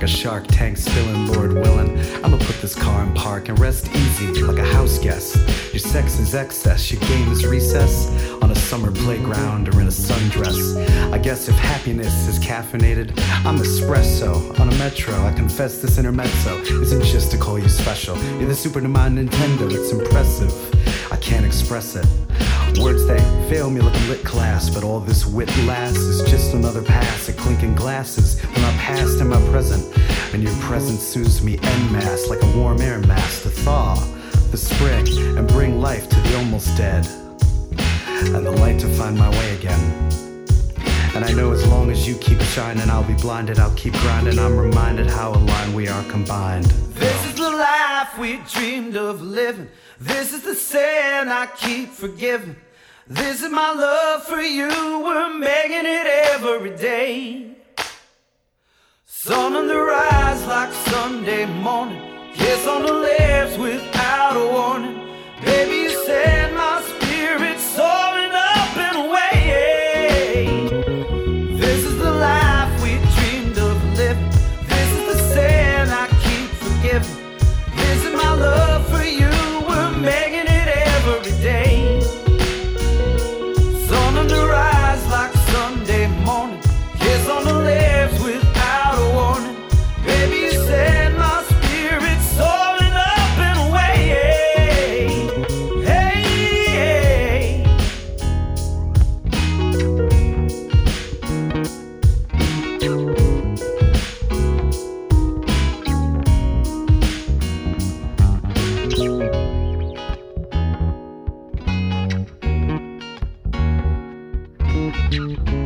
Speaker 8: Shark Tank, spilling Lord willing. I'ma put this car in park and rest easy like a house guest. Your sex is excess, your game is recess. On a summer playground or in a sundress. I guess if happiness is caffeinated, I'm espresso on a metro. I confess this intermezzo isn't just to call you special. You're the Super to my Nintendo, it's impressive. I can't express it. Words that fail me like a lit class, but all this wit lasts is just another pass at clinking glasses when I past and my present. And your presence soothes me en masse like a warm air mass to thaw the spring and bring life to the almost dead. And the light to find my way again. And I know as long as you keep shining, I'll be blinded. I'll keep grinding. I'm reminded how aligned we are combined.
Speaker 7: This is the life we dreamed of living. This is the sin I keep forgiving. This is my love for you. We're making it every day. Sun on the rise like Sunday morning. Kiss on the lips without a warning. Baby, you set my spirit soaring up and away. This is the life we dreamed of living. This is the sin I keep forgiving. This is my love for you. We're making it every day. Sun on the rise like Sunday morning. Kiss on the lips without a warning. Baby, you set my spirit soaring up and away. Hey, hey.
Speaker 8: Thank you.